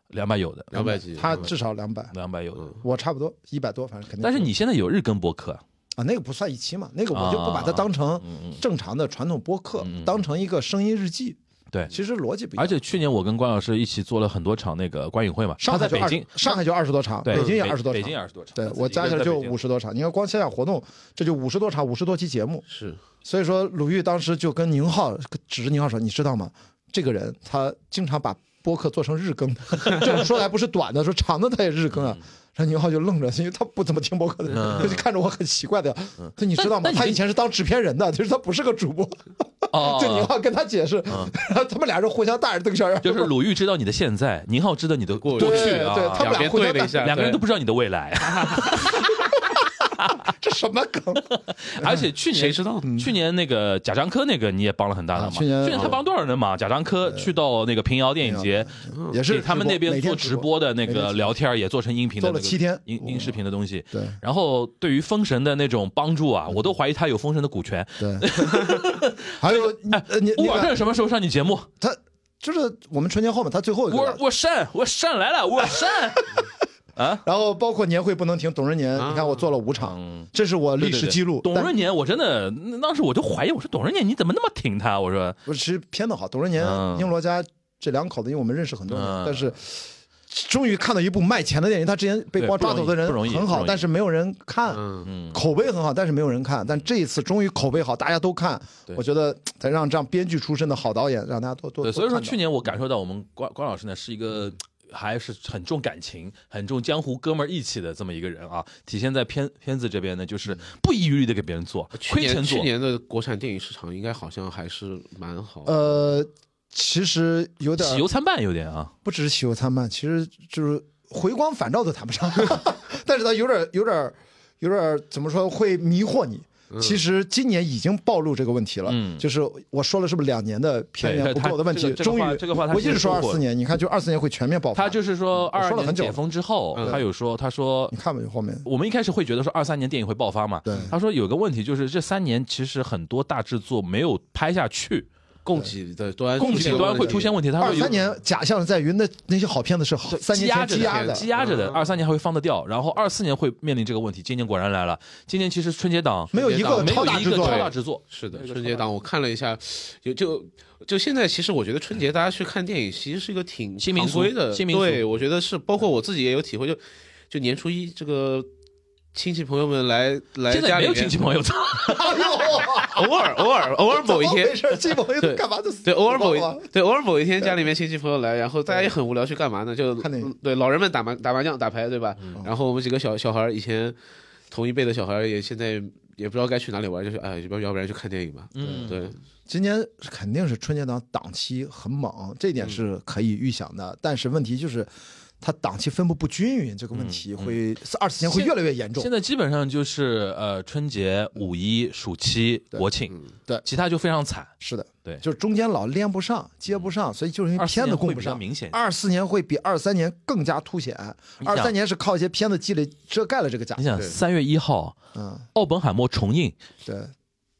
Speaker 2: 两百有的，
Speaker 4: 两百集。
Speaker 3: 他
Speaker 4: 嗯
Speaker 3: 至少两百，
Speaker 2: 两百有的。
Speaker 3: 我差不多一百多，反正肯定。
Speaker 2: 但是你现在有日更播客，
Speaker 3: 啊，那个不算一期嘛，那个我就不把
Speaker 4: 啊
Speaker 3: 它当
Speaker 4: 嗯
Speaker 3: 成正常的传统播客，当成一个声音日记。
Speaker 2: 对。
Speaker 3: 其实逻辑不一样。
Speaker 2: 而且去年我跟关老师一起做了很多场那个观影会嘛，
Speaker 3: 上
Speaker 2: 他在
Speaker 3: 海就
Speaker 2: 北
Speaker 3: 二
Speaker 2: 京，
Speaker 3: 上海就二十多场，
Speaker 2: 对，
Speaker 3: 啊北京也二十多
Speaker 2: 北
Speaker 3: 场
Speaker 2: 京。也二十多场，
Speaker 3: 对
Speaker 2: 他自己
Speaker 3: 我加起来
Speaker 2: 一个
Speaker 3: 就
Speaker 2: 人在北京
Speaker 3: 五十多场，你看光线下活动这就五十多场，五十多期节目，
Speaker 4: 是
Speaker 3: 所以说，鲁豫当时就跟宁浩指着宁浩说：“你知道吗？这个人他经常把播客做成日更， 这种说来不是短的，说长的他也日更
Speaker 2: 嗯
Speaker 3: 啊。”然后宁浩就愣着，因为他不怎么听播客的，他就看着我很奇怪的。他你知道吗？
Speaker 2: 嗯但但你
Speaker 3: 他以前是当制片人的，就是他不是个主播。
Speaker 2: 哦，嗯
Speaker 3: 就宁浩跟他解释，然后他们俩人互相大眼瞪小眼。
Speaker 2: 就是鲁豫知道你的现在，宁浩知道你的过
Speaker 4: 对
Speaker 2: 去
Speaker 3: 对他
Speaker 2: 啊，
Speaker 3: 们
Speaker 4: 两
Speaker 3: 俩
Speaker 4: 边
Speaker 3: 互相
Speaker 4: 对了一下，
Speaker 2: 两个人
Speaker 4: 对
Speaker 2: 都不知道你的未 来。
Speaker 3: 这什么梗？
Speaker 2: 而且去年
Speaker 4: 谁知道
Speaker 2: 去年那个贾樟柯那个你也帮了很大的忙，
Speaker 3: 嗯啊去年
Speaker 2: 他帮多少人忙？贾樟柯去到那个平遥电影节，
Speaker 3: 也是
Speaker 2: 嗯给他们那边做直播的那
Speaker 3: 每天
Speaker 2: 个
Speaker 3: 直
Speaker 2: 聊天也做成音频的那个，
Speaker 3: 做了七天
Speaker 2: 音音视频的东西。
Speaker 3: 对
Speaker 2: 然后对于封神的那种帮助啊，我都怀疑他有封神的股权。
Speaker 3: 对， 还有呃你
Speaker 2: 乌
Speaker 3: 那
Speaker 2: 尔
Speaker 3: 个
Speaker 2: 正什么时候上你节目？
Speaker 3: 他就是我们春节后嘛，他最后一个
Speaker 2: 乌尔我善我善来了，我 善。啊
Speaker 3: 然后包括年会不能停，董润年，你看我做了五场，这是我历史记录。
Speaker 2: 嗯对对对
Speaker 3: 但
Speaker 2: 董润年，我真的那当时我就怀疑，我说董润年你怎么那么挺他？我说
Speaker 3: 我其实偏的好，董润年、
Speaker 2: 嗯
Speaker 3: 英罗家这两口子，因为我们认识很多年，
Speaker 2: 嗯
Speaker 3: 但是终于看到一部卖钱的电影。他之前被光抓走的人
Speaker 2: 对不容易
Speaker 3: 很
Speaker 2: 不容
Speaker 3: 好，
Speaker 2: 易
Speaker 3: 但是没有人看。
Speaker 4: 嗯，
Speaker 3: 口碑很好，但是没有人看。但这一次终于口碑好，大家都看。我觉得得让这样编剧出身的好导演，让大家多多。
Speaker 2: 对，所以说去
Speaker 3: 年
Speaker 2: 年我感受到我们关关老师呢是一个。
Speaker 3: 嗯
Speaker 2: 还是很重感情、很重江湖哥们儿义气的这么一个人啊，体现在片片子这边呢，就是
Speaker 3: 嗯
Speaker 2: 不遗余力的给别人做，
Speaker 4: 去
Speaker 2: 亏钱
Speaker 4: 年
Speaker 2: 做
Speaker 4: 去。年的国产电影市场应该好像还是蛮好。
Speaker 3: 呃，其实有点
Speaker 2: 喜忧参半有点啊，
Speaker 3: 不只是喜忧参半，其实就是回光返照都谈不上， 但是它有点有点有点怎么说会迷惑你。其实今年已经暴露这个问题了，
Speaker 2: 嗯
Speaker 3: 就是我说了是不是两年的片源
Speaker 2: 对
Speaker 3: 不
Speaker 2: 他
Speaker 3: 够的问题？
Speaker 2: 这个这个
Speaker 3: 终于
Speaker 2: 话这个话他
Speaker 3: 我一
Speaker 2: 其实
Speaker 3: 直说二
Speaker 2: 说过
Speaker 3: 四年，你看就二四年会全面爆发。
Speaker 2: 他就是说
Speaker 3: 嗯我
Speaker 2: 二
Speaker 3: 说
Speaker 2: 二
Speaker 3: 了嗯
Speaker 2: 年
Speaker 3: 很久
Speaker 2: 解封之后，他有说，他 说
Speaker 3: 你看吧，就后面
Speaker 2: 我们一开始会觉得说二三年电影会爆发嘛，
Speaker 3: 对
Speaker 2: 他说有个问题就是这三年其实很多大制作没有拍下去，
Speaker 4: 供给的端
Speaker 2: 供给呃端会出现问题，它
Speaker 3: 二
Speaker 2: 会有
Speaker 3: 三年假象在于那那些好片子是好三年前
Speaker 2: 着
Speaker 3: 积压的，
Speaker 2: 积压着的，
Speaker 4: 嗯
Speaker 2: 二三年还会放得掉，然后二四年会面临这个问题。今年果然来了，今年其实春节档
Speaker 3: 没有一个
Speaker 2: 没有
Speaker 3: 超大
Speaker 2: 一
Speaker 3: 制
Speaker 2: 个
Speaker 3: 作哎
Speaker 2: 超，大制作，
Speaker 4: 是的
Speaker 2: 那，个
Speaker 4: 春节档我看了一下，有就就现在，其实我觉得春节大家去看电影，其实是一个挺
Speaker 2: 新民
Speaker 4: 常
Speaker 2: 俗
Speaker 4: 规的，
Speaker 2: 新民俗
Speaker 4: 对，我觉得是，包括我自己也有体会，就就年初一这个亲戚朋友们来来
Speaker 2: 现在也
Speaker 4: 家
Speaker 2: 没
Speaker 4: 里
Speaker 2: 有
Speaker 4: 面，
Speaker 2: 亲 戚朋友，
Speaker 3: 哎呦，
Speaker 4: 偶尔偶尔偶尔某一天
Speaker 3: 没。事，这朋友
Speaker 4: 对
Speaker 3: 干嘛的？
Speaker 4: 对，偶尔某一
Speaker 3: 宝宝
Speaker 4: 对偶尔某一天，家里面亲戚朋友来，然后大家也很无聊，去干嘛呢？就
Speaker 3: 看电影嗯
Speaker 4: 对老人们打麻打麻将、打牌，对吧？然后我们几个小小孩儿以前同一辈的小孩儿也现在也不知道该去哪里玩，就是哎，要不要不然去看电影吧？
Speaker 2: 嗯
Speaker 4: 对，
Speaker 3: 今年肯定是春节档档期很猛，这
Speaker 2: 嗯
Speaker 3: 点是可以预想的。但是问题就是，它档期分布不均匀这个
Speaker 2: 嗯
Speaker 3: 问题会二四年会越来越严重
Speaker 2: 现。在基本上就是呃春节、五一、暑期、国庆，
Speaker 3: 对
Speaker 2: 其他就非常惨。
Speaker 3: 是的，
Speaker 2: 对嗯
Speaker 3: 就是中间老连不上、接不上，所以就是因为
Speaker 2: 24
Speaker 3: 片子
Speaker 2: 年会
Speaker 3: 供不
Speaker 2: 比较
Speaker 3: 上，
Speaker 2: 明显
Speaker 3: 二四年会比二三年更加凸显，
Speaker 2: 你
Speaker 3: 二
Speaker 2: 想
Speaker 3: 三年是靠一些片子积累遮盖了这个假
Speaker 2: 你。想，
Speaker 4: 对
Speaker 2: 三月一号，
Speaker 3: 嗯，
Speaker 2: 奥本海默重映，
Speaker 3: 对，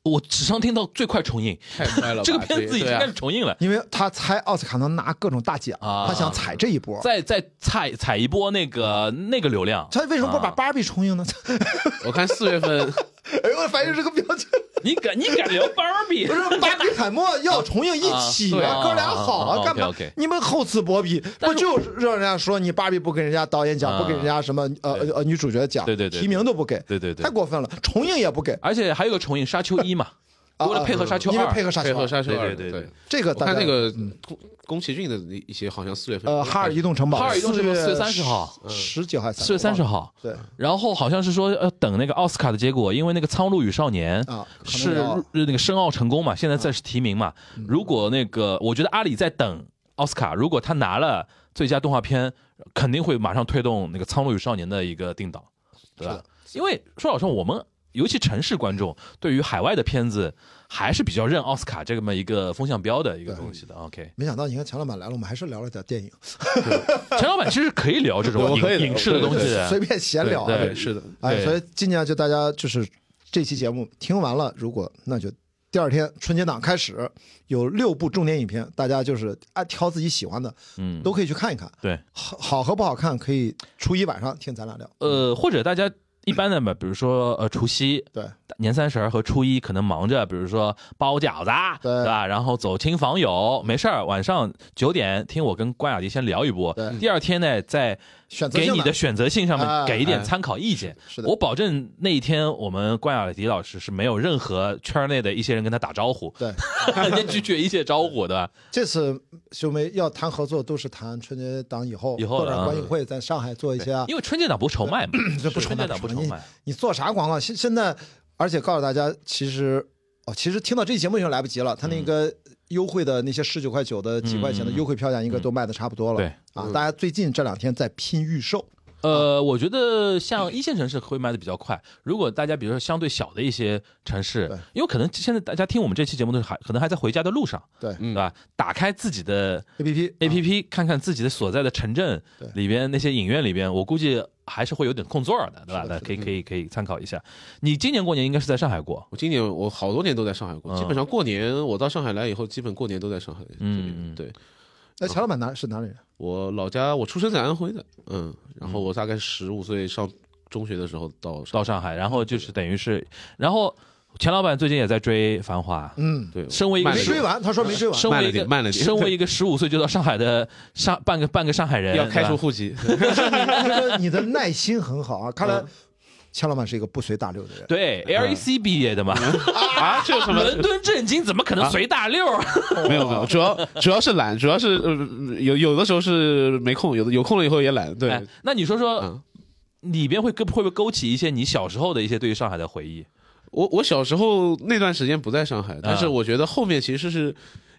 Speaker 2: 我史上听到最快重映，
Speaker 4: 太快了吧，
Speaker 2: 这个片子已经
Speaker 4: 对啊
Speaker 2: 开始重映了。
Speaker 3: 因为他猜奥斯卡能拿各种大奖，
Speaker 2: 啊
Speaker 3: 他想踩这一波。
Speaker 2: 再再踩踩一波那个那个流量，
Speaker 3: 他为什么不把
Speaker 2: 啊
Speaker 3: 《芭比》重映呢？
Speaker 4: 我看四月份，
Speaker 3: 哎呦，我反应这个标准。
Speaker 2: 你敢你敢聊芭比
Speaker 3: 不？是芭比 海默要重映一起
Speaker 2: 啊啊对
Speaker 3: 啊，
Speaker 2: 啊
Speaker 3: 哥俩好
Speaker 2: 啊啊
Speaker 3: 啊，干嘛
Speaker 2: OK，OK？
Speaker 3: 你们厚此薄彼，
Speaker 2: 但
Speaker 3: 不
Speaker 2: 是
Speaker 3: 就是让人家说你芭比不给人家导演奖，
Speaker 2: 啊
Speaker 3: 不给人家什么呃
Speaker 2: 对
Speaker 3: 呃女主角奖，
Speaker 2: 对对对
Speaker 3: 提名都不给，
Speaker 2: 对对对
Speaker 3: 太过分了，重映也不给，
Speaker 2: 而且还有个重映《沙丘一》嘛，
Speaker 3: 啊
Speaker 2: 为了配合《沙丘
Speaker 3: 因为
Speaker 2: 二
Speaker 3: 配》，合沙
Speaker 4: 配
Speaker 3: 丘
Speaker 4: 合
Speaker 3: 二，
Speaker 4: 沙丘二，
Speaker 2: 对对对
Speaker 4: 对
Speaker 2: 对。
Speaker 3: 这个
Speaker 4: 我
Speaker 3: 大
Speaker 4: 看
Speaker 3: 家嗯
Speaker 4: 那个宫宫崎骏的一些，好像四月份
Speaker 3: 呃哈尔移动城堡，
Speaker 2: 哈尔移动城堡4月30号嗯
Speaker 3: 十九还是
Speaker 2: 四月三十，号。
Speaker 3: 对
Speaker 2: 然后好像是说呃等那个奥斯卡的结果，因为那个《苍鹭与少年》
Speaker 3: 啊，可能
Speaker 2: 是
Speaker 3: 要啊嗯
Speaker 2: 入呃那个申奥成功嘛，现在再是提名嘛。如果那个我觉得阿里在等奥斯卡，如果他拿了最佳动画片，肯定会马上推动那个《苍鹭与少年》的一个定档，对
Speaker 3: 是
Speaker 2: 吧
Speaker 3: 的？
Speaker 2: 因为说老实话，我们尤其城市观众对于海外的片子还是比较认奥斯卡这么一个风向标的一个东西的。OK，
Speaker 3: 没想到你看钱老板来了，我们还是聊了点电影，
Speaker 2: 陈老板其实可以聊这
Speaker 4: 对
Speaker 2: 种
Speaker 4: 我可以
Speaker 2: 影
Speaker 4: 的
Speaker 2: 影视的
Speaker 4: 我
Speaker 2: 东
Speaker 4: 可以
Speaker 2: 西的，
Speaker 3: 随便闲聊啊，
Speaker 2: 对
Speaker 4: 对，是的，
Speaker 3: 哎，
Speaker 2: 对
Speaker 3: 所以今年就大家就是这期节目听完了，如果那就第二天春节档开始有六部重点影片，大家就是按挑自己喜欢的，
Speaker 2: 嗯，
Speaker 3: 都可以去看一看。
Speaker 2: 对。
Speaker 3: 好好和不好看，可以初一晚上听咱俩聊。
Speaker 2: 呃，或者大家一般的嘛，比如说呃除夕、
Speaker 3: 对，
Speaker 2: 年三十儿和初一可能忙着，比如说包饺子啊，
Speaker 3: 对
Speaker 2: 对吧？然后走亲访友，没事儿，晚上九点听我跟关雅迪先聊一波
Speaker 3: 对，
Speaker 2: 第二天呢再
Speaker 3: 选择
Speaker 2: 给
Speaker 3: 性
Speaker 2: 你的选择性上
Speaker 3: 哎
Speaker 2: 面给一
Speaker 4: 哎
Speaker 2: 点参考意见。
Speaker 3: 是的
Speaker 2: 我保证那一天我们关雅迪老师是没有任何圈内的一些人跟他打招 呼，
Speaker 3: 对，
Speaker 2: 人家拒绝一切招呼，对吧？
Speaker 3: 这次兄妹要谈合作，都是谈春节档以后，
Speaker 2: 以后
Speaker 3: 或者
Speaker 2: 了啊
Speaker 3: 观影会在上海做一些啊。
Speaker 2: 因为春节档不愁卖嘛，
Speaker 3: 这不愁
Speaker 2: 春
Speaker 3: 卖
Speaker 2: 节档
Speaker 3: 不
Speaker 2: 不
Speaker 3: 愁
Speaker 2: 愁卖，
Speaker 3: 你做啥广告？现现在，而且告诉大家，其实哦，其实听到这期节目已经来不及了。他那个优惠的那些十九块九的几块钱的
Speaker 2: 嗯
Speaker 3: 优惠票价，应该都卖的差不多了。
Speaker 2: 对
Speaker 3: 啊，大家最近这两天在拼预售。
Speaker 2: 呃，我觉得像一线城市会卖的比较快。如果大家比如说相对小的一些城市
Speaker 3: 对，
Speaker 2: 因为可能现在大家听我们这期节目的时候还可能还在回家的路上，
Speaker 3: 对
Speaker 2: 对吧？打开自己的
Speaker 3: A P P
Speaker 2: A P P，看看自己的所在的城镇
Speaker 3: 对
Speaker 2: 里边那些影院里边，我估计还是会有点空座儿的，对吧？
Speaker 3: 是的
Speaker 2: 那
Speaker 3: 是的嗯
Speaker 2: 可以可以可以参考一下。你今年过年应该是在上海过，
Speaker 4: 我今年我好多年都在上海过，基本上过年我到上海来以后，基本过年都在上海这
Speaker 2: 嗯
Speaker 4: 边。
Speaker 2: 嗯
Speaker 4: 对
Speaker 3: 那哎钱老板哪是哪里人？
Speaker 4: 我老家，我出生在安徽的，嗯，然后我大概十五岁上中学的时候到上
Speaker 2: 到上海，然后就是等于是，然后钱老板最近也在追《繁华》，
Speaker 3: 嗯，
Speaker 4: 对，
Speaker 2: 身为一个
Speaker 4: 慢了
Speaker 3: 没
Speaker 4: 点
Speaker 3: 追完，他说没追完。
Speaker 2: 身
Speaker 4: 慢
Speaker 2: 为
Speaker 4: 了
Speaker 2: 一个
Speaker 4: 点慢了点
Speaker 2: 身为一个十五岁就到上海的上半个半个上海人，
Speaker 4: 要
Speaker 2: 对
Speaker 4: 开
Speaker 2: 吧
Speaker 4: 除户 籍，
Speaker 3: 这个你的耐心很好啊，看来
Speaker 2: 嗯
Speaker 3: 钱老板是一个不随大流的人。
Speaker 2: 对，LEC 毕业的嘛，啊
Speaker 4: 啊，这有什么？
Speaker 2: 嗯 伦敦政经怎么可能随大溜儿？
Speaker 4: 没有没有，主要主要是懒，主要是呃有有的时候是没空，有的有空了以后也懒，对
Speaker 2: 哎，那你说说
Speaker 4: 嗯，
Speaker 2: 里边会勾会不会勾起一些你小时候的一些对于上海的回忆？
Speaker 4: 我我小时候那段时间不在上海，但
Speaker 2: 啊
Speaker 4: 是我觉得后面其实是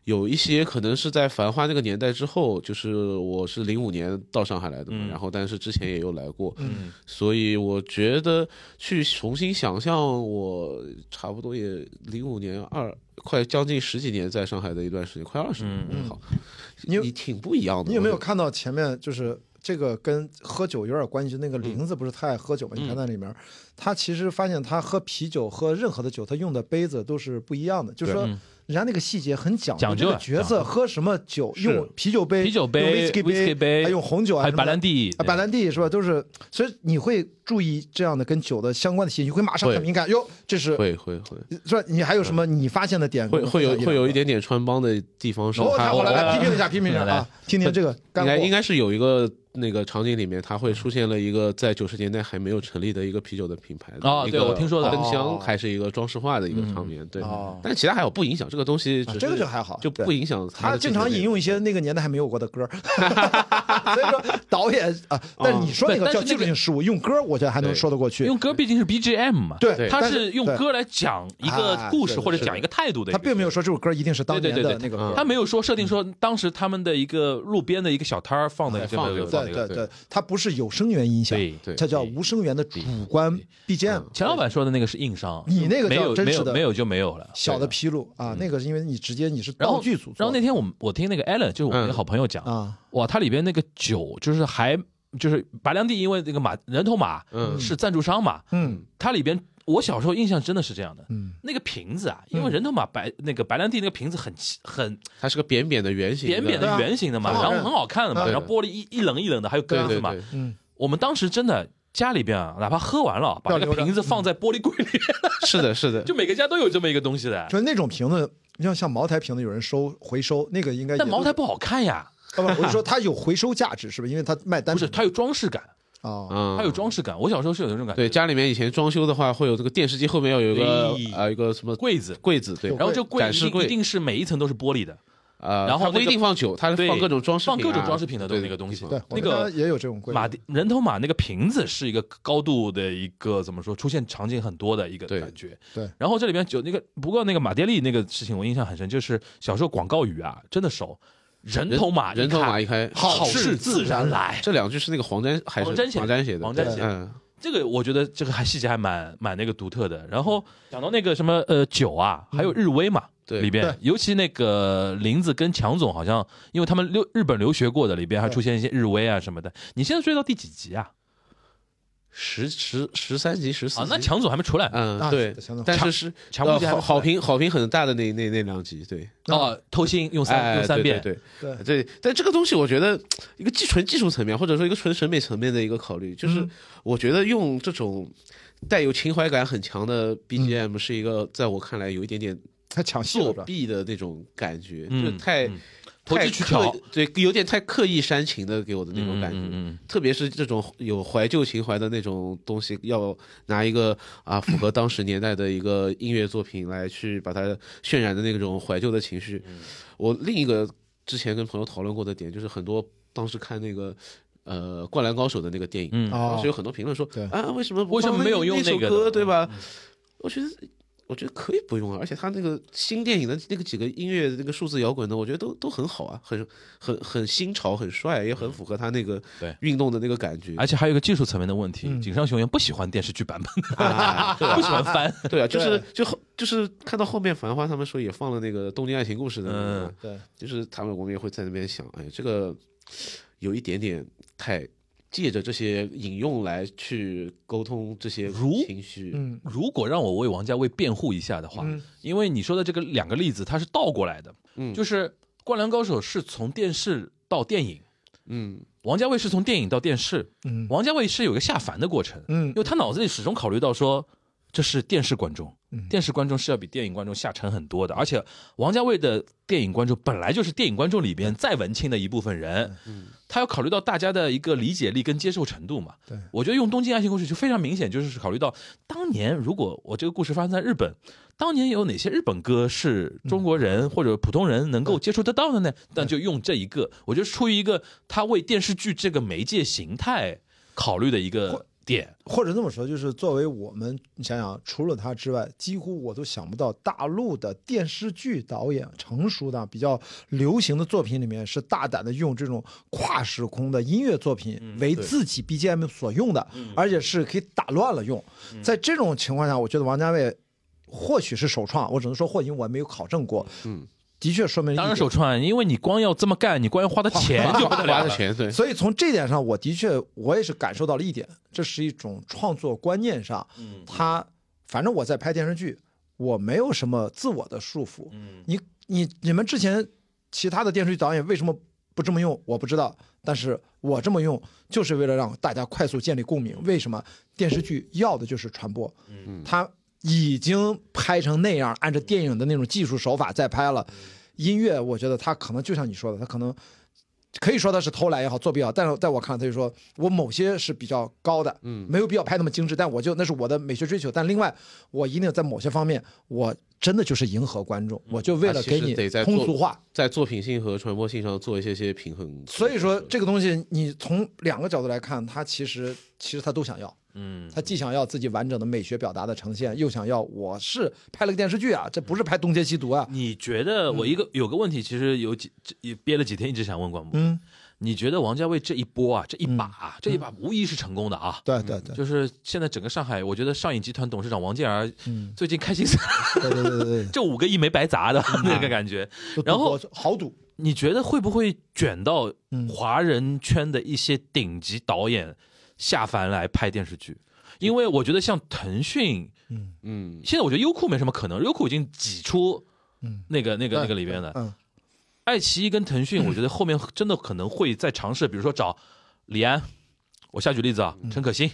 Speaker 4: 有一些可能是在《繁花》那个年代之后，就是我是零五年到上海来的嘛，
Speaker 2: 嗯
Speaker 4: 然后但是之前也有来过，
Speaker 2: 嗯，
Speaker 4: 所以我觉得去重新想象我差不多也零五年二。快将近十几年在上海的一段时间，快二十年，
Speaker 2: 嗯
Speaker 4: 好，
Speaker 3: 你有
Speaker 4: 你挺不一样的。
Speaker 3: 你有没有
Speaker 4: 我觉
Speaker 3: 看到前面就是这个跟喝酒有点关系？就
Speaker 2: 嗯
Speaker 3: 那个玲子不是太爱喝酒嘛？你看那里面，他其实发现他喝啤酒、喝任何的酒，他用的杯子都是不一样的。就是说
Speaker 2: 嗯，
Speaker 3: 人家那个细节很讲究，
Speaker 2: 讲究啊
Speaker 3: 这个角色
Speaker 2: 讲
Speaker 3: 喝什么酒，
Speaker 4: 是
Speaker 3: 用啤酒
Speaker 2: 嗯
Speaker 3: 杯、
Speaker 2: 啤酒杯
Speaker 3: 用威士忌
Speaker 2: whisky 杯
Speaker 3: 还用红酒啊，
Speaker 2: 还有
Speaker 3: 什么
Speaker 2: 白
Speaker 3: 的
Speaker 2: 兰地
Speaker 3: 啊，白兰地是吧？都是，所以你会注意这样的跟酒的相关的细节，你会马上
Speaker 4: 会
Speaker 3: 很敏感。哟，这是
Speaker 4: 会会会
Speaker 3: 是吧？你还有什么
Speaker 2: 嗯
Speaker 3: 你发现的点？
Speaker 4: 会会有会有一
Speaker 3: 点。
Speaker 4: 点点穿帮的地方是
Speaker 3: 哦，
Speaker 4: 他
Speaker 3: 太好了，
Speaker 4: 我
Speaker 3: 来批评一下，批评一下
Speaker 2: 来
Speaker 3: 啊，听听这个干
Speaker 4: 应
Speaker 3: 货
Speaker 4: 该。应该是有一个那个场景里面，它
Speaker 3: 嗯
Speaker 4: 会出现了一个在九十年代还没有成立的一个啤酒的品牌的
Speaker 2: 啊
Speaker 4: 一
Speaker 2: 对
Speaker 4: 个
Speaker 2: 我听说的嗯
Speaker 4: 灯
Speaker 3: 哦
Speaker 4: 箱还是一个装饰画的一个场面，对
Speaker 3: 哦。
Speaker 4: 但其他还好，不影响这个东西只
Speaker 3: 啊
Speaker 4: 是，
Speaker 3: 这个就还好
Speaker 4: 就
Speaker 3: 对
Speaker 4: 不影响它
Speaker 3: 他
Speaker 4: 的这
Speaker 3: 经
Speaker 4: 个
Speaker 3: 常引用一些那个年代还没有过的歌， 所以说导演啊，但是你说那
Speaker 2: 对
Speaker 3: 个
Speaker 2: 哦但是
Speaker 3: 叫
Speaker 2: 那
Speaker 3: 技术
Speaker 2: 个
Speaker 3: 性失误，用歌我觉得还能说得过去。
Speaker 2: 用歌毕竟是 BGM 嘛，
Speaker 3: 对
Speaker 2: 它
Speaker 3: 但
Speaker 2: 是
Speaker 3: 是
Speaker 2: 用
Speaker 3: 对
Speaker 2: 歌来讲一个
Speaker 3: 啊
Speaker 2: 故
Speaker 3: 对
Speaker 2: 事
Speaker 3: 对
Speaker 2: 或者
Speaker 4: 是
Speaker 2: 讲一个态度的一
Speaker 3: 他
Speaker 2: 个。
Speaker 3: 并没有说这首歌一定是当
Speaker 2: 对
Speaker 3: 年
Speaker 2: 对对
Speaker 3: 的
Speaker 2: 对嗯
Speaker 3: 那个歌。
Speaker 2: 他没有说设定说当时他们的一个路边的一个小摊儿放的
Speaker 4: 哎
Speaker 2: 这么
Speaker 4: 放
Speaker 2: 一个
Speaker 4: 的
Speaker 2: 放的
Speaker 3: 对
Speaker 2: 一个。
Speaker 3: 对对，它不是有声源音响
Speaker 2: 对，嗯
Speaker 4: 对
Speaker 3: 它叫
Speaker 4: 对
Speaker 3: 无声源的主观 BGM。
Speaker 2: 钱老板说的那个是硬伤，
Speaker 3: 你那个
Speaker 2: 没
Speaker 3: 叫
Speaker 2: 有
Speaker 3: 真
Speaker 2: 没
Speaker 3: 实
Speaker 2: 有
Speaker 3: 的
Speaker 2: 没有就没有了。
Speaker 3: 小的披露啊，那个是因为你直接你是
Speaker 2: 嗯然
Speaker 3: 道
Speaker 2: 后
Speaker 3: 具组做
Speaker 2: 然后那天我们我听那个 Allen，就是我们那个
Speaker 4: 嗯
Speaker 2: 好朋友讲，
Speaker 3: 啊，
Speaker 2: 哇，它里边那个酒就是还就是白兰地，因为那个马人头马
Speaker 4: 嗯
Speaker 2: 是赞助商嘛，
Speaker 3: 嗯
Speaker 2: 它里边我小时候印象真的是这样的，
Speaker 3: 嗯，
Speaker 2: 那个瓶子啊，因为人头马白那个白兰地那个瓶子很很
Speaker 4: 它是个扁扁的圆形，
Speaker 2: 扁扁
Speaker 3: 对
Speaker 2: 的
Speaker 3: 啊
Speaker 2: 圆形的嘛，
Speaker 3: 很
Speaker 2: 然后
Speaker 3: 好看
Speaker 2: 很好看的嘛，
Speaker 4: 对
Speaker 2: 然
Speaker 4: 的
Speaker 2: 后玻璃一一棱一棱的，还有
Speaker 4: 对
Speaker 2: 格
Speaker 4: 对
Speaker 2: 子嘛
Speaker 4: 对，，
Speaker 3: 嗯，
Speaker 2: 我们当时真的。家里边啊，哪怕喝完了，把那
Speaker 3: 要
Speaker 2: 个
Speaker 3: 留着嗯
Speaker 2: 瓶子放在玻璃柜里，，
Speaker 4: 是的是的
Speaker 2: 就每个家都有这么一个东西的。
Speaker 3: 就那种瓶子，像像茅台瓶子，有人收回收，那个应该也
Speaker 2: 但
Speaker 3: 都
Speaker 2: 茅台不好看呀，
Speaker 3: 啊，不，我是说它有回收价值，是不是？因为它卖单
Speaker 2: 不是它有装饰感，
Speaker 3: 啊，
Speaker 4: 嗯
Speaker 2: 它有装饰感。我小时候是有那种感觉，
Speaker 4: 对，家里面以前装修的话，会有这个电视机后面要有一个
Speaker 2: 对
Speaker 4: 啊、一个什么
Speaker 2: 柜子
Speaker 4: 柜子，对，
Speaker 2: 然后这柜
Speaker 4: 展
Speaker 2: 子
Speaker 4: 示
Speaker 2: 一定
Speaker 4: 柜
Speaker 2: 一定是每一层都是玻璃的，
Speaker 4: 啊，
Speaker 2: 然后
Speaker 4: 它不
Speaker 2: 那
Speaker 4: 一
Speaker 2: 个
Speaker 4: 定放酒，它是
Speaker 2: 对
Speaker 4: 放各种装饰品啊、
Speaker 2: 放各种装饰品的都
Speaker 4: 对
Speaker 2: 那个东西
Speaker 4: 地方
Speaker 3: 对，我
Speaker 2: 那
Speaker 3: 们
Speaker 2: 个
Speaker 3: 家也有这种规矩
Speaker 2: 马的人头马那个瓶子是一个高度的一个怎么说出现场景很多的一个
Speaker 4: 对
Speaker 2: 感觉。
Speaker 3: 对
Speaker 2: 然后这里边有那个不过那个马爹利那个事情我印象很深，就是小时候广告语啊真的熟，人头马
Speaker 4: 人头马一开，
Speaker 2: 看好事自然来。
Speaker 4: 这两句是那个黄沾还是
Speaker 2: 黄沾写的
Speaker 4: 写的？
Speaker 2: 黄沾
Speaker 4: 对
Speaker 2: 写的
Speaker 4: 嗯，
Speaker 2: 这个我觉得这个还细节还蛮蛮那个独特的。然后讲到那个什么呃酒啊，还有日威嘛，
Speaker 4: 嗯对
Speaker 2: 里边
Speaker 3: 对
Speaker 2: 尤其那个林子跟强总好像，因为他们留日本留学过的，里边还
Speaker 3: 对
Speaker 2: 出现一些日威啊什么的。你现在追到第几集啊？
Speaker 4: 十十十三集十四集
Speaker 2: 啊，那强总还没出来
Speaker 4: 嗯
Speaker 3: 啊
Speaker 4: 对
Speaker 3: 强总，
Speaker 4: 但是是
Speaker 2: 强不
Speaker 4: 呃
Speaker 2: 进还没
Speaker 4: 好好评好评很大的那那那两集，对，
Speaker 2: 哦，偷心用三
Speaker 4: 啊哎
Speaker 2: 用三
Speaker 4: 对
Speaker 2: 遍，
Speaker 4: 对
Speaker 3: 对
Speaker 4: 对对。但这个东西我觉得一个技纯技术层面，或者说一个纯审美层面的一个考虑，就是
Speaker 2: 嗯
Speaker 4: 我觉得用这种带有情怀感很强的
Speaker 2: 嗯
Speaker 4: BGM 是一个在我看来有一点点
Speaker 3: 他抢戏
Speaker 4: 作
Speaker 3: 了是吧，
Speaker 4: 弊的那种感觉，
Speaker 2: 嗯
Speaker 4: 就是太、
Speaker 2: 嗯投
Speaker 4: 太
Speaker 2: 机取巧
Speaker 4: 刻意，对，有点太刻意煽情的给我的那种感觉。
Speaker 2: 嗯嗯嗯
Speaker 4: 特别是这种有怀旧情怀的那种东西，要拿一个啊符合当时年代的一个音乐作品来去把它渲染的那种怀旧的情绪。我另一个之前跟朋友讨论过的点，就是很多当时看那个。呃，《灌篮高手》的那个电影，
Speaker 2: 嗯
Speaker 3: 哦
Speaker 4: 当时有很多评论说
Speaker 3: 对，
Speaker 4: 啊，为什么不
Speaker 2: 为什么
Speaker 4: 放那
Speaker 2: 没有用
Speaker 4: 那首
Speaker 2: 那个
Speaker 4: 歌，
Speaker 2: 的嗯
Speaker 4: 对吧？我觉得我觉得可以不用啊，而且他那个新电影的那个几个音乐，那个数字摇滚的，我觉得都都很好啊，很很很新潮，很帅，也很符合他那个
Speaker 2: 对
Speaker 4: 运动的那个感觉。
Speaker 2: 嗯而且还有一个技术层面的问题，
Speaker 4: 嗯
Speaker 2: 井上雄彦不喜欢电视剧版 本， 不喜欢翻。
Speaker 4: 对啊，就是就后就是看到后面《繁花》，他们说也放了那个《东京爱情故事》的那
Speaker 2: 嗯
Speaker 4: 个嘛，
Speaker 3: 对，
Speaker 4: 就是他们我们也会在那边想，哎，这个有一点点太借着这些引用来去沟通这些
Speaker 2: 如
Speaker 4: 情绪，
Speaker 3: 嗯，
Speaker 2: 如果让我为王家卫辩护一下的话，因为你说的这个两个例子，它是倒过来的，
Speaker 4: 嗯
Speaker 2: 就是《灌篮高手》是从电视到电影，
Speaker 4: 嗯，
Speaker 2: 王家卫是从电影到电视，
Speaker 3: 嗯
Speaker 2: 王家卫是有一个下凡的过程，
Speaker 3: 嗯
Speaker 2: 因为他脑子里始终考虑到说这是电视观众，
Speaker 3: 嗯
Speaker 2: 电视观众是要比电影观众下沉很多的，而且王家卫的电影观众本来就是电影观众里边再文青的一部分人，
Speaker 3: 嗯
Speaker 2: 他要考虑到大家的一个理解力跟接受程度嘛，
Speaker 3: 对
Speaker 2: 我觉得用《东京爱情故事》就非常明显，就是考虑到当年如果我这个故事发生在日本，当年有哪些日本歌是中国
Speaker 3: 嗯
Speaker 2: 人或者普通人能够接触得到的呢？但就用这一个，我觉得出于一个他为电视剧这个媒介形态考虑的一个点。
Speaker 3: 或者这么说，就是作为我们，你想想，除了他之外，几乎我都想不到大陆的电视剧导演成熟的、比较流行的作品里面，是大胆的用这种跨时空的音乐作品为自己 BGM 所用的，而且是可以打乱了用。在这种情况下，我觉得王家卫或许是首创，我只能说或许我没有考证过，
Speaker 4: 嗯，
Speaker 3: 的确说明
Speaker 2: 当然
Speaker 3: 一点
Speaker 2: 手串，因为你光要这么干，你光要花的钱就不得
Speaker 4: 花
Speaker 2: 了了。
Speaker 4: 的钱对。
Speaker 3: 所以从这点上，我的确我也是感受
Speaker 2: 嗯
Speaker 3: 到嗯了一点，这是一种创作观念上，他反正我在拍电视剧，我没有什么自我的束缚。
Speaker 2: 嗯
Speaker 3: 你你你们之前其他的电视剧导演为什么不这么用？我不知道，但是我这么用就是为了让大家快速建立共鸣。为什么电视剧要的就是传播？
Speaker 2: 嗯
Speaker 3: 它已经拍成那样，按照电影的那种技术手法在拍了。音乐，我觉得它可能就像你说的，它可能可以说它是偷懒也好，作弊也好，但是在我看来，他就说我某些是比较高的，
Speaker 4: 嗯
Speaker 3: 没有必要拍那么精致，但我就那是我的美学追求。但另外，我一定在某些方面，我真的就是迎合观众，我就为了
Speaker 4: 它其
Speaker 3: 给
Speaker 4: 实
Speaker 3: 你
Speaker 4: 得在
Speaker 3: 通
Speaker 4: 做
Speaker 3: 俗化。
Speaker 4: 在作品性和传播性上做一些些平衡。
Speaker 3: 所以说，这个东西你从两个角度来看，它其实其实他都想要，
Speaker 2: 嗯
Speaker 3: 他既想要自己完整的美学表达的呈现，又想要我是拍了个电视剧啊，这不是拍东邪西毒啊，
Speaker 2: 你觉得我一个有个问题，其实有几也憋了几天，一直想问广播。
Speaker 3: 嗯，
Speaker 2: 你觉得王家卫这一波啊，这一把啊、这一把无疑是成功的啊。
Speaker 3: 对对对，
Speaker 2: 就是现在整个上海，我觉得上影集团董事长王健儿
Speaker 3: 嗯，
Speaker 2: 最近开心死了，
Speaker 3: 对对对对
Speaker 2: 这五个亿没白砸的 那个感觉。
Speaker 3: 对，
Speaker 2: 然后
Speaker 3: 豪赌，
Speaker 2: 你觉得会不会卷到
Speaker 3: 嗯
Speaker 2: 华人圈的一些顶级导演下凡来拍电视剧？因为我觉得像腾讯，
Speaker 3: 嗯
Speaker 4: 嗯，
Speaker 2: 现在我觉得优酷没什么可能，优酷已经挤出
Speaker 3: 嗯，
Speaker 2: 那个那个那个里边的。
Speaker 3: 嗯，
Speaker 2: 爱奇艺跟腾讯，我觉得后面真的可能会再尝试，比如说找李安，我瞎举例子啊，陈可辛，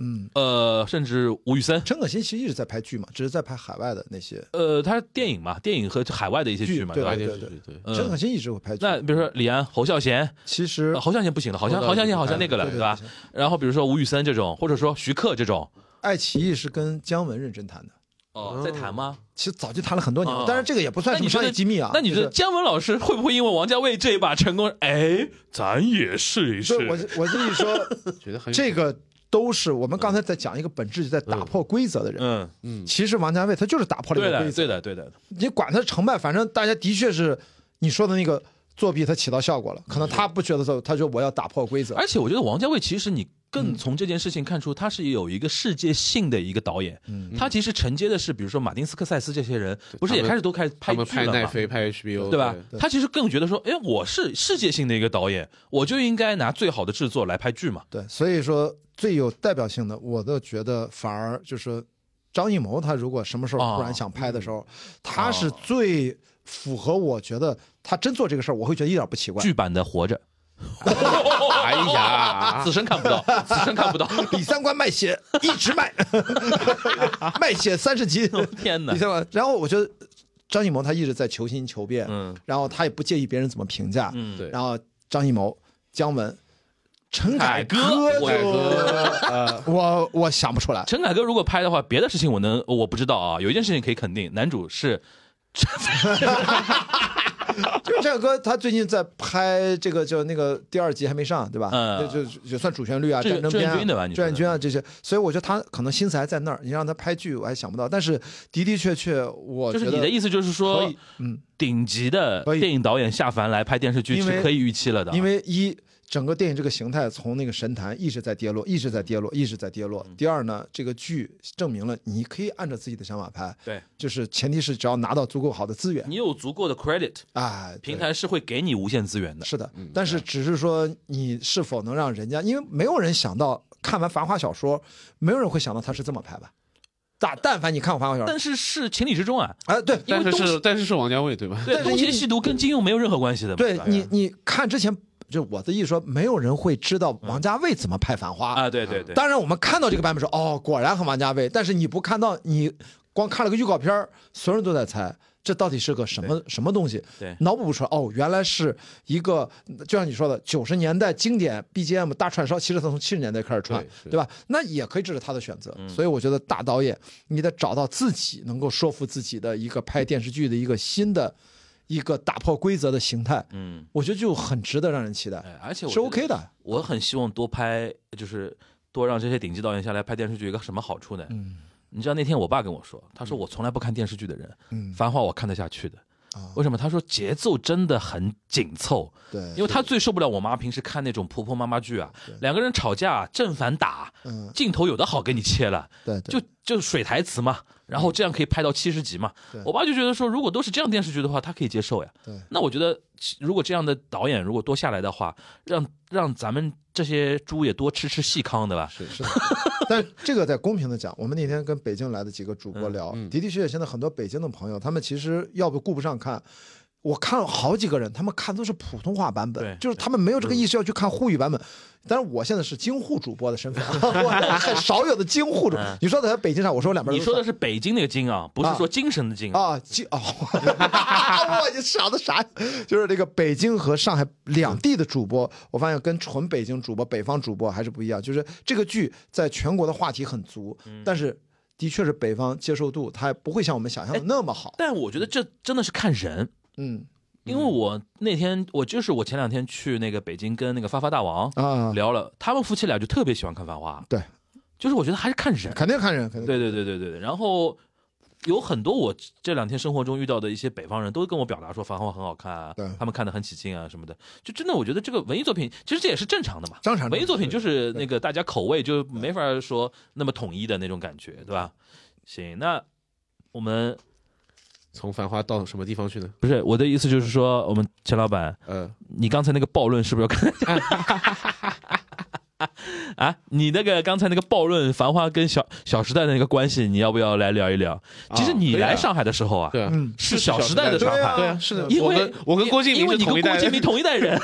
Speaker 3: 嗯，
Speaker 2: 呃，甚至吴宇森，
Speaker 3: 陈可辛其实一直在拍剧嘛，只是在拍海外的那些。
Speaker 2: 呃，他电影嘛，电影和海外的一些剧嘛，
Speaker 3: 剧
Speaker 2: 吧
Speaker 4: 白
Speaker 3: 对
Speaker 4: 天
Speaker 3: 对
Speaker 4: 是
Speaker 3: 对
Speaker 4: 对，
Speaker 3: 陈可
Speaker 2: 嗯，
Speaker 3: 辛一直会拍剧。
Speaker 2: 那比如说李安、侯孝贤，
Speaker 3: 其实
Speaker 2: 呃侯孝贤不行了，好像侯孝贤好像那个了，
Speaker 3: 对
Speaker 2: 对吧？？然后比如说吴宇森这种，或者说徐克这种，
Speaker 3: 爱奇艺是跟姜文认真谈的，
Speaker 2: 哦，在谈吗？
Speaker 3: 其实早就谈了很多年
Speaker 2: 哦
Speaker 3: 了，但是这个也不算
Speaker 2: 那
Speaker 3: 什
Speaker 2: 你
Speaker 3: 么
Speaker 2: 觉
Speaker 3: 商
Speaker 2: 得
Speaker 3: 业机密啊。
Speaker 2: 那你觉
Speaker 3: 就
Speaker 2: 得姜文老师会不会因为王家卫这一把成功， 哎，咱也试一
Speaker 3: 是？对，我
Speaker 2: 试？
Speaker 3: 是我是一说，
Speaker 4: 觉得很有
Speaker 3: 这个都是我们刚才在讲一个本质，就在打破规则的人。
Speaker 2: 嗯，
Speaker 4: 嗯
Speaker 3: 其实王家卫他就是打破了
Speaker 2: 对
Speaker 3: 一个
Speaker 2: 的，
Speaker 3: 规则，
Speaker 2: 对的，对的，
Speaker 3: 你管他成败，反正大家的确是你说的那个作弊，他起到效果了。
Speaker 2: 嗯
Speaker 3: 可能他不觉得他，他说我要打破规则。
Speaker 2: 而且我觉得王家卫其实你更从这件事情看出，他是有一个世界性的一个导演。
Speaker 3: 嗯
Speaker 2: 他其实承接的是，比如说马丁斯科塞斯这些人，不是
Speaker 4: 他
Speaker 2: 也
Speaker 4: 们
Speaker 2: 开始都开始
Speaker 4: 他
Speaker 2: 拍
Speaker 4: 们
Speaker 2: 剧
Speaker 4: 拍
Speaker 2: 了
Speaker 4: 奈
Speaker 2: 嘛，
Speaker 4: 飞、拍 HBO，
Speaker 2: 对吧？
Speaker 3: 对
Speaker 2: 他其实更觉得说，哎，我是世界性的一个导演，我就应该拿最好的制作来拍剧嘛。
Speaker 3: 对，所以说最有代表性的，我都觉得反而就是张艺谋，他如果什么时
Speaker 2: 啊
Speaker 3: 候突然想拍的时候，
Speaker 2: 嗯
Speaker 3: 他是最符合我觉得他真做这个事儿，我会觉得一点不奇怪。
Speaker 2: 剧版的《活着
Speaker 4: 哎》呀，
Speaker 2: 此生看不到，此生看不 到。
Speaker 3: 李三观卖血，一直 卖，卖血三十集。
Speaker 2: 天哪
Speaker 3: 李！三观，然后我觉得张艺谋他一直在求新求变，
Speaker 2: 嗯
Speaker 3: 然后他也不介意别人怎么评价，
Speaker 2: 嗯，
Speaker 4: 对
Speaker 3: 然后张艺谋、姜文、陈凯
Speaker 2: 歌
Speaker 3: 就
Speaker 2: 我
Speaker 4: 凯歌
Speaker 3: 呃，我我想不出来。
Speaker 2: 陈凯歌如果拍的话，别的事情我能我不知道啊。有一件事情可以肯定，男主是
Speaker 3: 这个歌他最近在拍这个，就那个第二集还没上，对吧？
Speaker 2: 嗯
Speaker 3: 就就也算主旋律啊，
Speaker 2: 志
Speaker 3: 战争片
Speaker 2: 志愿军对吧
Speaker 3: 啊，
Speaker 2: 你
Speaker 3: 志
Speaker 2: 说的
Speaker 3: 愿军啊这些，所以我觉得他可能心思还在那儿。你让他拍剧，我还想不到。但是的的确确，我
Speaker 2: 就
Speaker 3: 觉
Speaker 2: 是
Speaker 3: 得
Speaker 2: 你的意思就是
Speaker 3: 可
Speaker 2: 说
Speaker 3: 以，，嗯，
Speaker 2: 顶级的
Speaker 3: 可以
Speaker 2: 电影导演下凡来拍电视剧
Speaker 3: 因
Speaker 2: 是
Speaker 3: 为
Speaker 2: 可以预期了的，啊
Speaker 3: 因为一整个电影这个形态从那个神坛一直在跌落，一直在跌落，一直在跌
Speaker 2: 嗯
Speaker 3: 落。第二呢，这个剧证明了你可以按照自己的想法拍，
Speaker 2: 对
Speaker 3: 就是前提是只要拿到足够好的资源，
Speaker 2: 你有足够的 credit，
Speaker 3: 哎，对
Speaker 2: 平台是会给你无限资源的。嗯
Speaker 3: 是的，但是只是说你是否能让人家，因为没有人想到看完繁花小说，没有人会想到他是这么拍吧？打但凡你看过繁花小说
Speaker 2: 但，是是情理之中啊，
Speaker 3: 哎，对
Speaker 2: 因为
Speaker 4: 但是
Speaker 2: 东
Speaker 4: 是但是是王家卫对吧？
Speaker 2: 对
Speaker 3: 但是
Speaker 2: 东
Speaker 3: 因
Speaker 2: 邪
Speaker 3: 为
Speaker 2: 西毒跟金庸没有任何关系的嘛。
Speaker 3: 对
Speaker 2: 吧，
Speaker 3: 你你看之前，就我的意思说，没有人会知道王家卫怎么拍繁花。
Speaker 2: 啊，对对对，
Speaker 3: 当然，我们看到这个版本说，哦，果然很王家卫，但是你不看到，你光看了个预告片儿所有人都在猜。这到底是个什么什么东西？
Speaker 2: 对
Speaker 3: 脑补不出来。哦，原来是一个，就像你说的，九十年代经典 BGM 大串烧，其实它从七十年代开始串
Speaker 4: 对，是
Speaker 3: 对吧？那也可以，这是他的选择。
Speaker 2: 嗯
Speaker 3: 所以我觉得大导演，你得找到自己能够说服自己的一个拍电视剧的一个新的、一个打破规则的形态，
Speaker 2: 嗯，
Speaker 3: 我觉得就很值得让人期待，
Speaker 2: 哎，而且我
Speaker 3: 是
Speaker 2: 觉得
Speaker 3: OK 的。
Speaker 2: 我很希望多拍，就是多让这些顶级导演下来拍电视剧，有个什么好处呢？你知道那天我爸跟我说，他说我从来不看电视剧的人，
Speaker 3: 嗯
Speaker 2: 繁花我看得下去的
Speaker 3: 啊。
Speaker 2: 为什么？他说节奏真的很紧凑，
Speaker 3: 对，
Speaker 2: 因为他最受不了我妈平时看那种婆婆妈妈剧啊
Speaker 3: 对，
Speaker 2: 两个人吵架正反打，
Speaker 3: 嗯，
Speaker 2: 镜头有的好给你切了，
Speaker 3: 对，对嗯
Speaker 2: 就就水台词嘛，然后这样可以拍到七十集嘛
Speaker 3: 对。
Speaker 2: 我爸就觉得说，如果都是这样电视剧的话，他可以接受呀。
Speaker 3: 对
Speaker 2: 那我觉得，其如果这样的导演如果多下来的话，让让咱们这些猪也多吃吃细糠，对吧？
Speaker 4: 是是
Speaker 3: 是的， 但这个在公平的讲，我们那天跟北京来的几个主
Speaker 2: 嗯
Speaker 3: 播聊，的的确确，现在很多北京的朋友，他们其实要不顾不上看。我看了好几个人，他们看都是普通话版
Speaker 2: 对嗯
Speaker 3: 本，就是他们没有这个意识要去看沪语版本。但是我现在是京沪主播的身份， 我很少有的京沪主。你说在北京上，我说我两边
Speaker 2: 嗯你
Speaker 3: 都
Speaker 2: 说的
Speaker 3: 是
Speaker 2: 是北京那个京啊，不是说精神的精。
Speaker 3: 啊，京哦， 我你想的啥？就是这个北京和上海两地的主播，我发现跟纯北京主播、北方主播还是不一样。就是这个剧在全国的话题很足，但是的确是北方接受度，它不会像我们想象的那么好。
Speaker 2: 但我觉得这真的是看人，
Speaker 3: 嗯
Speaker 2: 因为我那天我就是我前两天去那个北京跟那个发发大王
Speaker 3: 啊，
Speaker 2: 聊了，他们夫妻俩就特别喜欢看《繁花》，
Speaker 3: 对，
Speaker 2: 就是我觉得还是看人。
Speaker 3: 肯定看人，肯定
Speaker 2: 对对对对对对。然后有很多我这两天生活中遇到的一些北方人都跟我表达说《繁花》很好看啊
Speaker 3: 对，
Speaker 2: 他们看得很起劲啊什么的。就真的，我觉得这个文艺作品其实这也是正常的嘛。
Speaker 3: 正常
Speaker 2: 文艺作品
Speaker 3: 正常
Speaker 2: 就是那个大家口味就没法说那么统一的那种感觉，对吧？行，那我们
Speaker 4: 从繁花到什么地方去呢？
Speaker 2: 不是我的意思就是说，我们钱老板，
Speaker 4: 呃，
Speaker 2: 你刚才那个暴论是不是要跟？啊，你那个刚才那个暴论《繁花》跟小《小时代》的那个关系，你要不要来聊一聊？其实你
Speaker 4: 可以啊
Speaker 2: 来上海的时候啊，
Speaker 4: 对啊，
Speaker 3: 嗯
Speaker 2: 是《小时代》的上
Speaker 4: 对
Speaker 2: 海，
Speaker 4: 啊，对啊，是的，
Speaker 2: 因
Speaker 4: 我
Speaker 2: 为
Speaker 4: 跟我跟郭敬
Speaker 2: 因
Speaker 4: 明
Speaker 2: 为
Speaker 4: 是
Speaker 2: 你跟
Speaker 4: 同一
Speaker 2: 郭
Speaker 4: 代
Speaker 2: 敬明
Speaker 4: 的，
Speaker 2: 同一代人，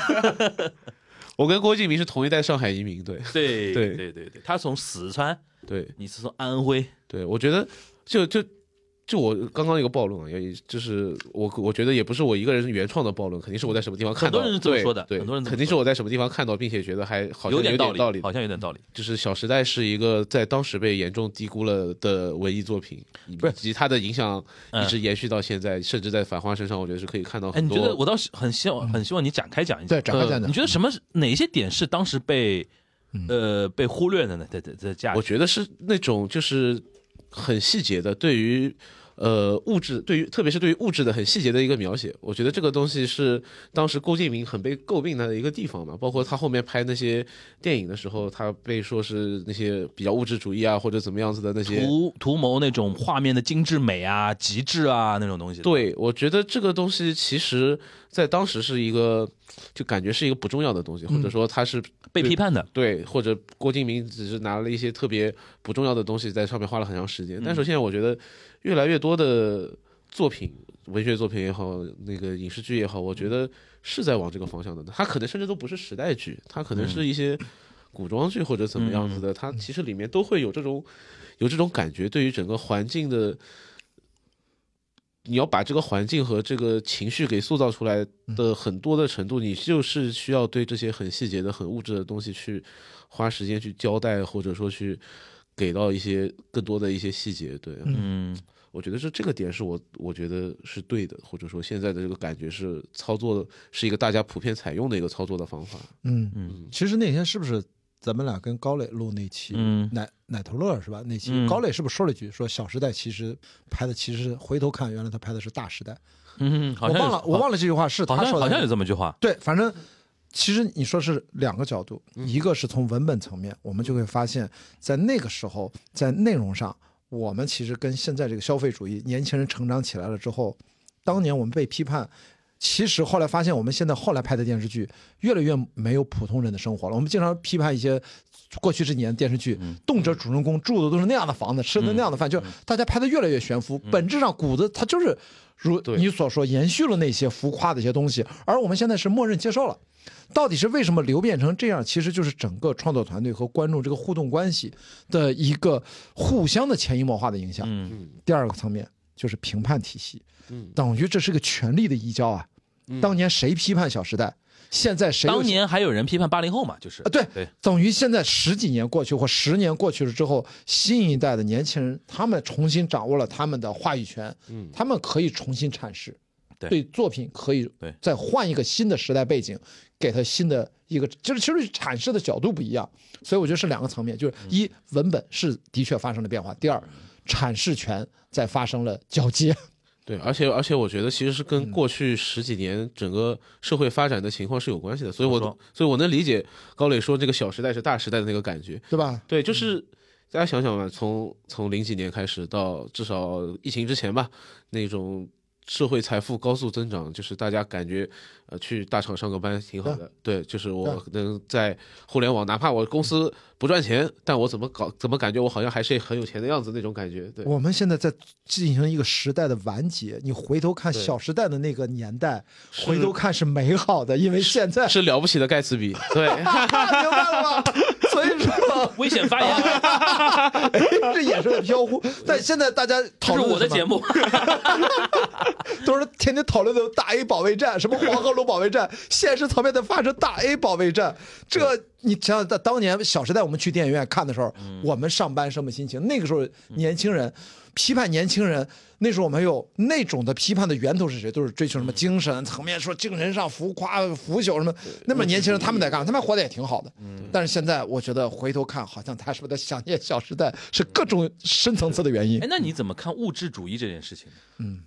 Speaker 4: 我跟郭敬明是同一代上海移民，对
Speaker 2: 对
Speaker 4: 对
Speaker 2: 对对对，他从四川，
Speaker 4: 对
Speaker 2: 你是从安徽，
Speaker 4: 对，我觉得就就。就我刚刚一个暴论啊，也就是我我觉得也不是我一个人原创的暴论，肯定是我在什么地方看到，
Speaker 2: 很多人是这么
Speaker 4: 对
Speaker 2: 说的
Speaker 4: 对，
Speaker 2: 很多人这么
Speaker 4: 肯定
Speaker 2: 说
Speaker 4: 是我在什么地方看到，并且觉得还好像
Speaker 2: 点
Speaker 4: 点
Speaker 2: 道理，
Speaker 4: 道理的
Speaker 2: 好像有点道理。
Speaker 4: 就是《小时代》是一个在当时被严重低估了的文艺作品，以
Speaker 2: 不是
Speaker 4: 及它的影响
Speaker 2: 嗯
Speaker 4: 一直延续到现在，甚至在《繁花》身上，我觉得是可以看到
Speaker 2: 哎，
Speaker 4: 很
Speaker 2: 你
Speaker 4: 多。
Speaker 2: 觉得我倒是很希望，很希望你展开讲一讲。
Speaker 3: 对，展开讲
Speaker 2: 你
Speaker 3: 讲。
Speaker 2: 觉得什么哪些点是当时被呃被忽略的呢？在在在价
Speaker 4: 我
Speaker 2: 值，
Speaker 4: 觉得是那种就是很细节的，对于呃物质，对于特别是对于物质的很细节的一个描写。我觉得这个东西是当时郭敬明很被诟病他的一个地方嘛，包括他后面拍那些电影的时候，他被说是那些比较物质主义啊，或者怎么样子的那些。
Speaker 2: 图图谋那种画面的精致美啊、极致啊那种东西。，
Speaker 4: 对，我觉得这个东西其实，在当时是一个，就感觉是一个不重要的东西，或者说它是
Speaker 2: 被批判的。
Speaker 4: 对，或者郭敬明只是拿了一些特别不重要的东西在上面花了很长时间。但是现在我觉得，越来越多的作品，文学作品也好，那个影视剧也好，我觉得是在往这个方向的。它可能甚至都不是时代剧，它可能是一些古装剧或者怎么样子的。它其实里面都会有这种有这种感觉，对于整个环境的。你要把这个环境和这个情绪给塑造出来
Speaker 2: 嗯
Speaker 4: 的很多的程度，你就是需要对这些很细节的、很物质的东西去花时间去交代，或者说去给到一些更多的一些细节。对，
Speaker 2: 嗯，
Speaker 4: 我觉得是这个点是我我觉得是对的，或者说现在的这个感觉是操作是一个大家普遍采用的一个操作的方法。
Speaker 3: 嗯
Speaker 2: 嗯，
Speaker 3: 其实那天是不是咱们俩跟高磊录那期
Speaker 2: 嗯
Speaker 3: 奶奶头乐是吧？那期
Speaker 2: 嗯
Speaker 3: 高磊是不是说了一句说《小时代》其实拍的其实回头看，原来他拍的是《大时代》。
Speaker 2: 嗯，好
Speaker 3: 我
Speaker 2: 像
Speaker 3: 忘
Speaker 2: 有
Speaker 3: 了，我忘了这句话是
Speaker 2: 好
Speaker 3: 他
Speaker 2: 像
Speaker 3: 说的，
Speaker 2: 好像有这么句话。
Speaker 3: 对，反正其实你说是两个角度，
Speaker 2: 嗯
Speaker 3: 一个是从文本层面，我们就会发现，在那个时候，在内容上，我们其实跟现在这个消费主义，年轻人成长起来了之后，当年我们被批判。其实后来发现，我们现在后来拍的电视剧越来越没有普通人的生活了。我们经常批判一些过去这几年电视剧，动辄主人公住的都是那样的房子，吃的那样的饭，就是大家拍的越来越悬浮。本质上，骨子它就是如
Speaker 4: 对
Speaker 3: 你所说，延续了那些浮夸的一些东西，而我们现在是默认接受了。到底是为什么流变成这样？其实就是整个创作团队和观众这个互动关系的一个互相的潜移默化的影响。
Speaker 2: 嗯
Speaker 3: 第二个层面就是评判体系，
Speaker 4: 嗯
Speaker 3: 等于这是个权力的移交啊。当年谁批判《小时代》，现在谁
Speaker 2: 嗯
Speaker 3: 又
Speaker 2: 当年还有人批判八零后嘛，就是
Speaker 3: 啊，对
Speaker 2: 对，
Speaker 3: 等于现在十几年过去或十年过去了之后，新一代的年轻人他们重新掌握了他们的话语权，
Speaker 4: 嗯
Speaker 3: 他们可以重新阐释，
Speaker 2: 对
Speaker 3: 作品可以
Speaker 2: 对
Speaker 3: 再换一个新的时代背景，给他新的一个就是其实阐释的角度不一样，所以我觉得是两个层面，就是
Speaker 2: 嗯
Speaker 3: 一文本是的确发生了变化，第二阐释权在发生了交接，
Speaker 4: 对，而且而且我觉得其实是
Speaker 2: 嗯
Speaker 4: 跟过去十几年整个社会发展的情况是有关系的，所以我
Speaker 2: 怎么
Speaker 4: 所以我能理解高磊说这个《小时代》是大时代的那个感觉。
Speaker 3: 对吧？
Speaker 4: 对，就是大家想想吧，从从零几年开始到至少疫情之前吧，那种社会财富高速增长，就是大家感觉呃去大厂上个班挺好的，对，就是我能在互联网，哪怕我公司不赚钱，但我怎么搞，怎么感觉我好像还是很有钱的样子那种感觉，对。
Speaker 3: 我们现在在进行一个时代的完结。你回头看《
Speaker 4: 对
Speaker 3: 小时代》的那个年代，
Speaker 4: 是
Speaker 3: 回头看是美好的，因为现在
Speaker 4: 是了不起的盖茨比， 对，
Speaker 3: 啊明白了吧？所以说，
Speaker 2: 危险发言，
Speaker 3: 哎这也是在飘忽。但现在大家
Speaker 2: 这
Speaker 3: 讨
Speaker 2: 是
Speaker 3: 论
Speaker 2: 我的
Speaker 3: 什么
Speaker 2: 节，目。
Speaker 3: 都是天天讨论的大 A 保卫战，什么黄鹤楼保卫战，现实层面在发生大 A 保卫战。这你想想，在当年《小时代》我们去电影院看的时候，我们上班什么心情？那个时候年轻人批判年轻人，那时候我们有那种的批判的源头是谁？都是追求什么精神层面，说精神上浮夸、腐朽什么。那么年轻人他们在干，他们活得也挺好的。但是现在我觉得回头看，好像他是不是在想念《小时代》，是各种深层次的原因
Speaker 2: 哎，。那你怎么看物质主义这件事情？嗯，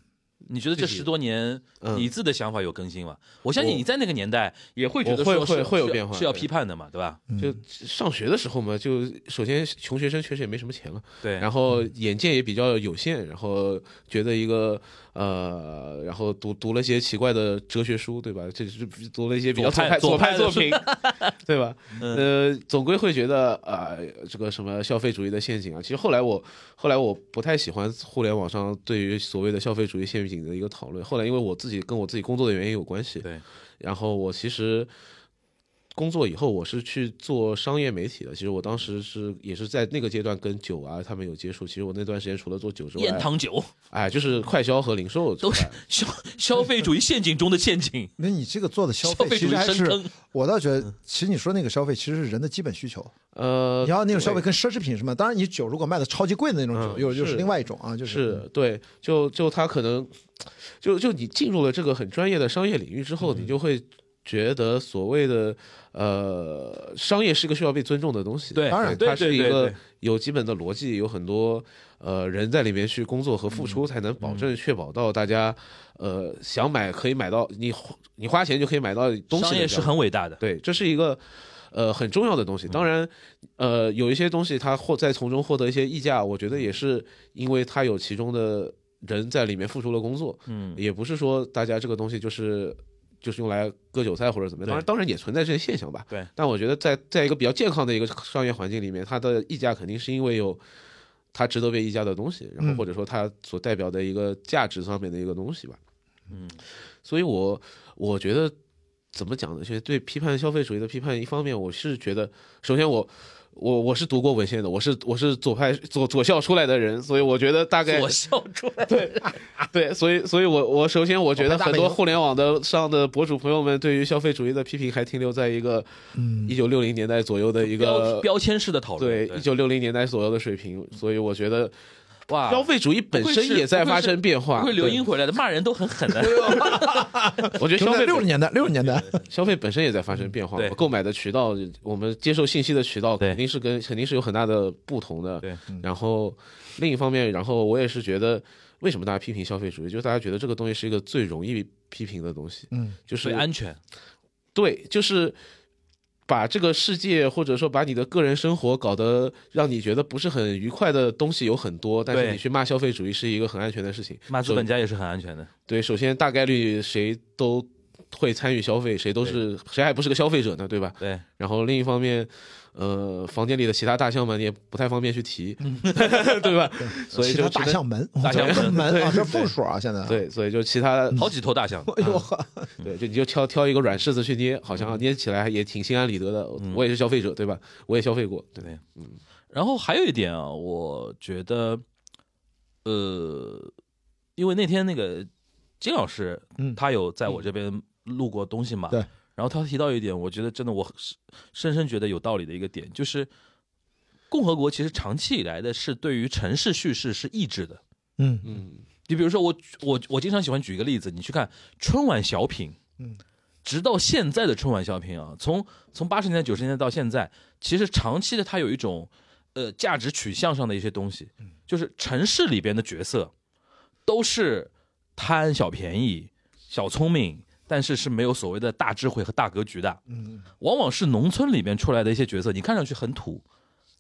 Speaker 2: 你觉得这十多年
Speaker 4: 嗯
Speaker 2: 你自己的想法有更新吗？我相信
Speaker 4: 我
Speaker 2: 你在那个年代也会觉
Speaker 4: 我
Speaker 2: 得
Speaker 4: 会
Speaker 2: 说是
Speaker 4: 会会有
Speaker 2: 是
Speaker 4: 变化
Speaker 2: 是要
Speaker 4: 对嗯
Speaker 2: 批判的嘛，对吧？
Speaker 4: 就上学的时候嘛，就首先穷学生确实也没什么钱了，
Speaker 2: 对，
Speaker 4: 然后眼界也比较有限，然后觉得一个呃，然后读读了一些奇怪的哲学书，对吧？这是读了一些比较
Speaker 2: 左
Speaker 4: 左
Speaker 2: 派
Speaker 4: 派
Speaker 2: 左
Speaker 4: 左
Speaker 2: 派的
Speaker 4: 派作品， 对吧？呃，总归会觉得啊、这个什么消费主义的陷阱啊。其实后来我后来我不太喜欢互联网上对于所谓的消费主义陷阱的一个讨论。后来因为我自己跟我自己工作的原因有关系，
Speaker 2: 对，
Speaker 4: 然后我其实工作以后，我是去做商业媒体的。其实我当时是也是在那个阶段跟酒啊他们有接触。其实我那段时间除了做酒之
Speaker 2: 燕
Speaker 4: 外，
Speaker 2: 堂酒
Speaker 4: 哎，就是快销和零售
Speaker 2: 都是
Speaker 4: 这块
Speaker 2: 消消费主义陷阱中的陷阱。
Speaker 3: 那你这个做的消
Speaker 2: 消费
Speaker 3: 费，其
Speaker 2: 主
Speaker 3: 实
Speaker 2: 义
Speaker 3: 还
Speaker 2: 深
Speaker 3: 是
Speaker 2: 坑
Speaker 3: 我倒觉得，其实你说那个消费其实是人的基本需求。
Speaker 4: 嗯呃
Speaker 3: 你，要那种消费
Speaker 4: 对
Speaker 3: 跟奢侈品什么，当然你酒如果卖的超级贵的那种酒，
Speaker 4: 嗯
Speaker 3: 又又是
Speaker 4: 是
Speaker 3: 另外一种啊，就是
Speaker 4: 是对，就就他可能就就你进入了这个很专业的商业领域之后，
Speaker 3: 嗯
Speaker 4: 你就会。觉得所谓的呃，商业是个需要被尊重的东西，
Speaker 2: 对
Speaker 3: 当然
Speaker 4: 对它
Speaker 2: 对
Speaker 4: 是
Speaker 2: 对
Speaker 4: 一
Speaker 2: 对
Speaker 4: 个
Speaker 2: 对
Speaker 4: 有基本的逻辑，有很多呃人在里面去工作和付
Speaker 2: 嗯
Speaker 4: 出，才能保证确保到大家呃想买可以买到，你花你花钱就可以买到东西的这样。
Speaker 2: 商业是很伟大的，
Speaker 4: 对，这是一个呃很重要的东西。当然，呃，有一些东西它获在从中获得一些溢价，我觉得也是因为它有其中的人在里面付出了工作，
Speaker 2: 嗯，
Speaker 4: 也不是说大家这个东西就是。就是用来割韭菜或者怎么样，当然
Speaker 2: 对
Speaker 4: 当然也存在这些现象吧。
Speaker 2: 对，
Speaker 4: 但我觉得在在一个比较健康的一个商业环境里面，它的溢价肯定是因为有它值得被溢价的东西，然后
Speaker 3: 嗯
Speaker 4: 或者说它所代表的一个价值上面的一个东西吧。嗯，所以我我觉得怎么讲呢？就是对批判消费主义的批判，一方面我是觉得，首先我。我我是读过文献的，我是我是左派左左校出来的人，所以我觉得大概
Speaker 2: 我笑出来。
Speaker 4: 对，所以所以我我首先我觉得
Speaker 3: 哦大
Speaker 4: 很
Speaker 3: 本
Speaker 4: 多
Speaker 3: 营
Speaker 4: 互联网的上的博主朋友们对于消费主义的批评还停留在一个
Speaker 3: 嗯
Speaker 4: 一九六零年代左右的一
Speaker 2: 标
Speaker 4: 个
Speaker 2: 标签式的讨论，
Speaker 4: 对一九六零年代左右的水平，所以我觉得
Speaker 2: 哇，
Speaker 4: 消费主义本
Speaker 2: 不愧
Speaker 4: 身
Speaker 2: 是
Speaker 4: 也
Speaker 2: 不
Speaker 4: 在
Speaker 2: 愧
Speaker 4: 发
Speaker 2: 是
Speaker 4: 生变化。
Speaker 2: 啊不会留
Speaker 4: 对
Speaker 2: 音回来的，骂人都很狠的。
Speaker 4: 我觉得
Speaker 3: 停
Speaker 4: 消
Speaker 3: 在
Speaker 4: 费
Speaker 3: 六十
Speaker 4: 本
Speaker 3: 年代，六十年代
Speaker 4: 消费本身也在发生变化
Speaker 2: 对，
Speaker 4: 购买的渠道，我们接受信息的渠道
Speaker 2: 对
Speaker 4: 肯定是跟肯定是有很大的不同的。
Speaker 2: 对，嗯
Speaker 4: 然后另一方面，然后我也是觉得，为什么大家批评消费主义，就是大家觉得这个东西是一个最容易批评的东西，
Speaker 3: 嗯，
Speaker 4: 就是
Speaker 2: 所以安全，
Speaker 4: 对，就是把这个世界或者说把你的个人生活搞得让你觉得不是很愉快的东西有很多，但
Speaker 2: 对
Speaker 4: 是你去骂消费主义是一个很安全的事情。
Speaker 2: 骂资本家也是很安全的。
Speaker 4: 对，首先大概率谁都会参与消费，谁都是谁还不是个消费者呢，对吧？
Speaker 2: 对，
Speaker 4: 然后另一方面，呃，房间里的其他大象们也不太方便去提，
Speaker 2: 嗯
Speaker 4: 对吧？所以
Speaker 3: 其
Speaker 4: 就
Speaker 3: 他
Speaker 4: 只
Speaker 3: 大
Speaker 4: 能
Speaker 3: 象门，
Speaker 2: 大象门
Speaker 3: 门啊，这复数啊，现在，
Speaker 4: 对，嗯所以就其他
Speaker 2: 好几头大象，
Speaker 3: 哎呦，
Speaker 4: 对，就你就挑挑一个软柿子去捏，好
Speaker 2: 嗯
Speaker 4: 像捏起来也挺心安理得的。我也是消费者，对吧？我也消费过，对
Speaker 2: 对然后还有一点啊，我觉得，呃，因为那天那个金老师，
Speaker 3: 嗯
Speaker 2: 他有在我这边录过东西嘛，
Speaker 3: 对
Speaker 2: 然后他提到一点，我觉得真的我是深深觉得有道理的一个点，就是共和国其实长期以来的是对于城市叙事是抑制的。
Speaker 3: 嗯，
Speaker 4: 嗯，
Speaker 2: 你比如说我我我经常喜欢举一个例子，你去看春晚小品，
Speaker 3: 嗯，
Speaker 2: 直到现在的春晚小品啊，从从八十年代九十年代到现在，其实长期的它有一种呃价值取向上的一些东西，就是城市里边的角色都是贪小便宜、小聪明，但是是没有所谓的大智慧和大格局的，嗯，往往是农村里边出来的一些角色，你看上去很土，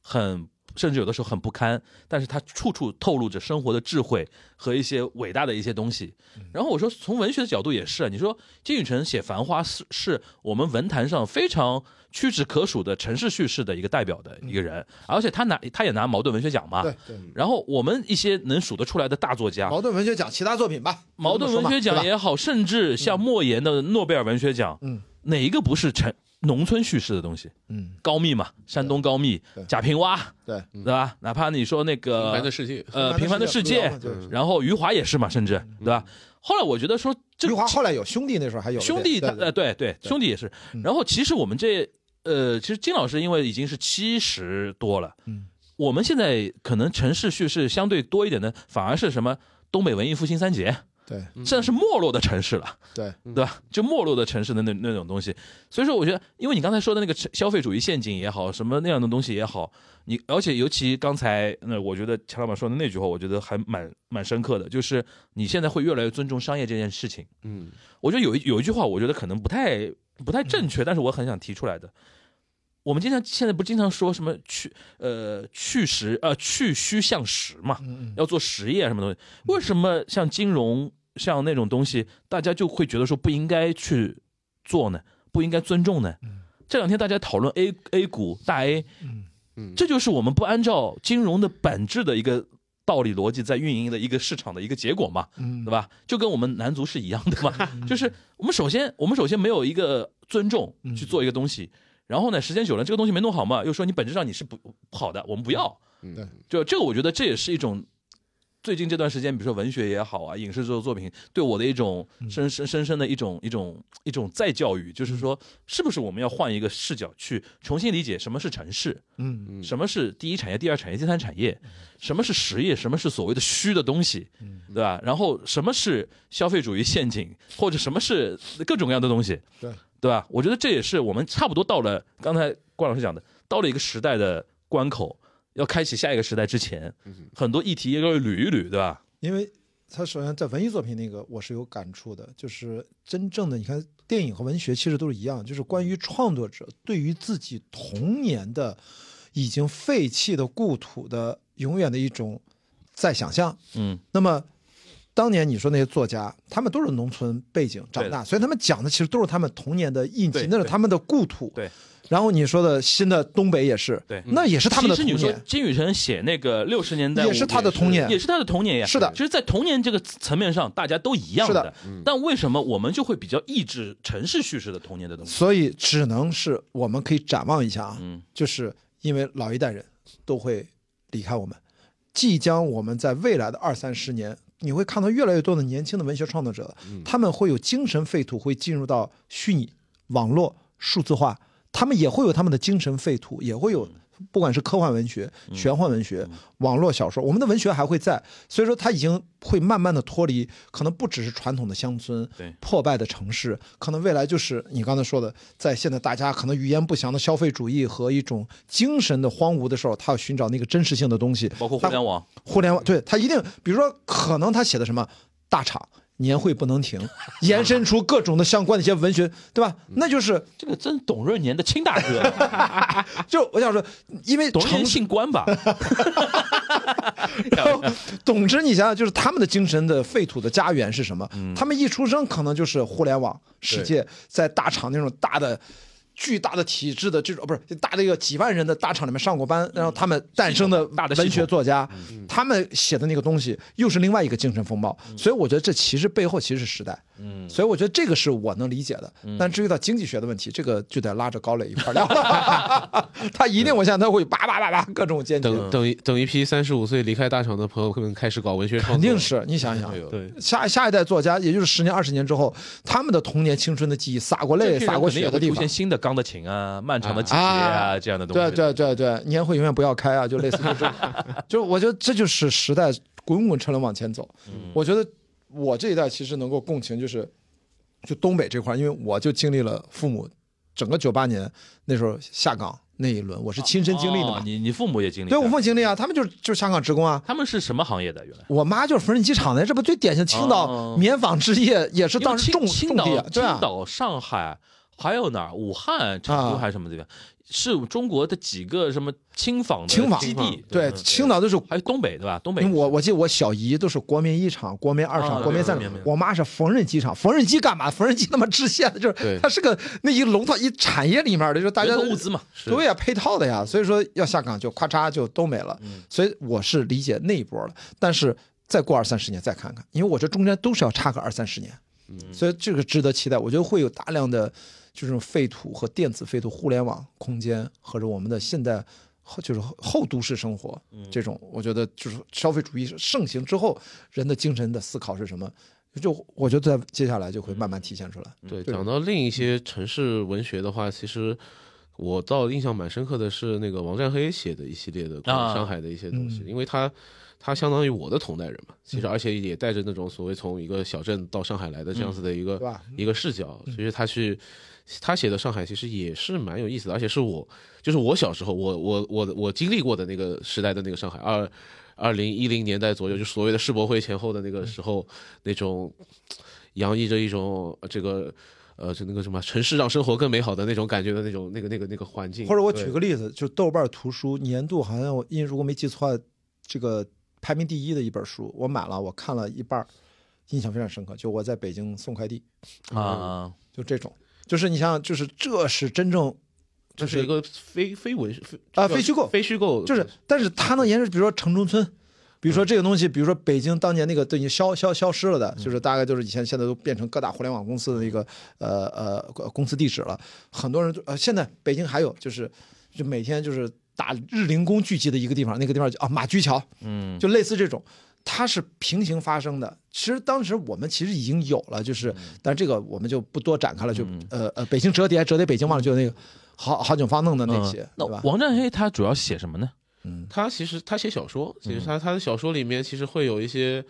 Speaker 2: 很甚至有的时候很不堪，但是它处处透露着生活的智慧和一些伟大的一些东西。
Speaker 3: 嗯
Speaker 2: 然后我说，从文学的角度也是，你说金宇澄写《繁花》是是我们文坛上非常屈指可数的城市叙事的一个代表的一个人，而且他拿他也拿茅盾文学奖嘛。
Speaker 3: 嗯
Speaker 4: 啊
Speaker 3: 对对。
Speaker 2: 然后我们一些能数得出来的大作家，
Speaker 3: 矛盾文学奖其他作品吧，
Speaker 2: 茅盾文学
Speaker 3: 对吧
Speaker 2: 奖也好，甚至像莫言的诺贝尔文学奖，
Speaker 3: 嗯，
Speaker 2: 哪一个不是城农村叙事的东西？
Speaker 3: 嗯，
Speaker 2: 高密嘛，山东高密
Speaker 3: 对、
Speaker 2: 贾平凹，
Speaker 3: 对，
Speaker 2: 对吧？哪怕你说那
Speaker 4: 平凡
Speaker 2: 个
Speaker 4: 嗯的世界，
Speaker 2: 呃平凡的世界，
Speaker 4: 嗯
Speaker 3: 对
Speaker 2: 然后余华也是嘛，甚至对吧？后来我觉得说这
Speaker 3: 余华后来有兄弟，那时候还有
Speaker 2: 兄弟
Speaker 3: 对
Speaker 2: 他
Speaker 3: 对对
Speaker 2: 呃对对兄弟也是，然后其实我们这呃其实金老师因为已经是七十多了，
Speaker 3: 嗯，
Speaker 2: 我们现在可能城市叙事相对多一点的，反而是什么东北文艺复兴三杰，
Speaker 3: 对
Speaker 2: 这是没落的城市了。
Speaker 3: 对，嗯
Speaker 2: 对吧？就没落的城市的那那种东西，所以说我觉得，因为你刚才说的那个消费主义陷阱也好，什么那样的东西也好，你而且尤其刚才那我觉得钱老板说的那句话，我觉得还蛮蛮深刻的，就是你现在会越来越尊重商业这件事情。
Speaker 4: 嗯，
Speaker 2: 我觉得有一有一句话，我觉得可能不太不太正确，但是我很想提出来的。我们经常现在不经常说什么去呃去实呃去虚向实嘛，
Speaker 3: 嗯嗯
Speaker 2: 要做实业什么东西，为什么像金融像那种东西，大家就会觉得说不应该去做呢？不应该尊重呢？这两天大家讨论 A A 股大 A，
Speaker 3: 嗯
Speaker 4: 嗯
Speaker 2: 这就是我们不按照金融的本质的一个道理逻辑在运营的一个市场的一个结果嘛。
Speaker 3: 嗯
Speaker 2: 对吧？就跟我们男足是一样的 嘛，就是我们首先我们首先没有一个尊重
Speaker 3: 嗯
Speaker 2: 去做一个东西，然后呢，时间久了这个东西没弄好嘛，又说你本质上你是不不好的，我们不要。
Speaker 4: 嗯
Speaker 3: 对
Speaker 2: 就这个，我觉得这也是一种最近这段时间，比如说文学也好啊，影视作作品对我的一种
Speaker 3: 嗯
Speaker 2: 深深深深的一种一种一种再教育，就是说，是不是我们要换一个视角去重新理解什么是城市，
Speaker 3: 嗯
Speaker 4: 嗯
Speaker 2: 什么是第一产业、第二产业、第三产业？什么是实业？什么是所谓的虚的东西？
Speaker 3: 嗯
Speaker 2: 对吧？然后什么是消费主义陷阱，或者什么是各种各样的东西？
Speaker 3: 对
Speaker 2: 对吧？我觉得这也是我们差不多到了刚才关老师讲的，到了一个时代的关口，要开启下一个时代之前，
Speaker 3: 嗯
Speaker 2: 很多议题要捋一捋，对吧？
Speaker 3: 因为他首先在文艺作品那个我是有感触的，就是真正的你看电影和文学其实都是一样，就是关于创作者对于自己童年的已经废弃的故土的永远的一种再想象。
Speaker 2: 嗯，
Speaker 3: 那么。当年你说那些作家，他们都是农村背景长大，所以他们讲的其实都是他们童年的印记
Speaker 2: 对，
Speaker 3: 那是
Speaker 2: 对
Speaker 3: 他们的故土。
Speaker 2: 对，
Speaker 3: 然后你说的新的东北也是，
Speaker 2: 对
Speaker 3: 那也是他们的
Speaker 2: 其
Speaker 3: 童
Speaker 2: 实你说
Speaker 3: 年。
Speaker 2: 金宇澄写那个六十年代
Speaker 3: 也是他的童年
Speaker 2: 也是他的童年呀。
Speaker 3: 是的
Speaker 2: 其实，在童年这个层面上，大家都一样
Speaker 3: 是的
Speaker 2: 但为什么我们就会比较抑制城市叙事的童年的东西？
Speaker 3: 所以只能是我们可以展望一下啊，
Speaker 2: 嗯
Speaker 3: 就是因为老一代人都会离开我们，即将我们在未来的二三十年，你会看到越来越多的年轻的文学创作者，
Speaker 2: 嗯
Speaker 3: 他们会有精神废土，会进入到虚拟、网络、数字化，他们也会有他们的精神废土，也会有。
Speaker 2: 嗯
Speaker 3: 不管是科幻文学、玄幻文学、网络小说，我们的文学还会在，所以说它已经会慢慢的脱离，可能不只是传统的乡村
Speaker 2: 对、
Speaker 3: 破败的城市，可能未来就是你刚才说的，在现在大家可能语言不详的消费主义和一种精神的荒芜的时候，他要寻找那个真实性的东西，
Speaker 2: 包括互联网，
Speaker 3: 互联网，对他一定，比如说，可能他写的什么大厂年会不能停，延伸出各种的相关的一些文学，对吧？那就是
Speaker 2: 这个真董润年的亲大 哥，
Speaker 3: 就我想说，因为
Speaker 2: 董润
Speaker 3: 城
Speaker 2: 年
Speaker 3: 市，
Speaker 2: 姓关吧？
Speaker 3: 总之你想想，就是他们的精神的废土的家园是什么？
Speaker 2: 嗯
Speaker 3: 他们一出生可能就是互联网世界，在大厂那种大的。巨大的体制的这种不是大的一个几万人的大厂里面上过班，然后他们诞生的
Speaker 2: 大的系嗯统
Speaker 3: 文学作家，他们写的那个东西又是另外一个精神风貌，
Speaker 2: 嗯
Speaker 3: 所以我觉得这其实背后其实是时代，嗯，所以我觉得这个是我能理解的。
Speaker 2: 嗯
Speaker 3: 但至于到经济学的问题，这个就得拉着高磊一块儿 聊 了，他一定我想他会叭叭叭叭各种坚决，
Speaker 2: 嗯
Speaker 4: 等等一等一批三十五岁离开大厂的朋友们开始搞文学创
Speaker 3: 肯
Speaker 4: 作，
Speaker 3: 定是你想想
Speaker 4: 会。有
Speaker 2: 对，
Speaker 3: 下下一代作家，也就是十年、二十年之后，他们的童年、青春的记忆，洒过泪、洒过血的地
Speaker 2: 出
Speaker 3: 方
Speaker 2: 现，新的钢的琴啊、漫长的季节啊
Speaker 3: 啊
Speaker 2: 这样的东
Speaker 3: 对
Speaker 2: 西。
Speaker 3: 对对对，年会永远不要开啊，就类似于这种， 就是我觉得这就是时代滚滚车轮往前走。
Speaker 2: 嗯
Speaker 3: 我觉得我这一代其实能够共情，就是就东北这块儿，因为我就经历了父母整个九八年那时候下岗那一轮，我是亲身经历的
Speaker 2: 哦
Speaker 3: 嘛。
Speaker 2: 你你父母也经历
Speaker 3: 对
Speaker 2: 过？
Speaker 3: 我父母经历啊，他们就是就是下岗职工啊。
Speaker 2: 他们是什么行业的？原来
Speaker 3: 我妈就是缝纫机厂的，这不最典型？青岛
Speaker 2: 哦
Speaker 3: 棉纺织业也是
Speaker 2: 因为
Speaker 3: 当
Speaker 2: 青
Speaker 3: 时重
Speaker 2: 青
Speaker 3: 重
Speaker 2: 岛
Speaker 3: 地啊，对啊
Speaker 2: 青岛、上海还有哪儿？武汉、成
Speaker 3: 啊
Speaker 2: 都还是什么地方？是中国的几个什么清访的
Speaker 3: 清访
Speaker 2: 基地？
Speaker 3: 对，
Speaker 2: 嗯
Speaker 3: 青岛都是
Speaker 2: 还有东北对吧？东北
Speaker 3: 因为我我记得我小姨都是国民一厂、国民二厂、
Speaker 2: 啊
Speaker 3: 国民三
Speaker 2: 对
Speaker 3: 厂
Speaker 2: 对对，
Speaker 3: 我妈是缝纫机厂，缝纫机干嘛？缝纫机他妈制线的，就是
Speaker 4: 对
Speaker 3: 它是个那一龙套一产业里面的，就是大家
Speaker 2: 人口物资嘛，是
Speaker 3: 对呀、配套的呀，所以说要下岗就咔嚓就都没了，所以我是理解那一波了，但是再过二三十年再看看，因为我这中间都是要差个二三十年，所以这个值得期待，我觉得会有大量的就这种废土和电子废土、互联网空间和着我们的现代后就是后后都市生活这种，我觉得就是消费主义盛行之后，人的精神的思考是什么，就我觉得在接下来就会慢慢体现出来。
Speaker 2: 嗯
Speaker 4: 对，讲到另一些城市文学的话，其实我倒印象蛮深刻的是那个王占黑写的一系列的关
Speaker 2: 啊
Speaker 4: 于上海的一些东西，
Speaker 3: 嗯
Speaker 4: 因为他他相当于我的同代人嘛，其实而且也带着那种所谓从一个小镇到上海来的这样
Speaker 2: 嗯
Speaker 4: 子的一个、
Speaker 3: 对吧嗯
Speaker 4: 一个视角，其实他去。他写的上海其实也是蛮有意思的，而且是我，就是我小时候，我我我我经历过的那个时代的那个上海，二二零一零年代左右，就所谓的世博会前后的那个时候，那种洋溢着一种呃这个呃，就那个什么城市让生活更美好的那种感觉的那种那个那个那个环境。
Speaker 3: 或者我
Speaker 4: 对
Speaker 3: 举个例子，就豆瓣图书年度好像我印如果没记错，这个排名第一的一本书，我买了，我看了一半儿，印象非常深刻。就我在北京送快递，嗯
Speaker 2: 啊，
Speaker 3: 就这种，就是你想想，就是这是真正
Speaker 4: 这是一个非非文非
Speaker 3: 啊
Speaker 4: 叫
Speaker 3: 非虚构
Speaker 4: 非虚构
Speaker 3: 就是，但是它能延伸，比如说城中村。比
Speaker 2: 嗯
Speaker 3: 如说这个东西，比如说北京当年那个都已经消消消失了的，就是大概就是以前现在都变成各大互联网公司的一个呃呃公司地址了。很多人都呃，现在北京还有就是就每天就是打日零工聚集的一个地方，那个地方叫啊马驹桥，
Speaker 2: 嗯，
Speaker 3: 就类似这种，它是平行发生的。其实当时我们其实已经有了，
Speaker 2: 嗯
Speaker 3: 就是，但这个我们就不多展开了，就呃呃，北京折叠折叠北京忘了，就那个郝郝景芳弄的那
Speaker 2: 嗯
Speaker 3: 些，
Speaker 2: 那
Speaker 3: 对吧？
Speaker 2: 王占黑他主要写什么呢？
Speaker 4: 他其实他写小说，其实他他的小说里面其实会有一些，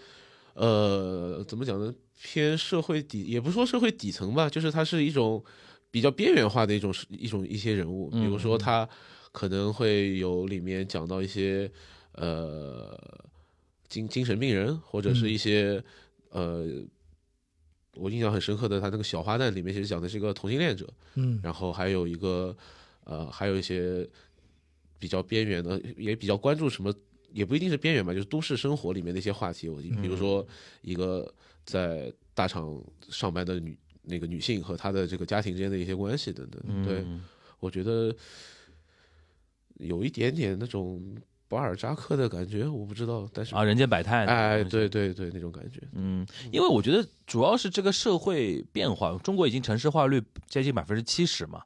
Speaker 4: 呃，怎么讲呢？偏社会底，也不说社会底层吧，就是他是一种比较边缘化的一种一种一些人物，比如说他可能会有里面讲到一些呃精精神病人或者是一些、呃。我印象很深刻的，他那个小花旦里面其实讲的是一个同性恋者，
Speaker 3: 嗯，
Speaker 4: 然后还有一个，呃，还有一些比较边缘的，也比较关注什么，也不一定是边缘吧，就是都市生活里面的一些话题。我比
Speaker 2: 嗯
Speaker 4: 如说一个在大厂上班的女那个女性和她的这个家庭之间的一些关系等等。对，
Speaker 2: 嗯
Speaker 4: 我觉得有一点点那种巴尔扎克的感觉，我不知道，但是
Speaker 2: 啊，人间百态。
Speaker 4: 哎，对对对，那种感觉。
Speaker 2: 嗯，因为我觉得主要是这个社会变化，中国已经城市化率接近百分之七十嘛，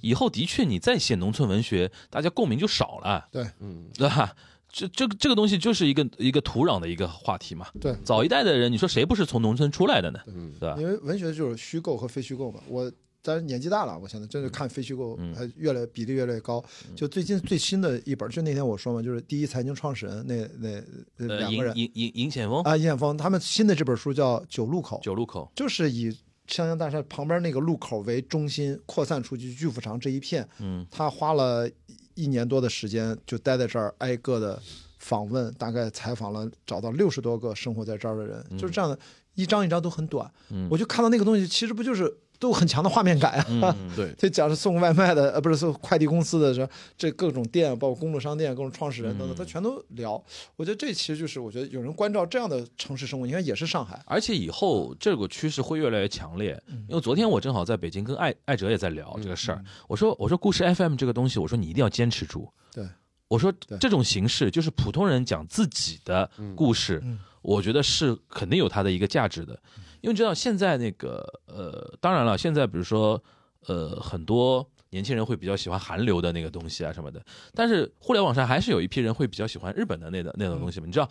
Speaker 2: 以后的确你再写农村文学，大家共鸣就少了，
Speaker 3: 对，
Speaker 4: 嗯，
Speaker 2: 对吧？啊这这个这个东西就是一个一个土壤的一个话题嘛。
Speaker 3: 对
Speaker 2: 早一代的人，你说谁不是从农村出来的呢？对吧？
Speaker 3: 因为文学就是虚构和非虚构嘛。我但是年纪大了，我现在
Speaker 2: 嗯
Speaker 3: 真是看非虚构，还越来越比例越来越高。就最近最新的一本，就那天我说嘛，就是第一财经创始人那那那
Speaker 2: 呃，
Speaker 3: 两个
Speaker 2: 尹
Speaker 3: 人
Speaker 2: 尹尹尹显峰，
Speaker 3: 啊，尹显峰他们新的这本书叫《九路口》，
Speaker 2: 九路口，
Speaker 3: 就是以湘江大厦旁边那个路口为中心扩散出去，巨富长这一片，
Speaker 2: 嗯，
Speaker 3: 他花了一年多的时间就待在这儿，挨个的访问，大概采访了找到六十多个生活在这儿的人，就是这样的，一张一张都很短，我就看到那个东西，其实不就是都有很强的画面感啊。
Speaker 2: 嗯
Speaker 4: 对，
Speaker 3: 这讲是送外卖的，呃，不是送快递公司的，这这各种店，包括公路商店、各种创始人等等，他全都聊。我觉得这其实就是，我觉得有人关照这样的城市生活，你看也是上海，啊
Speaker 2: 而且以后这个趋势会越来越强烈，
Speaker 3: 嗯
Speaker 2: 因为昨天我正好在北京跟艾艾哲也在聊这个事儿，我说我说故事 FM 这个东西，我说你一定要坚持住，
Speaker 3: 对，
Speaker 2: 我说
Speaker 3: 对嗯
Speaker 2: 这种形式就是普通人讲自己的故事，我觉得是肯定有它的一个价值的，因为你知道现在那个呃，当然了，现在比如说呃，很多年轻人会比较喜欢韩流的那个东西啊什么的，但是互联网上还是有一批人会比较喜欢日本的那的那种东西嘛，你知道。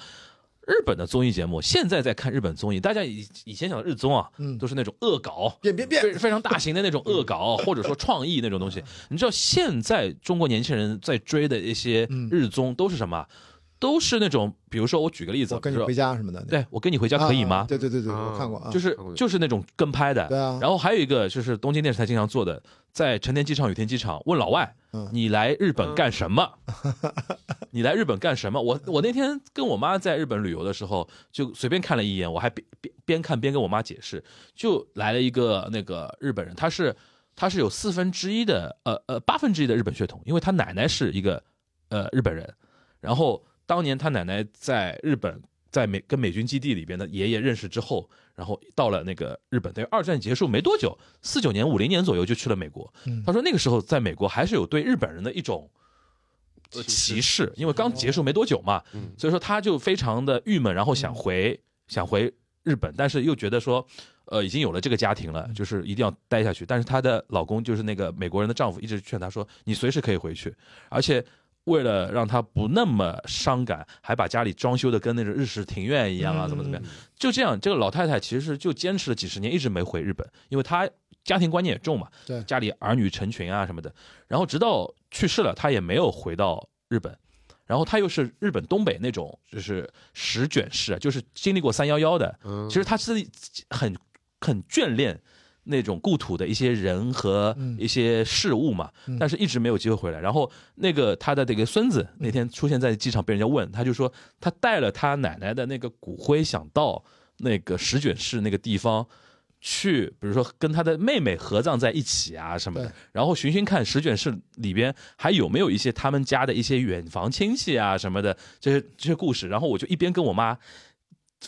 Speaker 2: 日本的综艺节目，现在在看日本综艺，大家以以前想的日综啊，都是那种恶搞，
Speaker 3: 变变 变
Speaker 2: 非非常大型的那种恶搞，或者说创意那种东西。你知道现在中国年轻人在追的一些
Speaker 3: 嗯
Speaker 2: 日综都是什么啊？都是那种，比如说我举个例子，
Speaker 3: 我跟你
Speaker 2: 比如
Speaker 3: 回
Speaker 2: 说
Speaker 3: 家什么的，
Speaker 2: 对我跟你回家可以
Speaker 3: 啊
Speaker 2: 吗？
Speaker 3: 对对对对，
Speaker 4: 啊
Speaker 3: 我看过啊，
Speaker 2: 就是
Speaker 4: 看过
Speaker 2: 就是那种跟拍的，
Speaker 3: 对啊
Speaker 2: 然后还有一个就是东京电视台经常做的，在成田机场、羽田机场问老外
Speaker 3: 嗯，
Speaker 2: 你来日本干什 么？你来日本干什么？我我那天跟我妈在日本旅游的时候，就随便看了一眼，我还边边边看边跟我妈解释，就来了一个那个日本人，他是。他是有四分之一的呃呃八分之一的日本血统，因为他奶奶是一个呃日本人，然后当年他奶奶在日本在美跟美军基地里边的爷爷认识之后，然后到了那个日本，等于二战结束没多久，四九年五零年左右就去了美国。
Speaker 3: 嗯
Speaker 2: 他说那个时候在美国还是有对日本人的一种。呃歧
Speaker 4: 歧视
Speaker 2: 视，因为刚结束没多久嘛，
Speaker 4: 嗯
Speaker 2: 所以说他就非常的郁闷，然后想回、想回日本，但是又觉得说，呃，已经有了这个家庭了，就是一定要待下去。但是她的老公就是那个美国人的丈夫，一直劝她说，你随时可以回去，而且。为了让她不那么伤感，还把家里装修的跟那种日式庭院一样啊，怎么怎么样？就这样，这个老太太其实就坚持了几十年，一直没回日本，因为她家庭观念也重嘛，
Speaker 3: 对
Speaker 2: 家里儿女成群啊什么的。然后直到去世了，她也没有回到日本。然后她又是日本东北那种，就是十卷式，啊就是经历过三幺幺的。
Speaker 4: 嗯
Speaker 2: 其实她是很很眷恋那种故土的一些人和
Speaker 3: 嗯
Speaker 2: 一些事物嘛，但是一直没有机会回来。然后那个她的这个孙子那天出现在机场，被人家问，他就说他带了他奶奶的那个骨灰，想到那个石卷市那个地方。去，比如说跟他的妹妹合葬在一起啊什么的
Speaker 3: 对，
Speaker 2: 然后寻寻看石卷市里边还有没有一些他们家的一些远房亲戚啊什么的这些这些故事，然后我就一边跟我妈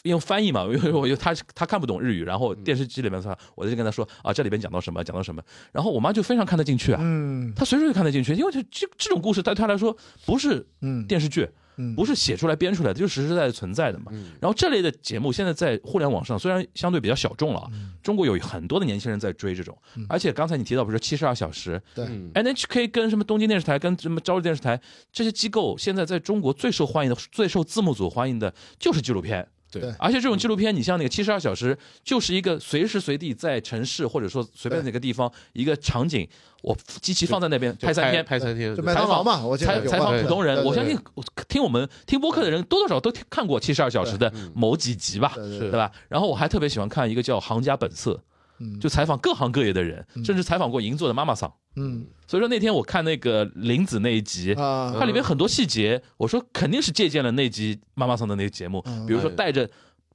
Speaker 2: 用翻译嘛，因 为我就他他看不懂日语，然后电视机里面他，我就跟他说啊，这里边讲到什么，讲到什么，然后我妈就非常看得进去啊，
Speaker 3: 嗯
Speaker 2: 她随时就看得进去，因为这这这种故事对她来说不是
Speaker 3: 嗯
Speaker 2: 电视剧，
Speaker 3: 嗯
Speaker 2: 不是写出来编出来的，就是实实在在存在的嘛。然后这类的节目现在在互联网上虽然相对比较小众了啊，
Speaker 3: 嗯
Speaker 2: 中国有很多的年轻人在追这种，而且刚才你提到，比如说七十二小时，
Speaker 3: 对
Speaker 4: 嗯
Speaker 2: NHK 跟什么东京电视台、跟什么朝日电视台这些机构，现在在中国最受欢迎的、最受字幕组欢迎的就是纪录片。
Speaker 4: 对
Speaker 3: 对
Speaker 2: 而且这种纪录片，你像那个《七十二小时》，就是一个随时随地在城市或者说随便哪个地方一个场景，我机器放在那边
Speaker 4: 就
Speaker 2: 拍三天，
Speaker 4: 拍三天，
Speaker 3: 就
Speaker 4: 对
Speaker 3: 麦当劳嘛，我记得
Speaker 2: 采
Speaker 3: 有
Speaker 2: 采访
Speaker 3: 吧
Speaker 2: 普通人。
Speaker 3: 对
Speaker 2: 我相信
Speaker 3: 对
Speaker 2: 我听我们听播客的人多多少少都听看过《七十二小时》的某几集吧，
Speaker 3: 对对嗯
Speaker 2: 对吧？然后我还特别喜欢看一个叫《行家本色》，就采访各行各业的人，甚至采访过银座的妈妈桑。
Speaker 3: 嗯
Speaker 2: 所以说那天我看那个林子那一集，
Speaker 3: 啊
Speaker 2: 它里面很多细节，我说肯定是借鉴了那集妈妈桑的那个节目，
Speaker 3: 嗯
Speaker 2: 比如说带着。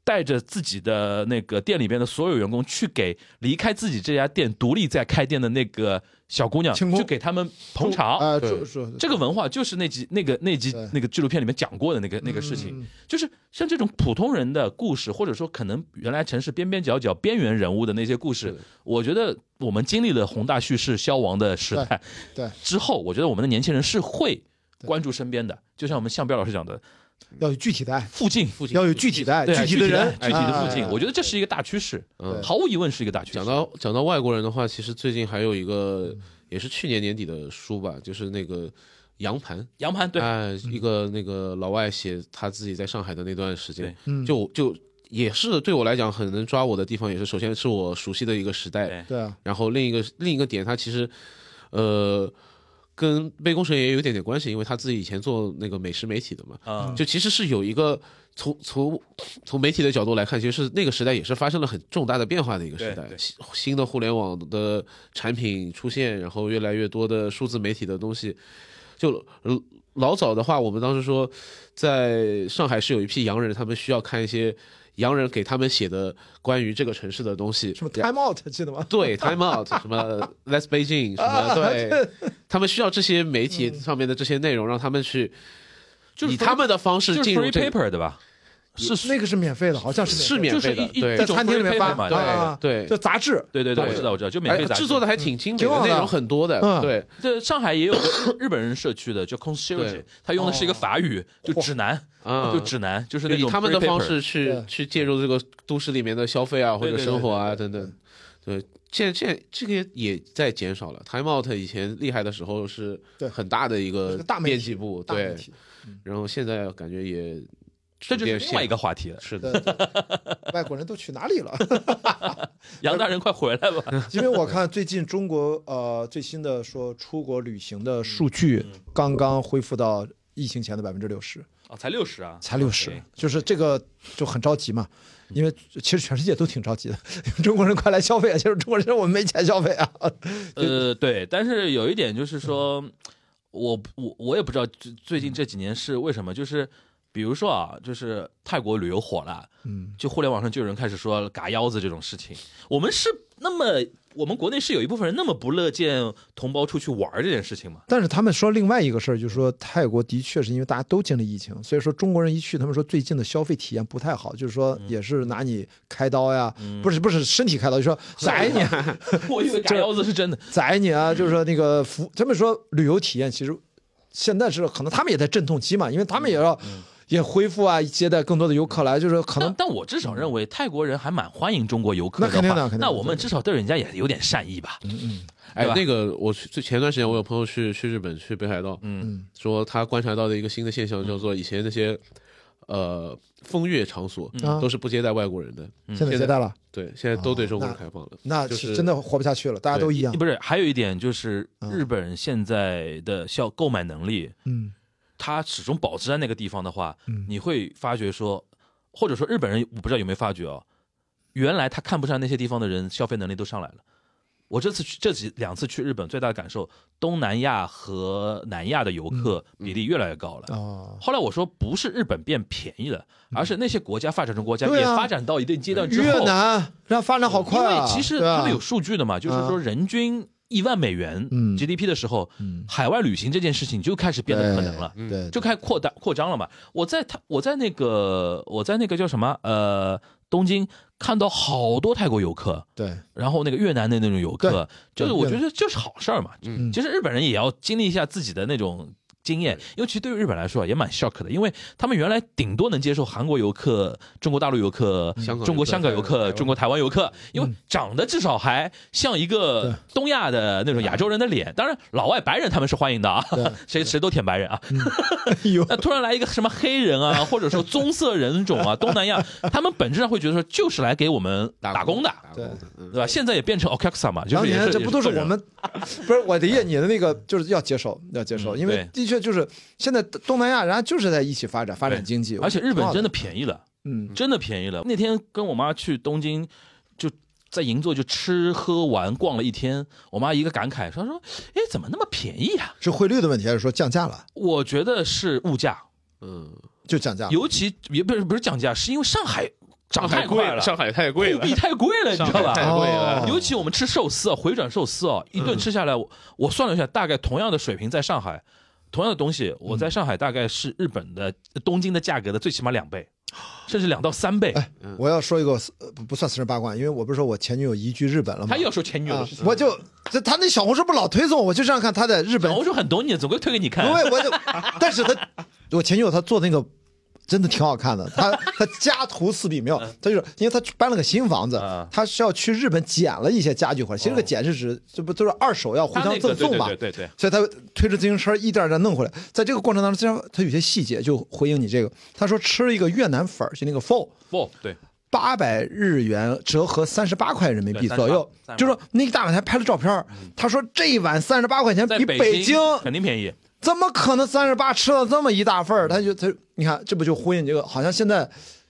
Speaker 2: 带着自己的那个店里边的所有员工去给离开自己这家店独立在开店的那个小姑娘，
Speaker 3: 庆功
Speaker 2: 去给他们捧场，
Speaker 3: 啊，
Speaker 4: 对
Speaker 3: 就就
Speaker 2: 这个文化就是那集那个那集
Speaker 3: 对嗯
Speaker 2: 那个纪录片里面讲过的那个那个事情，就是像这种普通人的故事，或者说可能原来城市边边角角边缘人物的那些故事，我觉得我们经历了宏大叙事消亡的时代
Speaker 3: 对对
Speaker 2: 之后，我觉得我们的年轻人是会关注身边的，就像我们向彪老师讲的，
Speaker 3: 要有具体的，
Speaker 2: 附近附
Speaker 3: 要有具体的
Speaker 2: 对
Speaker 3: 体哎的人，
Speaker 2: 具体的附
Speaker 3: 哎
Speaker 2: 近，我觉得这是一个大趋势，
Speaker 4: 嗯
Speaker 2: 毫无疑问是一个大趋势。
Speaker 4: 讲到讲到外国人的话，其实最近还有一个也是去年年底的书吧，就是那个《杨盘》。
Speaker 2: 杨盘，对，嗯
Speaker 4: 哎，一个那个老外写他自己在上海的那段时间
Speaker 2: 对，
Speaker 4: 就就也是对我来讲很能抓我的地方，也是首先是我熟悉的一个时代
Speaker 2: 对，
Speaker 3: 对啊，
Speaker 4: 然后另一个另一个点，他其实呃跟杯弓蛇也有一点点关系，因为他自己以前做那个美食媒体的嘛，
Speaker 2: 嗯，
Speaker 4: 就其实是有一个从从从媒体的角度来看，其实是那个时代也是发生了很重大的变化的一个时代
Speaker 2: 对对，
Speaker 4: 新新的互联网的产品出现，然后越来越多的数字媒体的东西，就呃老早的话，我们当时说，在上海是有一批洋人，他们需要看一些洋人给他们写的关于这个城市的东西，
Speaker 3: 什么 time out 记得吗？
Speaker 4: 对 Time Out 什么 Let's Beijing 什
Speaker 3: 啊
Speaker 4: 么， 对，他们需要这些媒体上面的这些内容，让他们去。
Speaker 2: 就是
Speaker 4: 以他们的方式
Speaker 2: 就是
Speaker 4: 进入
Speaker 2: free
Speaker 4: 这个
Speaker 2: paper 对吧？是
Speaker 3: 那个是免费的，好像是
Speaker 4: 是
Speaker 3: 费
Speaker 4: 免费
Speaker 2: 就
Speaker 4: 的
Speaker 2: 是一，一
Speaker 4: 对
Speaker 3: 在
Speaker 2: 一种
Speaker 3: 餐厅里
Speaker 2: free
Speaker 3: 面
Speaker 2: paper
Speaker 3: 发
Speaker 2: 嘛
Speaker 4: 对
Speaker 3: 啊
Speaker 4: 对
Speaker 3: 就杂志，
Speaker 2: 对对对，
Speaker 4: 对
Speaker 2: 我知道我知道，就免
Speaker 4: 哎
Speaker 2: 费杂志
Speaker 4: 制作的还挺精美
Speaker 3: 挺好
Speaker 4: 的，
Speaker 3: 的
Speaker 4: 内容很多的
Speaker 3: 嗯，
Speaker 4: 对，
Speaker 2: 这上海也有个日 本人社区的叫 c o n s c i e r g e
Speaker 4: 对
Speaker 2: 他用的是一个法语，就指南，
Speaker 4: 啊
Speaker 2: 就指南，就是
Speaker 4: 就
Speaker 2: 那
Speaker 4: 以
Speaker 2: 种
Speaker 4: 他们的
Speaker 2: free paper
Speaker 4: 方式去
Speaker 3: 对
Speaker 4: 去介入这个都市里面的消费啊，或
Speaker 2: 对
Speaker 4: 者
Speaker 2: 对
Speaker 4: 生活啊
Speaker 3: 对
Speaker 4: 等等，对，现在现在这个也在减少了。Time Out 以前厉害的时候是
Speaker 3: 对
Speaker 4: 很大的一
Speaker 3: 是
Speaker 4: 个
Speaker 3: 个大媒体
Speaker 4: 编辑部，
Speaker 3: 大媒
Speaker 4: 对，
Speaker 3: 体
Speaker 4: 然后现在感觉也
Speaker 2: 这就是另外一个话题了。
Speaker 4: 是
Speaker 3: 对
Speaker 4: 的，
Speaker 3: 对外国人都去哪里了？
Speaker 2: 杨大人快回来 吧！
Speaker 3: 因为我看最近中国呃最新的说出国旅行的数据刚刚恢复到疫情前的百分之六十，
Speaker 2: 哦，才六十啊，
Speaker 3: 才六十，哦就是嗯这个就很着急嘛。因为其实全世界都挺着急的， 中国人快来消费啊！其实中国人我们没钱消费啊。
Speaker 2: 呃，对，但是有一点就是说，我我我也不知道最最近这几年是为什么，就是比如说啊，就是泰国旅游火了，
Speaker 3: 嗯，
Speaker 2: 就互联网上就有人开始说“嘎腰子”这种事情，我们是那么我们国内是有一部分人那么不乐见同胞出去玩儿这件事情嘛？
Speaker 3: 但是他们说另外一个事儿，就是说泰国的确是因为大家都经历疫情，所以说中国人一去，他们说最近的消费体验不太好，就是说也是拿你开刀呀，不是不是身体开刀，就说宰你啊，
Speaker 2: 我 以为炸腰子是真的，
Speaker 3: 宰你啊，就是说那个服，他们说旅游体验其实现在是可能他们也在阵痛期嘛，因为他们也要也恢复啊，接待更多的游客来，就是可
Speaker 2: 但
Speaker 3: 能
Speaker 2: 但我至少认为泰国人还蛮欢迎中国游客
Speaker 3: 那
Speaker 2: 的
Speaker 3: 肯定
Speaker 2: 话
Speaker 3: 的肯定的
Speaker 2: 那我们至少对人家也有点善意吧？
Speaker 4: 哎
Speaker 2: 对吧，
Speaker 4: 那个我去最前段时间我有朋友去去日本去北海道，嗯，说他观察到的一个新的现象叫做以前那些呃风月场所
Speaker 3: 啊
Speaker 4: 都是不接待外国人的，
Speaker 3: 嗯现在接待了，
Speaker 4: 对，现在都对中国人
Speaker 3: 那
Speaker 4: 开放了，
Speaker 3: 那
Speaker 4: 就是
Speaker 3: 是真的活不下去了，大家都一样，
Speaker 2: 不是，还有一点就是
Speaker 3: 嗯
Speaker 2: 日本现在的消购买能力，
Speaker 3: 嗯
Speaker 2: 它始终保持在那个地方的话，
Speaker 3: 嗯
Speaker 2: 你会发觉说，或者说日本人，我不知道有没有发觉哦，原来他看不上那些地方的人，消费能力都上来了。我这次去这几两次去日本，最大的感受，东南亚和南亚的游客
Speaker 3: 嗯
Speaker 2: 比例越来越高了。
Speaker 3: 哦，
Speaker 2: 后来我说，不是日本变便宜了，而是那些国家发展中国家
Speaker 3: 嗯对
Speaker 2: 也
Speaker 3: 啊
Speaker 2: 发展到一定阶段之后，
Speaker 3: 越南让发展好快
Speaker 2: 因
Speaker 3: 啊，
Speaker 2: 为其实
Speaker 3: 对吧
Speaker 2: 他们有数据的嘛，就是说人均一万美元
Speaker 3: 嗯
Speaker 2: GDP 的时候，海外旅行这件事情就开始变得可能了。
Speaker 3: 对，嗯对
Speaker 2: 就开始扩大扩张了嘛。我在他我在那个我在那个叫什么呃东京看到好多泰国游客，
Speaker 3: 对。
Speaker 2: 然后那个越南的那种游客，
Speaker 3: 对
Speaker 2: 就是我觉得这是好事儿嘛。
Speaker 3: 嗯
Speaker 2: 其实日本人也要经历一下自己的那种。经验，尤其对于日本来说啊也蛮 shock 的，因为他们原来顶多能接受韩国游客、中国大陆游客、
Speaker 4: 香港游客
Speaker 2: 中国香港游
Speaker 4: 台
Speaker 2: 客、
Speaker 4: 湾
Speaker 2: 中国台湾游客，因为长得至少还像一个东亚的那种亚洲人的脸。当然，老外白人他们是欢迎的啊
Speaker 3: 对，
Speaker 2: 谁谁都舔白人啊。
Speaker 3: 哎呦，
Speaker 2: 那突然来一个什么黑人啊，或者说棕色人种啊，东南亚，他们本质上会觉得说就是来给我们打工的，
Speaker 4: 打工的，嗯
Speaker 2: 对吧？现在也变成 Okaxa 嘛，就
Speaker 3: 当
Speaker 2: 是也
Speaker 3: 年
Speaker 2: 是
Speaker 3: 这不都是
Speaker 2: 也
Speaker 3: 我们，不是我理解你的 那个，就是要接受，要接受，
Speaker 2: 嗯
Speaker 3: 因为的确就是现在东南亚人家就是在一起发展，发展经济，
Speaker 2: 而且日本真的
Speaker 3: 的，
Speaker 2: 便宜了，
Speaker 3: 嗯，
Speaker 2: 真的便宜了。那天跟我妈去东京，就在银座就吃喝玩逛了一天，我妈一个感慨，她说：“哎，怎么那么便宜啊
Speaker 3: 是汇率的问题还是说降价了？”？
Speaker 2: 我觉得是物价，
Speaker 4: 嗯，
Speaker 3: 就降价，
Speaker 2: 尤其也不是不是降价，是因为上海涨
Speaker 4: 上海
Speaker 2: 太
Speaker 4: 贵
Speaker 2: 快了，
Speaker 4: 上海太贵
Speaker 2: 货
Speaker 4: 了，
Speaker 2: 币太贵了，你知道吧？
Speaker 4: 上海太贵了
Speaker 3: 哦，
Speaker 2: 尤其我们吃寿司啊，回转寿司啊，一顿
Speaker 3: 嗯
Speaker 2: 吃下来，我我算了一下，大概同样的水平在上海，同样的东西，我
Speaker 3: 嗯
Speaker 2: 在上海大概是日本的东京的价格的最起码两倍，甚至两到三倍。
Speaker 3: 我要说一个呃不不算私人八卦，因为我不是说我前女友移居日本了吗
Speaker 2: 他？又要说前女友
Speaker 3: 啊
Speaker 2: 的事情，
Speaker 3: 我就这他那小红书不老推送，我就这样看他在日本
Speaker 2: 小红书很懂你，总归推给你看
Speaker 3: 因。为我就，但是他我前女友她做那个真的挺好看的，她她家徒四壁没有，
Speaker 2: 嗯
Speaker 3: 她就是因为她搬了个新房子
Speaker 2: 啊，
Speaker 3: 她是要去日本捡了一些家具回来，其实这个捡是指这不都是二手要互
Speaker 2: 哦他那
Speaker 3: 相
Speaker 2: 个
Speaker 3: 赠送嘛，
Speaker 2: 对对对对
Speaker 3: 所以他推着自行车一点儿点儿弄回来。在这个过程当中，虽然他有些细节就回应你这个，他说吃一个越南粉儿，就那个 pho，
Speaker 2: 不对，
Speaker 3: 八百日元折合三十八块人民币
Speaker 2: 对
Speaker 3: 左右
Speaker 2: 38，
Speaker 3: 就说那个大碗台拍了照片儿，
Speaker 2: 嗯
Speaker 3: 他说这一碗三十八块钱
Speaker 2: 在
Speaker 3: 比
Speaker 2: 北
Speaker 3: 北京
Speaker 2: 肯定便宜。
Speaker 3: 怎么可能三十八吃了这么一大份儿？他就他，你看这不就呼应这个？好像现在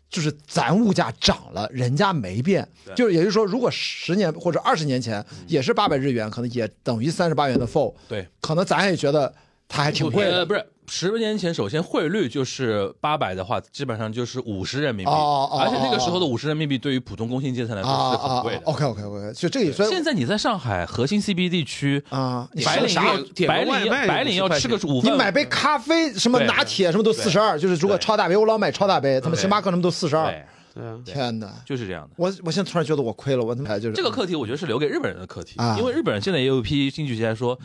Speaker 3: 就是咱物价涨了，人家没变。就是也就是说，如果十年或者二十年前也是八百日元，可能也等于三十八元的 f
Speaker 2: 嗯对，
Speaker 3: 可能咱也觉得它还挺贵
Speaker 2: 呃，
Speaker 3: 的。
Speaker 2: 不是。十年前，首先汇率就是八百的话，基本上就是五十人民币，
Speaker 3: 哦哦哦
Speaker 2: 而且那个时候的五十人民币对于普通工薪阶层来
Speaker 3: 啊
Speaker 2: 说是
Speaker 3: 啊
Speaker 2: 很贵的。
Speaker 3: ，OK OK OK，就这也算
Speaker 2: 现在你在上海核心 CBD 区
Speaker 3: 啊你
Speaker 2: 白
Speaker 3: 说
Speaker 2: 领
Speaker 4: 啥
Speaker 2: 要
Speaker 4: 点个
Speaker 2: 白
Speaker 4: 外
Speaker 2: 领
Speaker 4: 卖
Speaker 2: 要
Speaker 4: 就
Speaker 2: 白领要
Speaker 4: 50
Speaker 2: 吃个午
Speaker 3: 你
Speaker 2: 饭，
Speaker 3: 买杯咖啡，什么
Speaker 2: 对
Speaker 3: 拿铁什么都四十二，就是如果超大杯，我老买超大杯，他们星巴克什么都四十二
Speaker 2: 对。，
Speaker 4: 对啊，
Speaker 3: 天哪！
Speaker 2: 就是这样的。
Speaker 3: 我我现在突然觉得我亏了，我他妈就是
Speaker 2: 这个课题我觉得是留给日本人的课题
Speaker 3: 嗯啊，
Speaker 2: 因为日本人现在也有一批经济学家说，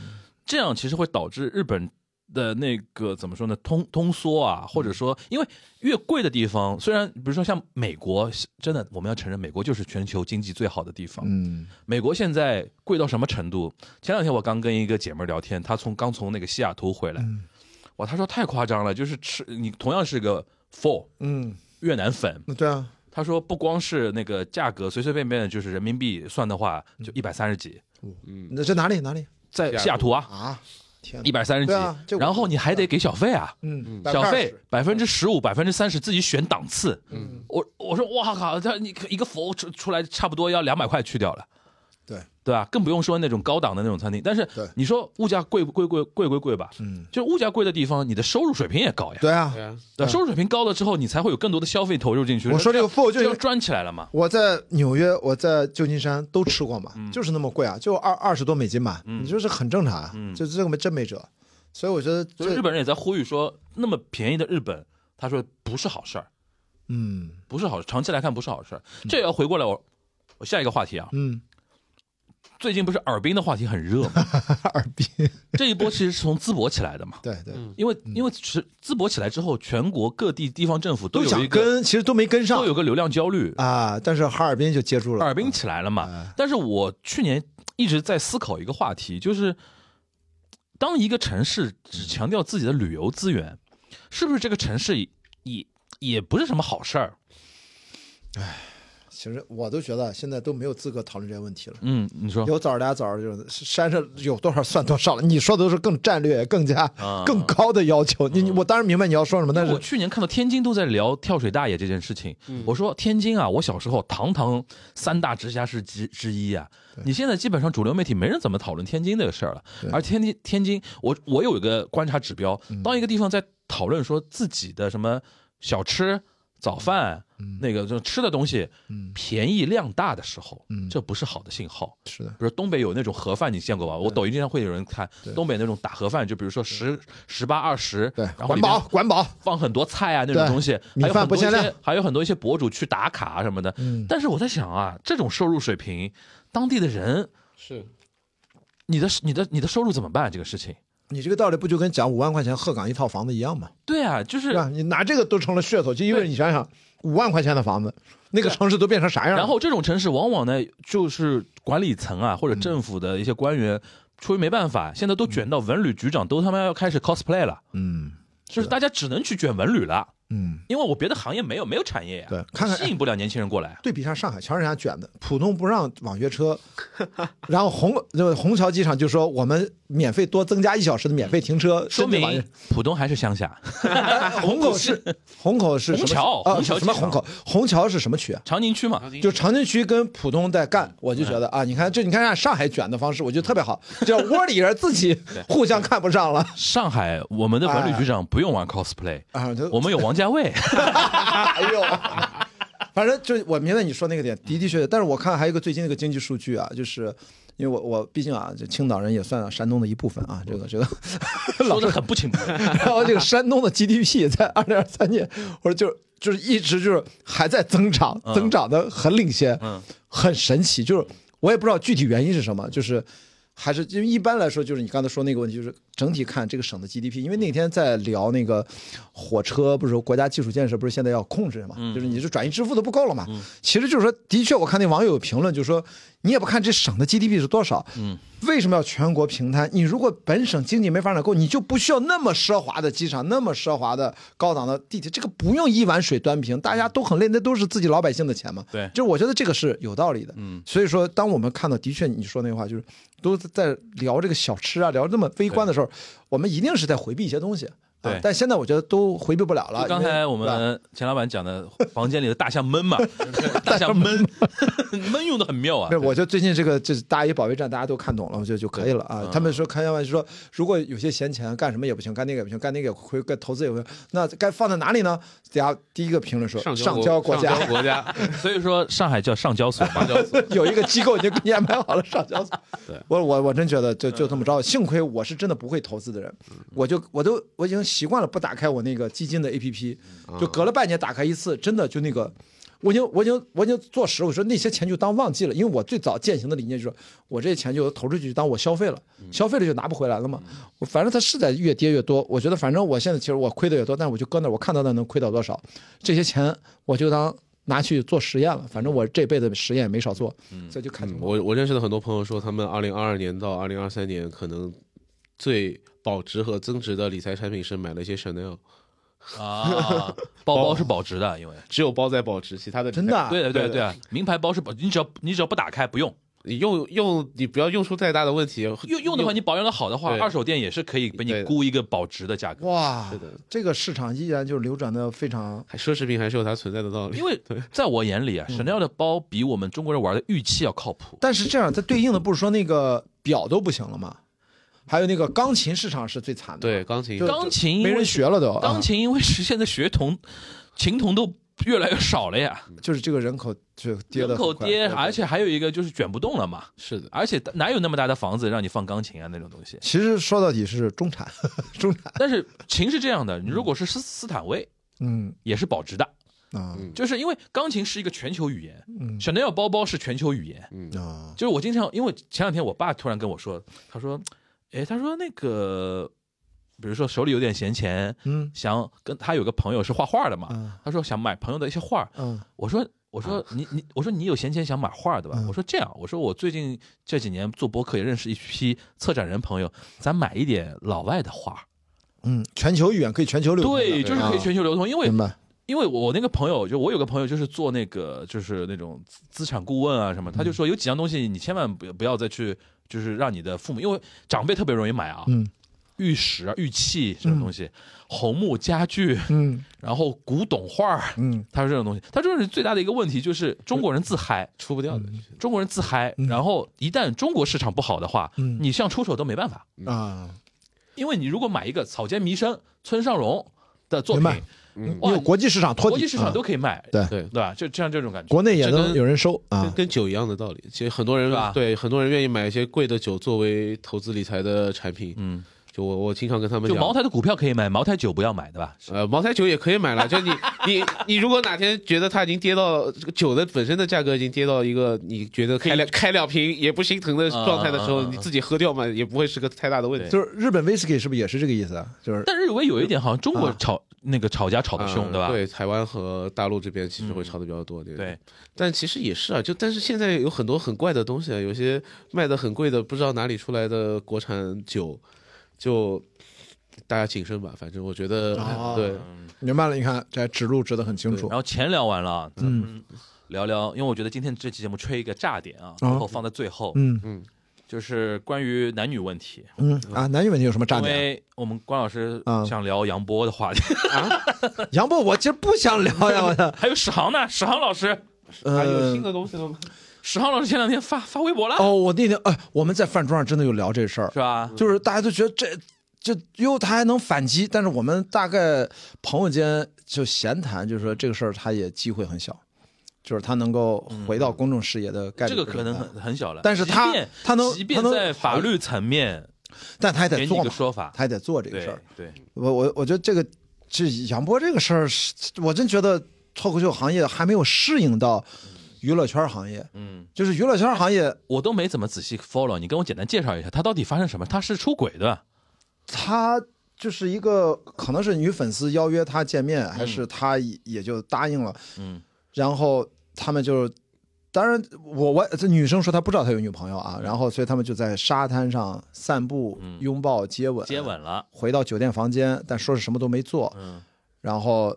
Speaker 2: 这样其实会导致日本。的那个怎么说呢？通通缩啊，或
Speaker 3: 嗯
Speaker 2: 者说，因为越贵的地方，虽然比如说像美国，真的我们要承认，美国就是全球经济最好的地方。
Speaker 3: 嗯
Speaker 2: 美国现在贵到什么程度？前两天我刚跟一个姐妹聊天，她从刚从那个西雅图回来，
Speaker 3: 嗯
Speaker 2: 哇，她说太夸张了，就是吃你同样是个 four
Speaker 3: 嗯，
Speaker 2: 越南粉，
Speaker 3: 那对啊，
Speaker 2: 她说不光是那个价格，随随便便就是人民币算的话，
Speaker 3: 嗯
Speaker 2: 就一百三十几，嗯
Speaker 3: 那这哪里哪里？
Speaker 2: 在
Speaker 4: 西雅图
Speaker 2: 西雅图啊，
Speaker 3: 啊，天哪
Speaker 2: 一百三十几
Speaker 3: 对啊这，我
Speaker 2: 然后你还得给小费啊。
Speaker 3: 嗯，
Speaker 2: 小费
Speaker 3: 20%
Speaker 2: 百分之十五、百分之三十，自己选档次。嗯，我我说哇靠，他你一个佛出出来差不多要两百块去掉了，
Speaker 3: 对
Speaker 2: 对吧？更不用说那种高档的那种餐厅。但是
Speaker 3: 对
Speaker 2: 你说物价贵不贵贵贵归贵吧，
Speaker 3: 嗯，
Speaker 2: 就是物价贵的地方，你的收入水平也高呀。
Speaker 3: 对啊
Speaker 4: 对，啊，
Speaker 2: 对，收入水平高了之后，你才会有更多的消费投入进去。
Speaker 3: 我说这个 f o
Speaker 2: 这
Speaker 3: 就
Speaker 2: 样
Speaker 3: 是
Speaker 2: 赚起来了嘛？
Speaker 3: 我在纽约，我在旧金山都吃过嘛，
Speaker 2: 嗯
Speaker 3: 就是那么贵啊，就二二十多美金嘛，你就是很正常啊，就这个没真没辙。所以我觉得
Speaker 2: 所以嗯
Speaker 3: 这
Speaker 2: 日本人也在呼吁说，那么便宜的日本，他说不是好事儿，
Speaker 3: 嗯
Speaker 2: 不是好，长期来看不是好事儿。这也要回过来我，我下一个话题啊，
Speaker 3: 嗯，
Speaker 2: 最近不是耳滨的话题很热嘛？
Speaker 3: 哈尔滨，
Speaker 2: 这一波其实是从淄博起来的嘛，
Speaker 3: 对对，
Speaker 2: 因为因为是淄博起来之后，全国各地地方政府都
Speaker 3: 都
Speaker 2: 有一个
Speaker 3: 想跟，其实都没跟上
Speaker 2: 都有个流量焦虑，
Speaker 3: 啊，但是哈尔滨就接住了，
Speaker 2: 耳滨起来了嘛
Speaker 3: 哎。
Speaker 2: 但是我去年一直在思考一个话题，就是当一个城市
Speaker 3: 嗯
Speaker 2: 只强调自己的旅游资源，是不是这个城市也也也不是什么好事儿？
Speaker 3: 其实我都觉得现在都没有资格讨论这些问题了。
Speaker 2: 嗯，你说
Speaker 3: 有枣儿俩枣儿，就是山上有多少算多少了。你说的都是更战略、更加、
Speaker 2: 啊嗯
Speaker 3: 更高的要求。你你我当然明白你要说什么，但
Speaker 2: 我
Speaker 3: 是嗯
Speaker 2: 去年看到天津都在聊跳水大爷这件事情，我说天津啊，我小时候堂堂三大直辖市之之一啊，你现在基本上主流媒体没人怎么讨论天津这个事儿了。而天津天津，我我有一个观察指标，
Speaker 3: 嗯
Speaker 2: 当一个地方在讨论说自己的什么小吃、早饭，
Speaker 3: 嗯
Speaker 2: 那个就吃的东西便宜量大的时候，
Speaker 3: 嗯
Speaker 2: 这不是好的信号。
Speaker 3: 是的，
Speaker 2: 比如东北有那种盒饭，你见过吧？我抖音上会有人看东北那种打盒饭，就比如说十十八二十，
Speaker 3: 对，
Speaker 2: 然后
Speaker 3: 管
Speaker 2: 里面
Speaker 3: 饱管饱，
Speaker 2: 放很多菜啊那种
Speaker 3: 对
Speaker 2: 东西，
Speaker 3: 米
Speaker 2: 还有
Speaker 3: 饭
Speaker 2: 很
Speaker 3: 不
Speaker 2: 多一
Speaker 3: 限量
Speaker 2: 些，还有很多一些博主去打卡啊什么的。
Speaker 3: 嗯
Speaker 2: 但是我在想啊，这种收入水平，当地的人，
Speaker 4: 是
Speaker 2: 你的你的你的收入怎么办？这个事情，
Speaker 3: 你这个道理不就跟讲五万块钱鹤岗一套房子一样吗？
Speaker 2: 对啊，就是
Speaker 3: 是吧？你拿这个都成了噱头，就因为你想想，五万块钱的房子，那个城市都变成啥样了？
Speaker 2: 然后这种城市往往呢，就是管理层啊或者政府的一些官员，出于没办法，现在都卷到文旅局长都他妈要开始 cosplay 了，
Speaker 3: 嗯
Speaker 2: 就是大家只能去卷文旅了，
Speaker 3: 嗯，
Speaker 2: 因为我别的行业没有没有产业呀，
Speaker 3: 对看看
Speaker 2: 吸引不了年轻人过 来。
Speaker 3: 对比一下上海，瞧人家卷的，浦东不让网约车，然后虹就虹桥机场就说我们免费多增加一小时的免费停车，
Speaker 2: 说
Speaker 3: 针对网约
Speaker 2: 明浦东还是乡下，
Speaker 3: 虹口是虹口是什
Speaker 2: 虹
Speaker 3: 么
Speaker 2: 桥
Speaker 3: 啊？
Speaker 2: 虹桥
Speaker 3: 什么
Speaker 2: 机场
Speaker 3: 虹口？虹桥是什么区啊？
Speaker 2: 长宁区嘛，
Speaker 3: 就长宁区跟浦东在干，我就觉得啊，你看这，你看让上海卷的方式，我觉得特别好，叫窝里人自己 互相看不上了
Speaker 2: 上海，我们的文旅局长不用玩 cosplay，、
Speaker 3: 啊，就
Speaker 2: 我们有王家 卫。
Speaker 3: 哎呦，反正就我明白你说那个点，的的确确。但是我看还有一个最近那个经济数据啊，就是因为我我毕竟啊，这青岛人也算山东的一部分啊，这个这个，
Speaker 2: 说的很不 清楚。
Speaker 3: 然后这个山东的 GDP 在二零二三年，或者就是就是一直就是还在增长，增长的很领先，
Speaker 2: 嗯
Speaker 3: 很神奇。就是我也不知道具体原因是什么，就是。还是因为一般来说，就是你刚才说那个问题，就是整体看这个省的 GDP。因为那天在聊那个火车，不是国家基础建设，不是现在要控制嘛，就是你这转移支付都不够了嘛。其实就是说，的确，我看那网友有评论，就说你也不看这省的 GDP 是多少，嗯，为什么要全国平摊？你如果本省经济没发展够，你就不需要那么奢华的机场，那么奢华的高档的地铁，这个不用一碗水端平，大家都很累，那都是自己老百姓的钱嘛。
Speaker 2: 对
Speaker 3: 就我觉得这个是有道理的。嗯，所以说，当我们看到的确你说那话，就是都在聊这个小吃啊，聊这么微观的时候，我们一定是在回避一些东西。啊
Speaker 2: 对
Speaker 3: 但现在我觉得都回避不了了。
Speaker 2: 刚
Speaker 3: 因为
Speaker 2: 才我
Speaker 3: 对吧
Speaker 2: 们钱老板讲的，房间里的大象闷嘛， 大象闷， 闷用的很妙啊
Speaker 3: 不是，。我觉得最近这个这大一保卫战大家都看懂了，我觉得就可以了啊。他们说开玩笑说，如果有些闲钱干什么也不行，干那个也不行，干那个也亏，干投资也不行，那该放在哪里呢？大家第一个评论说
Speaker 4: 上
Speaker 3: 上
Speaker 4: 交
Speaker 3: 交国家
Speaker 4: 上交，国家，
Speaker 2: 所以说上海叫上交所嘛，
Speaker 3: 有一个机构已经给你安排好了上交所。我我我真觉得就
Speaker 4: 嗯
Speaker 3: 就这么着，幸亏我是真的不会投资的人，我就我都我已经习惯了不打开我那个基金的 A P P，就
Speaker 4: 嗯
Speaker 3: 隔了半年打开一次，真的就那个。我已经，我已经，我已经坐实了。我说那些钱就当忘记了，因为我最早践行的理念就是，我这些钱就投出去当我消费了，
Speaker 4: 嗯
Speaker 3: 消费了就拿不回来了嘛。我反正它是在越跌越多，我觉得反正我现在其实我亏的越多，但我就搁那儿，我看到那能亏到多少，这些钱我就当拿去做实验了。反正我这辈子实验也没少做，所以就看
Speaker 4: 嗯
Speaker 3: 怎么。
Speaker 4: 我我认识的很多朋友说，他们二零二二年到二零二三年可能最保值和增值的理财产品是买了一些 Chanel，
Speaker 2: 啊，包包是保值的，因为
Speaker 4: 只有包在保值，其他的理财
Speaker 3: 真的啊
Speaker 2: 对的对的
Speaker 4: 对
Speaker 2: 对的，名牌包是保，你只要你只要不打开不用，
Speaker 4: 你用用你不要用出太大的问题，
Speaker 2: 用用的话，你保养的好的话，
Speaker 4: 对
Speaker 2: 二手店也是可以给你
Speaker 4: 对
Speaker 2: 估一个保值的价格。
Speaker 3: 哇
Speaker 4: 是的，
Speaker 3: 这个市场依然就流转的非常
Speaker 4: 还奢侈品还是有它存在的道理。
Speaker 2: 因为在我眼里啊，Chanel 的包比我们中国人玩的玉器要靠谱。
Speaker 3: 但是这样，它对应的不是说那个表都不行了吗？还有那个钢琴市场是最惨的，
Speaker 4: 对，钢琴
Speaker 3: 就
Speaker 2: 钢琴因
Speaker 3: 没
Speaker 2: 为
Speaker 3: 人学了都。啊
Speaker 2: 钢琴因为是现在学 童、琴童都越来越少了呀，
Speaker 3: 啊就是这个人口就跌的
Speaker 2: 人口跌，而且还有一个就是卷不动了嘛。
Speaker 4: 是的，
Speaker 2: 而且哪有那么大的房子让你放钢琴啊那种东西？
Speaker 3: 其实说到底是中产， 中产，
Speaker 2: 但是琴是这样的，你如果是斯斯坦威
Speaker 3: 嗯
Speaker 2: 也是保值的，
Speaker 3: 啊
Speaker 4: 嗯
Speaker 2: 就是因为钢琴是一个全球语言
Speaker 3: 嗯
Speaker 2: ，Chanel 包包是全球语言，
Speaker 3: 啊，
Speaker 2: 就是我经常，因为前两天我爸突然跟我说，他说，哎，他说那个，比如说手里有点闲钱，
Speaker 3: 嗯
Speaker 2: 想跟他有个朋友是画画的嘛，
Speaker 3: 嗯
Speaker 2: 他说想买朋友的一些画儿，
Speaker 3: 嗯
Speaker 2: 我说。我说你你我说你有闲钱想买画儿对吧？
Speaker 3: 啊嗯
Speaker 2: 我说这样，我说我最近这几年做博客也认识一批策展人朋友，咱买一点老外的画儿，
Speaker 3: 嗯，全球语言可以全球流通的，啊
Speaker 2: 对，啊就是可以全球流通，因为
Speaker 3: 明白？
Speaker 2: 因为我那个朋友，就我有个朋友，就是做那个就是那种资资产顾问啊什么，他就
Speaker 3: 嗯
Speaker 2: 说有几样东西你千万不不要再去，就是让你的父母，因为长辈特别容易买啊，
Speaker 3: 嗯
Speaker 2: 玉石啊、玉器这种东西，红木家具，
Speaker 3: 嗯
Speaker 2: 然后古董画儿，
Speaker 3: 嗯
Speaker 2: 他说这种东西，他说是最大的一个问题就是中国人自嗨，
Speaker 4: 出不掉的。
Speaker 2: 中国人自嗨，然后一旦中国市场不好的话，
Speaker 3: 嗯
Speaker 2: 你想出手都没办法，
Speaker 3: 啊，
Speaker 2: 因为你如果买一个草间弥生、村上隆的作
Speaker 3: 明
Speaker 2: 品
Speaker 3: 白，
Speaker 4: 嗯
Speaker 2: 哇
Speaker 3: 有国际市场托底，
Speaker 2: 国际市嗯场
Speaker 3: 啊
Speaker 2: 都可以卖，
Speaker 3: 对
Speaker 4: 对，
Speaker 2: 对吧？就像这种感觉。
Speaker 3: 国内也
Speaker 4: 这
Speaker 3: 能
Speaker 4: 跟
Speaker 3: 有人收
Speaker 4: 跟
Speaker 3: 啊，
Speaker 4: 跟酒一样的道理，其实很多人
Speaker 2: 是吧
Speaker 4: 对很多人愿意买一些贵的酒作为投资理财的产品。
Speaker 2: 嗯，
Speaker 4: 就我我经常跟他们
Speaker 2: 就
Speaker 4: 讲，
Speaker 2: 茅台的股票可以买，茅台酒不要买，对吧？
Speaker 4: 呃，茅台酒也可以买 了。就你你你如果哪天觉得它已经跌到这个酒的本身的价格已经跌到一个你觉得开两开两瓶也不心疼的状态的时候，
Speaker 2: 嗯嗯嗯嗯
Speaker 4: 你自己喝掉嘛，也不会是个太大的问题。
Speaker 3: 就是日本 whisky 是不是也是这个意思啊？就是
Speaker 2: 但日维有一点，好像中国
Speaker 3: 啊
Speaker 2: 吵那个吵架吵得凶，
Speaker 4: 嗯
Speaker 2: 啊对吧？嗯
Speaker 4: 对，台湾和大陆这边其实会炒的比较多。对
Speaker 2: 对，
Speaker 4: 但其实也是啊，就但是现在有很多很怪的东西啊，有些卖的很贵的，不知道哪里出来的国产酒，就大家谨慎吧。反正我觉得，
Speaker 3: 哦
Speaker 4: 对，
Speaker 2: 嗯
Speaker 3: 明白了，你看这指路指的很清楚
Speaker 2: 然，后钱聊完了，咱们聊聊，因为我觉得今天这期节目缺一个炸点啊，最后放在最后，
Speaker 3: 嗯
Speaker 2: 就是关于男女问题，
Speaker 3: 嗯啊，男女问题有什么炸
Speaker 2: 因
Speaker 3: 点啊？
Speaker 2: 为我们关老师
Speaker 3: 嗯
Speaker 2: 想聊杨波的话题，
Speaker 3: 杨波，我其实不想聊呀，我的，
Speaker 2: 还有史航呢，史航老师，
Speaker 4: 还有
Speaker 3: 呃
Speaker 4: 新，的东西了吗？
Speaker 2: 史航老师前两天发发微博了，
Speaker 3: 哦，我那天，哎，我们在饭桌上真的有聊这事儿
Speaker 2: 是，啊吧？
Speaker 3: 就是大家都觉得这这哟，他还能反击，但是我们大概朋友间就闲谈，就是说这个事儿他也机会很小，就是他能够回到公众视野的概率
Speaker 2: 嗯这个可能
Speaker 3: 很
Speaker 2: 很
Speaker 3: 大，
Speaker 2: 很小了，
Speaker 3: 但是他
Speaker 2: 即便
Speaker 3: 他能
Speaker 2: 即便
Speaker 3: 他能
Speaker 2: 在法律层面
Speaker 3: 但他也
Speaker 2: 给你
Speaker 3: 得
Speaker 2: 一
Speaker 3: 做
Speaker 2: 个
Speaker 3: 嘛，
Speaker 2: 说法，
Speaker 3: 他也得做这个事
Speaker 2: 对
Speaker 3: 儿。
Speaker 2: 对，
Speaker 3: 我我我觉得这个这杨波这个事儿是，我真觉得脱口秀行业还没有适应到娱乐圈行业，
Speaker 2: 嗯。
Speaker 3: 就是娱乐圈行业
Speaker 2: 我都没怎么仔细 follow，你跟我简单介绍一下，他到底发生什么？他是出轨的，
Speaker 3: 他就是一个可能是女粉丝邀约他见面，还是他也就答应了。
Speaker 2: 嗯，
Speaker 3: 然后他们就，当然我我这女生说她不知道她有女朋友
Speaker 2: 嗯
Speaker 3: 啊，然后所以他们就在沙滩上散步、拥抱、接吻、
Speaker 2: 接吻，了，
Speaker 3: 回到酒店房间，但说是什么都没做。
Speaker 2: 嗯，
Speaker 3: 然后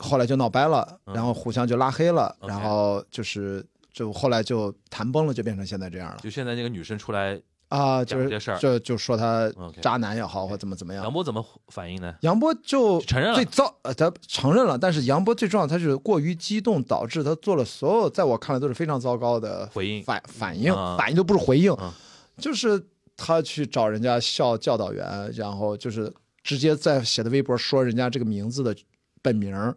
Speaker 3: 后来就闹掰了，然后互相就拉黑了，
Speaker 2: OK
Speaker 3: 然后就是就后来就谈崩了，就变成现在这样了
Speaker 2: 就现在那个女生出来，
Speaker 3: 啊，就
Speaker 2: 讲这事
Speaker 3: 是
Speaker 2: 儿
Speaker 3: 就就说他
Speaker 2: OK
Speaker 3: 渣男也好或怎么怎么样
Speaker 2: 杨。波怎么反应呢？
Speaker 3: 杨波就
Speaker 2: 承认了
Speaker 3: 最糟，呃，他承认了，但是杨波最重要，他是过于激动，导致他做了所有在我看来都是非常糟糕的
Speaker 2: 回应
Speaker 3: 反反应，
Speaker 2: 啊
Speaker 3: 反应都不是回应，
Speaker 2: 啊
Speaker 3: 就是他去找人家校教导员，然后就是直接在写的微博说人家这个名字的本名儿，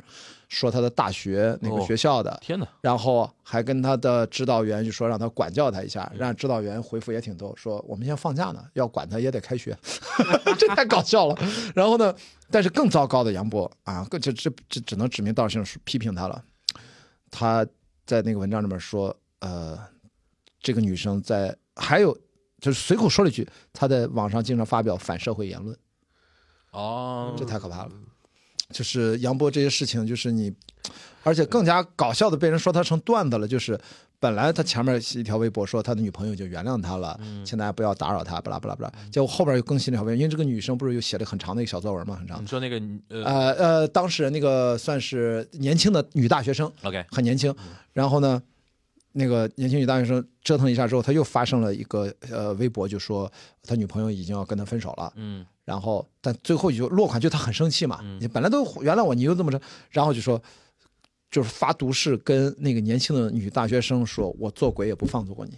Speaker 3: 说他的大学哪个
Speaker 2: 哦
Speaker 3: 学校的，
Speaker 2: 天哪，
Speaker 3: 然后还跟他的指导员就说让他管教他一下，让指导员回复也挺逗，说我们现在放假呢，要管他也得开学， 这太搞笑了。然后呢，但是更糟糕的杨波啊，更这这这只能指名道姓说批评他了。他在那个文章里面说，呃，这个女生在还有就是随口说了一句，她在网上经常发表反社会言论，
Speaker 2: 哦
Speaker 3: 这，太可怕了。就是杨波这些事情，就是你，而且更加搞笑的被人说他成段子了。就是本来他前面一条微博说他的女朋友就原谅他了，请大家不要打扰他，巴拉巴拉巴拉。结果后边又更新了一条微博，因为这个女生不是有写了很长的一个小作文嘛，很长
Speaker 2: 你。说那个呃
Speaker 3: 呃呃，当时那个算是年轻的女大学生，
Speaker 2: ，OK，
Speaker 3: 很年轻，然后呢，那个年轻女大学生折腾一下之后，他又发生了一个呃微博，就说他女朋友已经要跟他分手了。
Speaker 2: 嗯，
Speaker 3: 然后但最后就落款，就他很生气嘛，你本来都原谅我，你又这么着，然后就说就是发毒誓跟那个年轻的女大学生说，我做鬼也不放过你。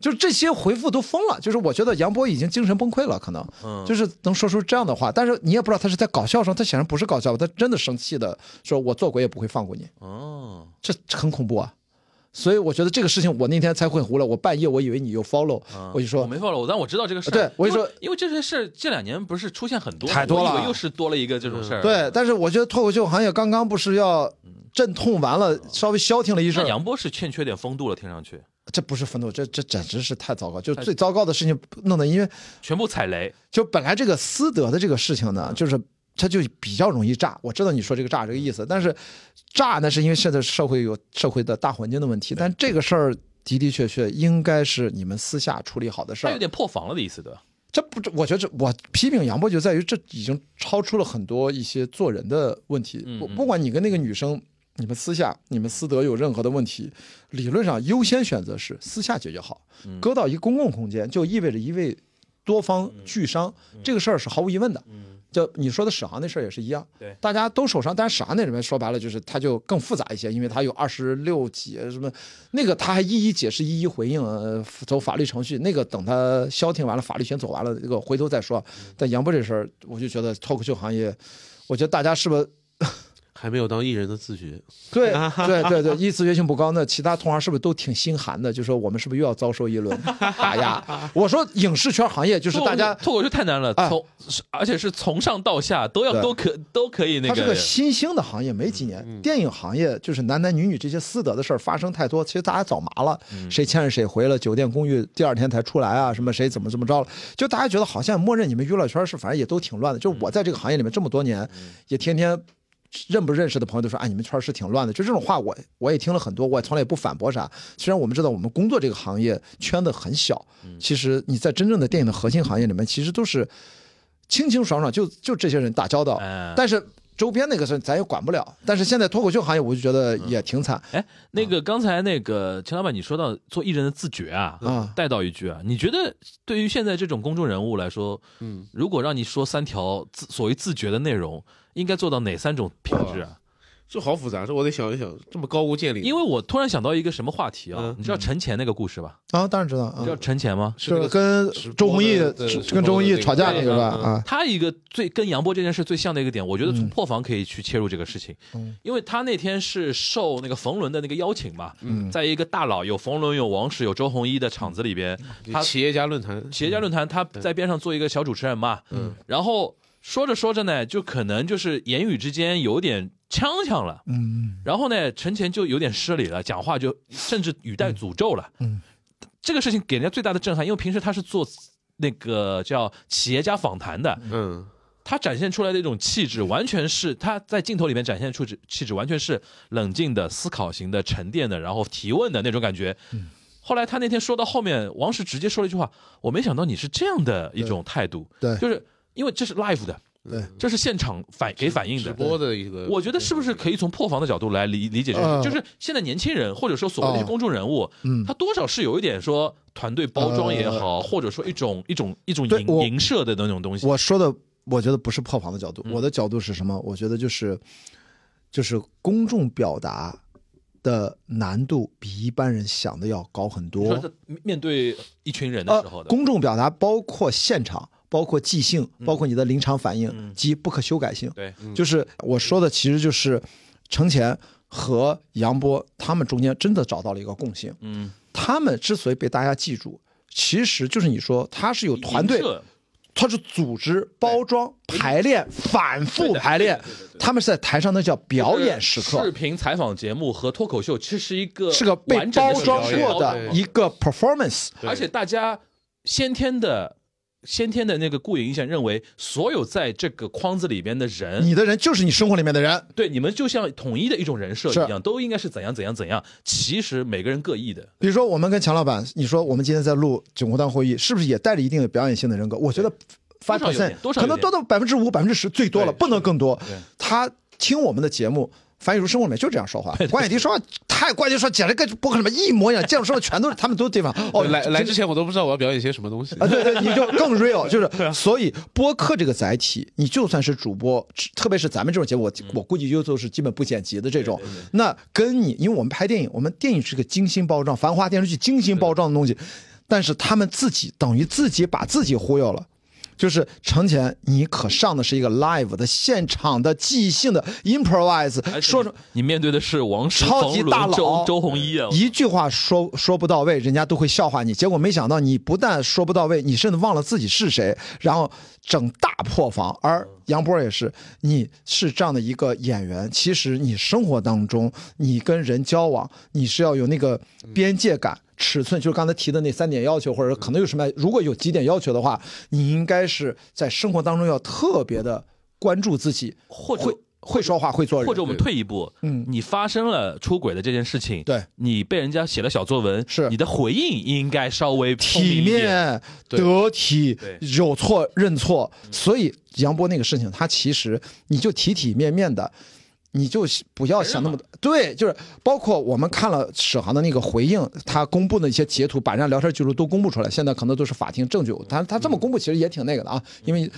Speaker 3: 就是这些回复都疯了，就是我觉得杨波已经精神崩溃了，可能，就是能说出这样的话，但是你也不知道他是在搞笑上，他显然不是搞笑，他真的生气的说，我做鬼也不会放过你，
Speaker 2: 哦，
Speaker 3: 这很恐怖啊。所以我觉得这个事情，我那天才会无聊，我半夜我以为你又 follow，、我就说
Speaker 2: 我没放了，我但我知道这个事儿。
Speaker 3: 对我就说
Speaker 2: 因为，因为这些事儿这两年不是出现很多吗，
Speaker 3: 太多了
Speaker 2: 我以为又是多了一个这种事儿。，
Speaker 3: 对，但是我觉得脱口秀行业刚刚不是要阵痛完了，稍微消停了一阵
Speaker 2: 嗯那
Speaker 3: 儿，
Speaker 2: 杨波是欠缺点风度了，听上去
Speaker 3: 这不是愤怒，这这简直是太糟糕，就最糟糕的事情弄得，因为
Speaker 2: 全部踩雷。
Speaker 3: 就本来这个私德的这个事情呢，就是它就比较容易炸。我知道你说这个炸这个意思，但是炸那是因为现在社会有社会的大环境的问题，但这个事儿。的的确确应该是你们私下处理好的事
Speaker 2: 他
Speaker 3: 儿
Speaker 2: 有，点破防了的意思的，
Speaker 3: 这不，这我觉得这我批评杨波就在于这已经超出了很多一些做人的问题。不不管你跟那个女生，你们私下、你们私德有任何的问题，理论上优先选择是私下解决好。搁到一个公共空间，就意味着一位多方俱伤，这个事儿是毫无疑问的。就你说的史航那事儿也是一样，
Speaker 2: 对
Speaker 3: 大家都受伤，但是史航那里面说白了就是他就更复杂一些，因为他有二十六计什么，那个他还一一解释，一一回应，呃，走法律程序，那个等他消停完了，法律先走完了，这个回头再说。但杨波这事儿，我就觉得脱口秀行业，我觉得大家是不是
Speaker 4: 还没有当艺人的自觉，
Speaker 3: 对对对对，一自觉性不高，那其他同行是不是都挺心寒的？就说我们是不是又要遭受一轮打压？我说影视圈行业就是大家，
Speaker 2: 脱口秀太难了，
Speaker 3: 哎
Speaker 2: 从是而且是从上到下都要
Speaker 3: 对
Speaker 2: 都可都可以那嗯
Speaker 3: 它是个新兴的行业，没几年。电影行业就是男男女女这些私德的事儿发生太多，其实大家早麻了，
Speaker 2: 嗯
Speaker 3: 谁牵着谁回了酒店公寓，第二天才出来啊，什么谁怎么怎么着了，就大家觉得好像默认你们娱乐圈是反正也都挺乱
Speaker 2: 嗯
Speaker 3: 的。就是我在这个行业里面这么多年，也天天认不认识的朋友都说，哎，你们圈儿是挺乱的。就这种话我，我也听了很多，我也从来也不反驳啥。虽然我们知道我们工作这个行业圈子很小，
Speaker 2: 嗯
Speaker 3: 其实你在真正的电影的核心行业里面，其实都是清清爽爽，就就这些人打交道。
Speaker 2: 哎
Speaker 3: 但是周边那个事儿咱也管不了。但是现在脱口秀行业，我就觉得也挺惨。
Speaker 2: 哎，那个刚才那个钱老板，你说到做艺人的自觉啊，
Speaker 3: 啊
Speaker 2: 带到一句啊，你觉得对于现在这种公众人物来说，嗯，如果让你说三条自所谓自觉的内容，应该做到哪三种品质啊？
Speaker 4: 这好复杂，这我得想一想，这么高屋建瓴，
Speaker 2: 因为我突然想到一个什么话题啊
Speaker 4: 嗯，
Speaker 2: 你知道陈前那个故事吧？
Speaker 3: 啊，当然知道
Speaker 2: 你
Speaker 3: 啊
Speaker 2: 知，道陈前吗？
Speaker 4: 是
Speaker 3: 就
Speaker 4: 那
Speaker 3: 是
Speaker 4: 个
Speaker 3: 跟
Speaker 4: 直播
Speaker 3: 周鸿祎
Speaker 4: 的对直播
Speaker 3: 跟
Speaker 4: 的
Speaker 3: 周鸿祎
Speaker 4: 那个
Speaker 3: 吵架那个吧
Speaker 4: 嗯嗯
Speaker 3: 啊，
Speaker 2: 他一个最跟杨波这件事最像的一个点，我觉得从破防可以去切入这个事情，因为他那天是受那个冯仑的那个邀请嘛，在一个大佬有冯仑、有王石、有周鸿祎的场子里边，他
Speaker 4: 企业家论坛，
Speaker 2: 企业家论坛，他在边上做一个小主持人嘛，然后说着说着呢，就可能就是言语之间有点呛呛了，
Speaker 3: 嗯，
Speaker 2: 然后呢，陈前就有点失礼了，讲话就甚至语带诅咒了，
Speaker 3: 嗯，
Speaker 2: 这个事情给人家最大的震撼，因为平时他是做那个叫企业家访谈的，
Speaker 4: 嗯，
Speaker 2: 他展现出来的一种气质，完全是他在镜头里面展现出气质，完全是冷静的、思考型的、沉淀的，然后提问的那种感觉。
Speaker 3: 嗯
Speaker 2: 后来他那天说到后面，王石直接说了一句话：“我没想到你是这样的一种态度。”
Speaker 3: 对
Speaker 2: 就是因为这是 live 的，
Speaker 3: 对，
Speaker 2: 这是现场反给反应
Speaker 4: 直
Speaker 2: 的。
Speaker 4: 播的一个，
Speaker 2: 我觉得是不是可以从破防的角度来理理解这个
Speaker 3: 嗯
Speaker 2: 事情？就是现在年轻人或者说所谓的一些
Speaker 3: 哦
Speaker 2: 公众人物，
Speaker 3: 嗯
Speaker 2: 他多少是有一点说团队包装也好，或者说一种一种一种
Speaker 3: 对
Speaker 2: 影
Speaker 3: 我
Speaker 2: 影射的那种东西。
Speaker 3: 我说的我觉得不是破防的角度，我的角度是什么？我觉得就是就是公众表达。的难度比一般人想的要高很多。
Speaker 2: 你说这面对一群人的
Speaker 3: 呃
Speaker 2: 时候，的，
Speaker 3: 公众表达包括现场，包括即兴，包括你的临场反应、及不可修改性。
Speaker 2: 对，
Speaker 3: 就是我说的，其实就是程前和杨波他们中间真的找到了一个共性。
Speaker 2: 嗯，
Speaker 3: 他们之所以被大家记住，其实就是你说他是有团队
Speaker 2: 影，射
Speaker 3: 它是组织、包装、排练、反复排练，他们是在台上那叫表演时
Speaker 2: 视
Speaker 3: 刻，
Speaker 2: 频采访节目和脱口秀其实是一个
Speaker 3: 是个被
Speaker 2: 完整
Speaker 3: 包
Speaker 2: 的
Speaker 3: 装
Speaker 2: 表演
Speaker 3: 过的一个 performance。
Speaker 4: 对
Speaker 2: 而且大家先天的。先天的那个固有印象认为，所有在这个框子里边的人，
Speaker 3: 你的人就是你生活里面的人，
Speaker 2: 对你们就像统一的一种人设
Speaker 3: 是
Speaker 2: 一样，都应该是怎样怎样怎样。其实每个人各异的，
Speaker 3: 比如说，我们跟强老板，你说我们今天在录九红蛋会议，是不是也带着一定的表演性的人格？我觉得
Speaker 2: 少
Speaker 3: five
Speaker 2: 有
Speaker 3: percent
Speaker 2: 点多少有点
Speaker 3: 可能多到百分之五、百分之十最多了，
Speaker 2: 对
Speaker 3: 不能更多
Speaker 2: 对。
Speaker 3: 他听我们的节目，翻译如生活里面就这样说 话。关野迪说话太关野迪说简直跟播客里面一模一样，见我说的全都是他们都地方。哦，
Speaker 4: 来来
Speaker 3: 这
Speaker 4: 之前我都不知道我要表演些什么东西
Speaker 3: 啊，对对，你就更 real，就是
Speaker 5: 啊
Speaker 3: 所以播客这个载体，你就算是主播，特别是咱们这种节目，我
Speaker 5: 嗯
Speaker 3: 我估计就就是基本不剪辑的这种，那跟你，因为我们拍电影，我们电影是个精心包装，繁花电视剧精心包装的东西，但是他们自己等于自己把自己忽悠了。就是程前，你可上的是一个 live 的现场的即兴的 improvise，
Speaker 5: 而且
Speaker 3: 说
Speaker 5: 你
Speaker 3: 着
Speaker 5: 你面对的是王石、
Speaker 3: 超级
Speaker 5: 冯仑
Speaker 3: 大佬
Speaker 5: 周周鸿祎啊，
Speaker 3: 一句话说说不到位，人家都会笑话你。结果没想到你不但说不到位，你甚至忘了自己是谁，然后整大破防。
Speaker 5: 嗯
Speaker 3: 而杨波也是，你是这样的一个演员，其实你生活当中，你跟人交往，你是要有那个
Speaker 5: 嗯
Speaker 3: 边界感。尺寸就是刚才提的那三点要求，或者可能有什么？如果有几点要求的话，你应该是在生活当中要特别的关注自己，
Speaker 5: 或者
Speaker 3: 会会说话，会做人，
Speaker 5: 或者我们退一步，
Speaker 3: 嗯
Speaker 5: 你发生了出轨的这件事情，
Speaker 3: 对
Speaker 5: 你被人家写了小作文，
Speaker 3: 是
Speaker 5: 你的回应应该稍微聪明
Speaker 3: 体
Speaker 5: 一点，
Speaker 3: 面、得体
Speaker 5: 对、嗯
Speaker 3: 有错认错。所以杨波那个事情，他其实你就体体面面的，你就不要想那么多。对，就是包括我们看了史航的那个回应，他公布的一些截图，把人家聊天记录都公布出来，现在可能都是法庭证据。他他这
Speaker 5: 嗯
Speaker 3: 么公布其实也挺那个的啊，因为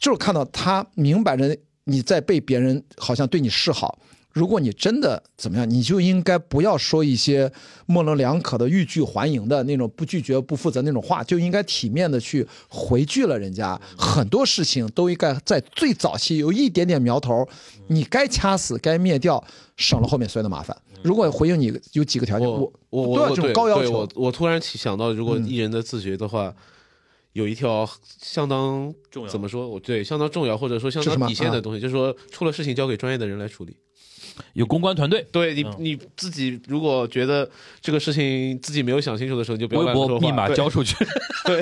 Speaker 3: 就是看到他明摆着你在被别人好像对你示好。如果你真的怎么样，你就应该不要说一些模棱两可的欲拒还迎的那种不拒绝、不负责那种话，就应该体面的去回拒了人家。很多事情都应该在最早期有一点点苗头，
Speaker 4: 嗯
Speaker 3: 你该掐死、该灭掉，省了后面所有的麻烦。如果回应你有几个条件，
Speaker 4: 我
Speaker 3: 我
Speaker 4: 我
Speaker 3: 都要这
Speaker 4: 我
Speaker 3: 种
Speaker 4: 对
Speaker 3: 高要
Speaker 4: 对
Speaker 3: 求嗯
Speaker 4: 我，我突然起想到，如果艺人的自觉的话，有一条相当
Speaker 5: 重要
Speaker 4: 怎么说？我对相当重要，或者说相
Speaker 3: 是什么
Speaker 4: 当底线
Speaker 3: 啊
Speaker 4: 的东西，就是说出了事情交给专业的人来处理。
Speaker 5: 有公关团队。
Speaker 4: 对
Speaker 2: 嗯
Speaker 4: 你你自己如果觉得这个事情自己没有想清楚的时候，你就不要
Speaker 5: 微
Speaker 4: 乱说
Speaker 5: 博
Speaker 4: 话。
Speaker 5: 密码
Speaker 4: 对
Speaker 5: 交出去，
Speaker 4: 对，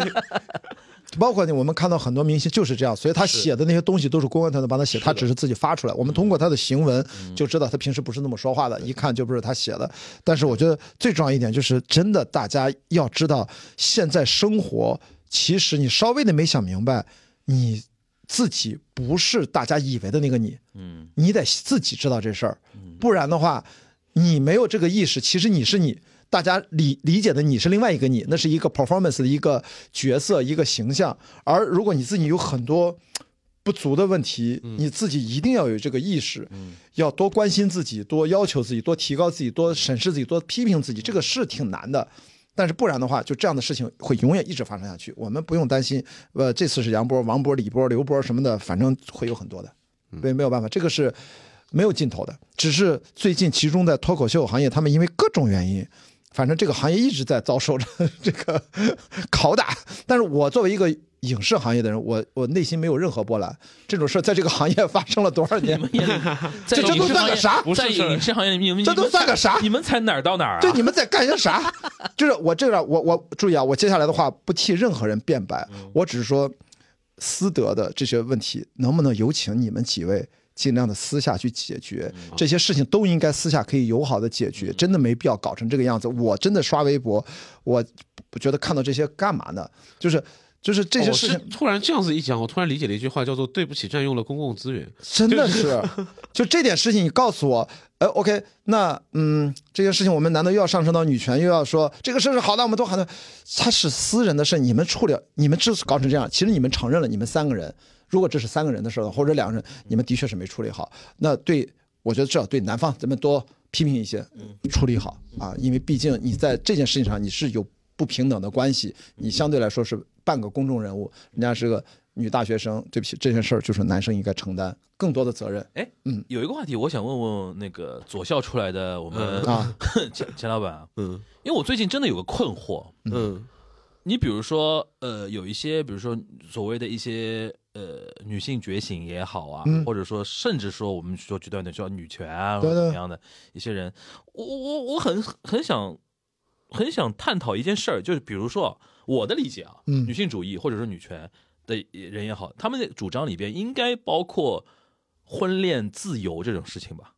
Speaker 3: 包括我们看到很多明星就是这样，所以他写的那些东西都是公关团队帮他写，他只是嗯自己发出来。我们通过他的行文就知道他平时不是那么说话的，一看就不是他写的。但是我觉得最重要一点就是，真的大家要知道，现在生活其实你稍微的没想明白，你自己不是大家以为的那个你，
Speaker 5: 嗯，
Speaker 3: 你得自己知道这事儿，不然的话，你没有这个意识，其实你是你，大家理理解的你是另外一个你，那是一个 performance 的一个角色一个形象，而如果你自己有很多。不足的问题，你自己一定要有这个意识，要多关心自己，多要求自己，多提高自己，多审视自己，多批评自己，这个是挺难的。但是不然的话，就这样的事情会永远一直发生下去。我们不用担心，呃，这次是杨波、王波、李波、刘波什么的，反正会有很多的。对，没有办法，这个是没有尽头的。只是最近集中在脱口秀行业，他们因为各种原因，反正这个行业一直在遭受着 这个拷打。但是我作为一个影视行业的人，我我内心没有任何波澜。这种事儿在这个行业发生了多少年？
Speaker 5: 在
Speaker 3: 这这
Speaker 5: 影
Speaker 3: 都
Speaker 5: 视
Speaker 3: 算
Speaker 5: 行
Speaker 3: 个
Speaker 5: 业
Speaker 3: 啥
Speaker 4: 不是
Speaker 5: 在
Speaker 4: 事儿
Speaker 5: 影视行业，你们
Speaker 3: 这都算个啥
Speaker 5: 你们才哪儿到哪儿啊？
Speaker 3: 对，你们在干些啥？ 就是我这个，我我注意啊，我接下来的话不替任何人辩白，
Speaker 4: 嗯
Speaker 3: 我只是说私德的这些问题，能不能有请你们几位尽量的私下去解决？
Speaker 4: 嗯
Speaker 3: 这些事情都应该私下可以友好的解决，真的没必要搞成这个样子。我真的刷微博，我我觉得看到这些干嘛呢？就是就是这些
Speaker 4: 哦我
Speaker 3: 事
Speaker 4: 是
Speaker 3: 情
Speaker 4: 突然这样子一讲，我突然理解了一句话，叫做“对不起，占用了公共资源
Speaker 3: 真的是， 就这点事情，你告诉我，哎，OK，那嗯，这件事情我们难道又要上升到女权，又要说这个事儿是好的，我们都喊的，它是私人的事，你们处理，你们之所以搞成这样，其实你们承认了，你们三个人，如果这是三个人的事儿，或者两个人，你们的确是没处理好。那对，我觉得至少对男方咱们多批评一些，处理好啊，因为毕竟你在这件事情上你是有不平等的关系，你相对来说是半个公众人物，人家是个女大学生，对不起，这件事儿就是男生应该承担更多的责任
Speaker 5: 哎，有一个话题，我想问问那个左校出来的我们
Speaker 3: 啊。
Speaker 5: 钱钱老板啊，”。
Speaker 4: 嗯
Speaker 5: 因为我最近真的有个困惑，
Speaker 4: 嗯
Speaker 5: 你比如说，呃，有一些，比如说所谓的一些呃女性觉醒也好啊，或者说甚至说我们说极端点，叫女权啊，或
Speaker 3: 嗯对
Speaker 5: 者
Speaker 3: 对
Speaker 5: 怎么样的一些人，我我我很很想很想探讨一件事儿，就是比如说我的理解啊，
Speaker 3: 嗯
Speaker 5: 女性主义或者说女权的人也好，他们的主张里边应该包括婚恋自由这种事情吧。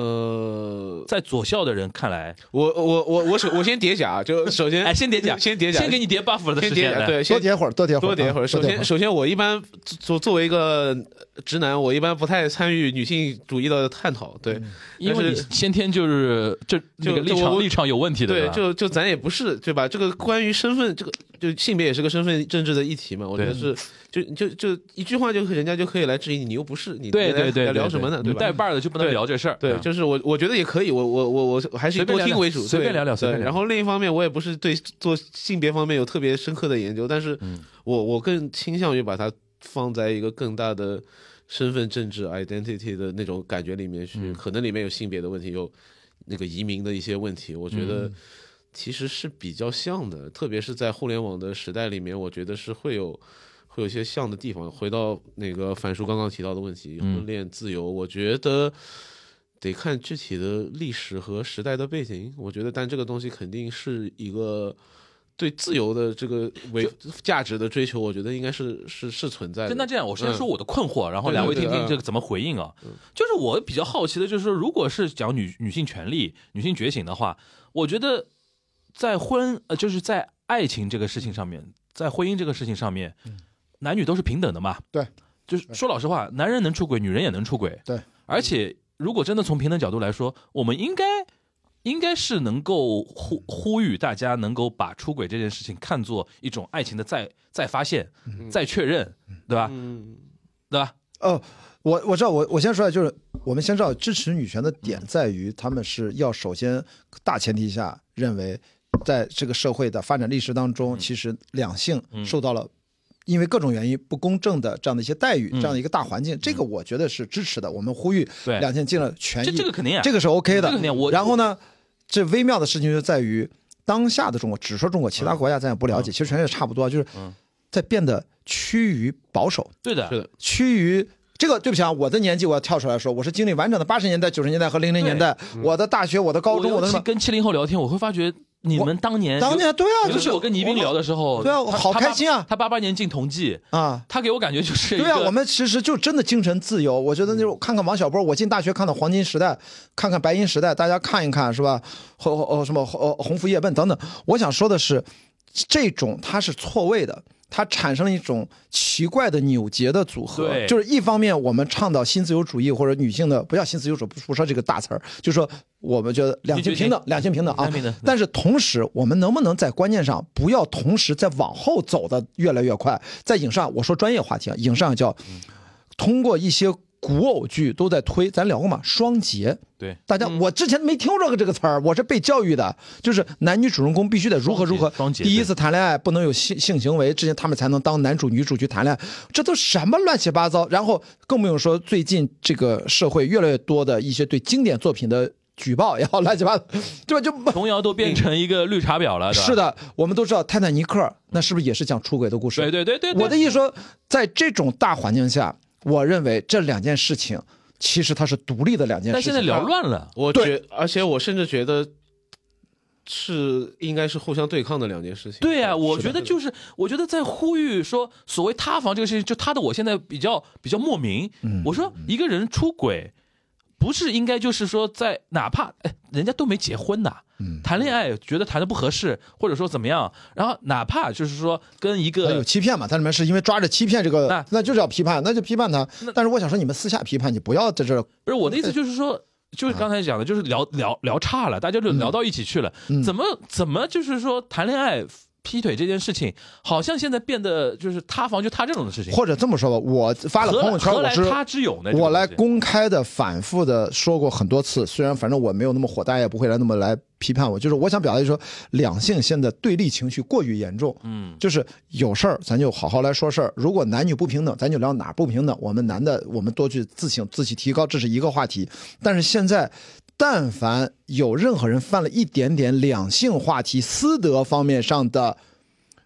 Speaker 4: 呃，
Speaker 2: 在左校的人看来，
Speaker 4: 我我我我首我先叠甲，就首先
Speaker 2: 哎，先叠甲，
Speaker 4: 先叠甲，
Speaker 2: 先给你叠 buff 的
Speaker 4: 先
Speaker 2: 时
Speaker 4: 叠
Speaker 2: 间
Speaker 4: 甲，
Speaker 2: 来，
Speaker 4: 对，
Speaker 3: 多
Speaker 4: 先
Speaker 3: 叠会儿，多叠会儿，
Speaker 4: 多叠一会儿。
Speaker 3: 啊
Speaker 4: 首先，首先我一般作作为一个直男，我一般不太参与女性主义的探讨。对，
Speaker 2: 因为
Speaker 4: 但
Speaker 2: 你
Speaker 4: 是
Speaker 2: 先天就是这这个
Speaker 4: 就
Speaker 2: 立
Speaker 4: 我
Speaker 2: 场立场有问题的，
Speaker 4: 对，
Speaker 2: 吧
Speaker 4: 就就咱也不是对吧？这个关于身份，这个就性别也是个身份政治的议题嘛。我
Speaker 2: 嗯
Speaker 4: 觉得是，就就就一句话就可以人家就可以来质疑你，你又不是你，
Speaker 2: 对
Speaker 4: 你来
Speaker 2: 对对，
Speaker 4: 来聊什么呢？
Speaker 2: 对
Speaker 4: 对
Speaker 2: 你带
Speaker 4: 吧？
Speaker 2: 把儿的就不能
Speaker 4: 对
Speaker 2: 聊这事儿，
Speaker 4: 对，
Speaker 2: 嗯
Speaker 4: 就是我，我觉得也可以，我我我我还是以
Speaker 2: 随便
Speaker 4: 多
Speaker 2: 聊
Speaker 4: 听
Speaker 2: 聊
Speaker 4: 为主，
Speaker 2: 随便
Speaker 4: 对
Speaker 2: 聊聊随
Speaker 4: 对
Speaker 2: 便聊
Speaker 4: 然后另一方面，我也不是对做性别方面有特别深刻的研究，但是
Speaker 2: 嗯
Speaker 4: 我我更倾向于把它放在一个更大的身份政治 identity 的那种感觉里面去，
Speaker 2: 嗯
Speaker 4: 可能里面有性别的问题，有那个移民的一些问题，我觉
Speaker 2: 嗯
Speaker 4: 得其实是比较像的，特别是在互联网的时代里面，我觉得是会有。会有一些像的地方。回到那个樊叔刚刚提到的问题，
Speaker 2: 嗯
Speaker 4: 婚恋自由，我觉得得看具体的历史和时代的背景。我觉得，但这个东西肯定是一个对自由的这个为价值的追求，我觉得应该是是是存在的。
Speaker 2: 就那这样，我先
Speaker 4: 嗯
Speaker 2: 说我的困惑，然后
Speaker 4: 对对
Speaker 2: 两位听
Speaker 4: 对
Speaker 2: 听
Speaker 4: 嗯
Speaker 2: 这个怎么回应啊？就是我比较好奇的，就是说，如果是讲女女性权利、女性觉醒的话，我觉得在婚呃，就是在爱情这个事情上面，在婚姻这个事情上面，男女都是平等的嘛。
Speaker 3: 对，
Speaker 2: 就是说老实话，男人能出轨，女人也能出轨。
Speaker 3: 对，
Speaker 2: 而且如果真的从平等角度来说，我们应该。应该是能够呼呼吁大家能够把出轨这件事情看作一种爱情的再再发现、
Speaker 3: 嗯
Speaker 2: 再确认，对吧？
Speaker 4: 嗯，
Speaker 2: 对吧？
Speaker 3: 哦，我我知道，我我先说一下，就是我们先知道支持女权的点在
Speaker 2: 嗯
Speaker 3: 于，他们是要首先大前提下认为，在这个社会的发展历史当
Speaker 2: 嗯
Speaker 3: 中，其实两性受到了。因为各种原因不公正的这样的一些待遇，
Speaker 2: 嗯
Speaker 3: 这样的一个大环境，这个我觉得是支持的。我们呼吁
Speaker 2: 对
Speaker 3: 两性尽了权益，
Speaker 2: 这这个肯定啊
Speaker 3: 这个是 OK 的。
Speaker 2: 这个肯定我
Speaker 3: 然后呢，这微妙的事情就在于当下的中国，只说中国，
Speaker 2: 嗯
Speaker 3: 其他国家咱也不了解，其实全世界差不多，就是在变得趋于保守。
Speaker 2: 对的，
Speaker 4: 是的，
Speaker 3: 趋于这个，对不起啊，我的年纪我要跳出来说，我是经历完整的八十年代、九十年代和零零年代，我的大学、我的高中、哦
Speaker 2: 嗯我
Speaker 3: 我的
Speaker 2: 尤
Speaker 3: 什
Speaker 2: 其
Speaker 3: 么，
Speaker 2: 跟七零后聊天，我会发觉你们当年
Speaker 3: 当年对啊，
Speaker 2: 尤
Speaker 3: 就
Speaker 2: 其
Speaker 3: 是
Speaker 2: 我跟倪斌聊的时候，
Speaker 3: 对啊
Speaker 2: 他
Speaker 3: 好开心啊
Speaker 2: 他八他八八年进同济，
Speaker 3: 啊。
Speaker 2: 他给我感觉就是
Speaker 3: 对
Speaker 2: 呀
Speaker 3: 啊，，我们其实就真的精神自由。我觉得那种看看王小波，我进大学看的黄金时代，看看白银时代，大家看一看是吧？或或或什么呃红拂夜奔等等。我想说的是，这种它是错位的，它产生了一种奇怪的扭结的组合。
Speaker 2: 对
Speaker 3: 就是一方面我们倡导新自由主义或者女性的，不叫新自由主义，不不说这个大词儿，就说我们觉得两性平等，两性平等啊
Speaker 2: 两性平等。
Speaker 3: 但是同时，我们能不能在观念上不要同时在往后走的越来越快？在影上，我说专业话题啊，影上叫
Speaker 2: 嗯
Speaker 3: 通过一些古偶剧都在推，咱聊过嘛，双节。
Speaker 2: 对，
Speaker 3: 大家，我之前没听说过这个词儿，我是被教育的，就是男女主人公必须得如何如何
Speaker 2: 双，节
Speaker 3: 第一次谈恋爱不能有性性行为，之前他们才能当男主女主去谈恋爱，这都什么乱七八糟？然后更不用说最近这个社会越来越多的一些对经典作品的举报也好，乱七八糟，对吧？就
Speaker 2: 童谣都变成一个绿茶婊啊了，对吧
Speaker 3: 是，的，我们都知道《泰坦尼克》，那是不是也是讲出轨的故事？
Speaker 2: 对对对对，对
Speaker 3: 我的意思说，在这种大环境下，我认为这两件事情其实它是独立的两件
Speaker 2: 但
Speaker 3: 事情。
Speaker 2: 现在聊乱了，
Speaker 4: 我
Speaker 3: 对
Speaker 4: 觉，而且我甚至觉得是应该是互相对抗的两件事情。
Speaker 2: 对呀，我觉得
Speaker 4: 是的
Speaker 2: 就是，我觉得在呼吁说，所谓塌房这个事情，就塌的我现在比较比较莫名。我说一个人出轨，不是应该就是说在哪怕哎，人家都没结婚呐，谈恋爱觉得谈的不合适，或者说怎么样，然后哪怕就是说跟一
Speaker 3: 啊它有
Speaker 2: 个
Speaker 3: 欺骗嘛？它里面是因为抓着欺骗这个，
Speaker 2: 那
Speaker 3: 那就是要批判，那就批判他。但是我想说，你们私下批判，你不要在这儿。
Speaker 2: 不是我的意思就是说。就是刚才讲的，就是聊聊聊差了，大家就聊到一起去了。怎么怎么就是说谈恋爱、劈腿这件事情，好像现在变得就是塌房就塌这种的事情。
Speaker 3: 或者这么说吧，我发了
Speaker 2: 何
Speaker 3: 朋友圈，
Speaker 2: 何
Speaker 3: 我
Speaker 2: 来
Speaker 3: 是
Speaker 2: 他之有呢？这个
Speaker 3: 我来
Speaker 2: 东西
Speaker 3: 公开的、反复的说过很多次，虽然反正我没有那么火，大家也不会来那么来批判我。就是我想表达就是说，两性现在对立情绪过于严重。嗯，就是有事儿咱就好好来说事儿。如果男女不平等，咱就聊哪儿不平等。我们男的，我们多去自省、自己提高，这是一个话题。但是现在。但凡有任何人犯了一点点两性话题、私德方面上的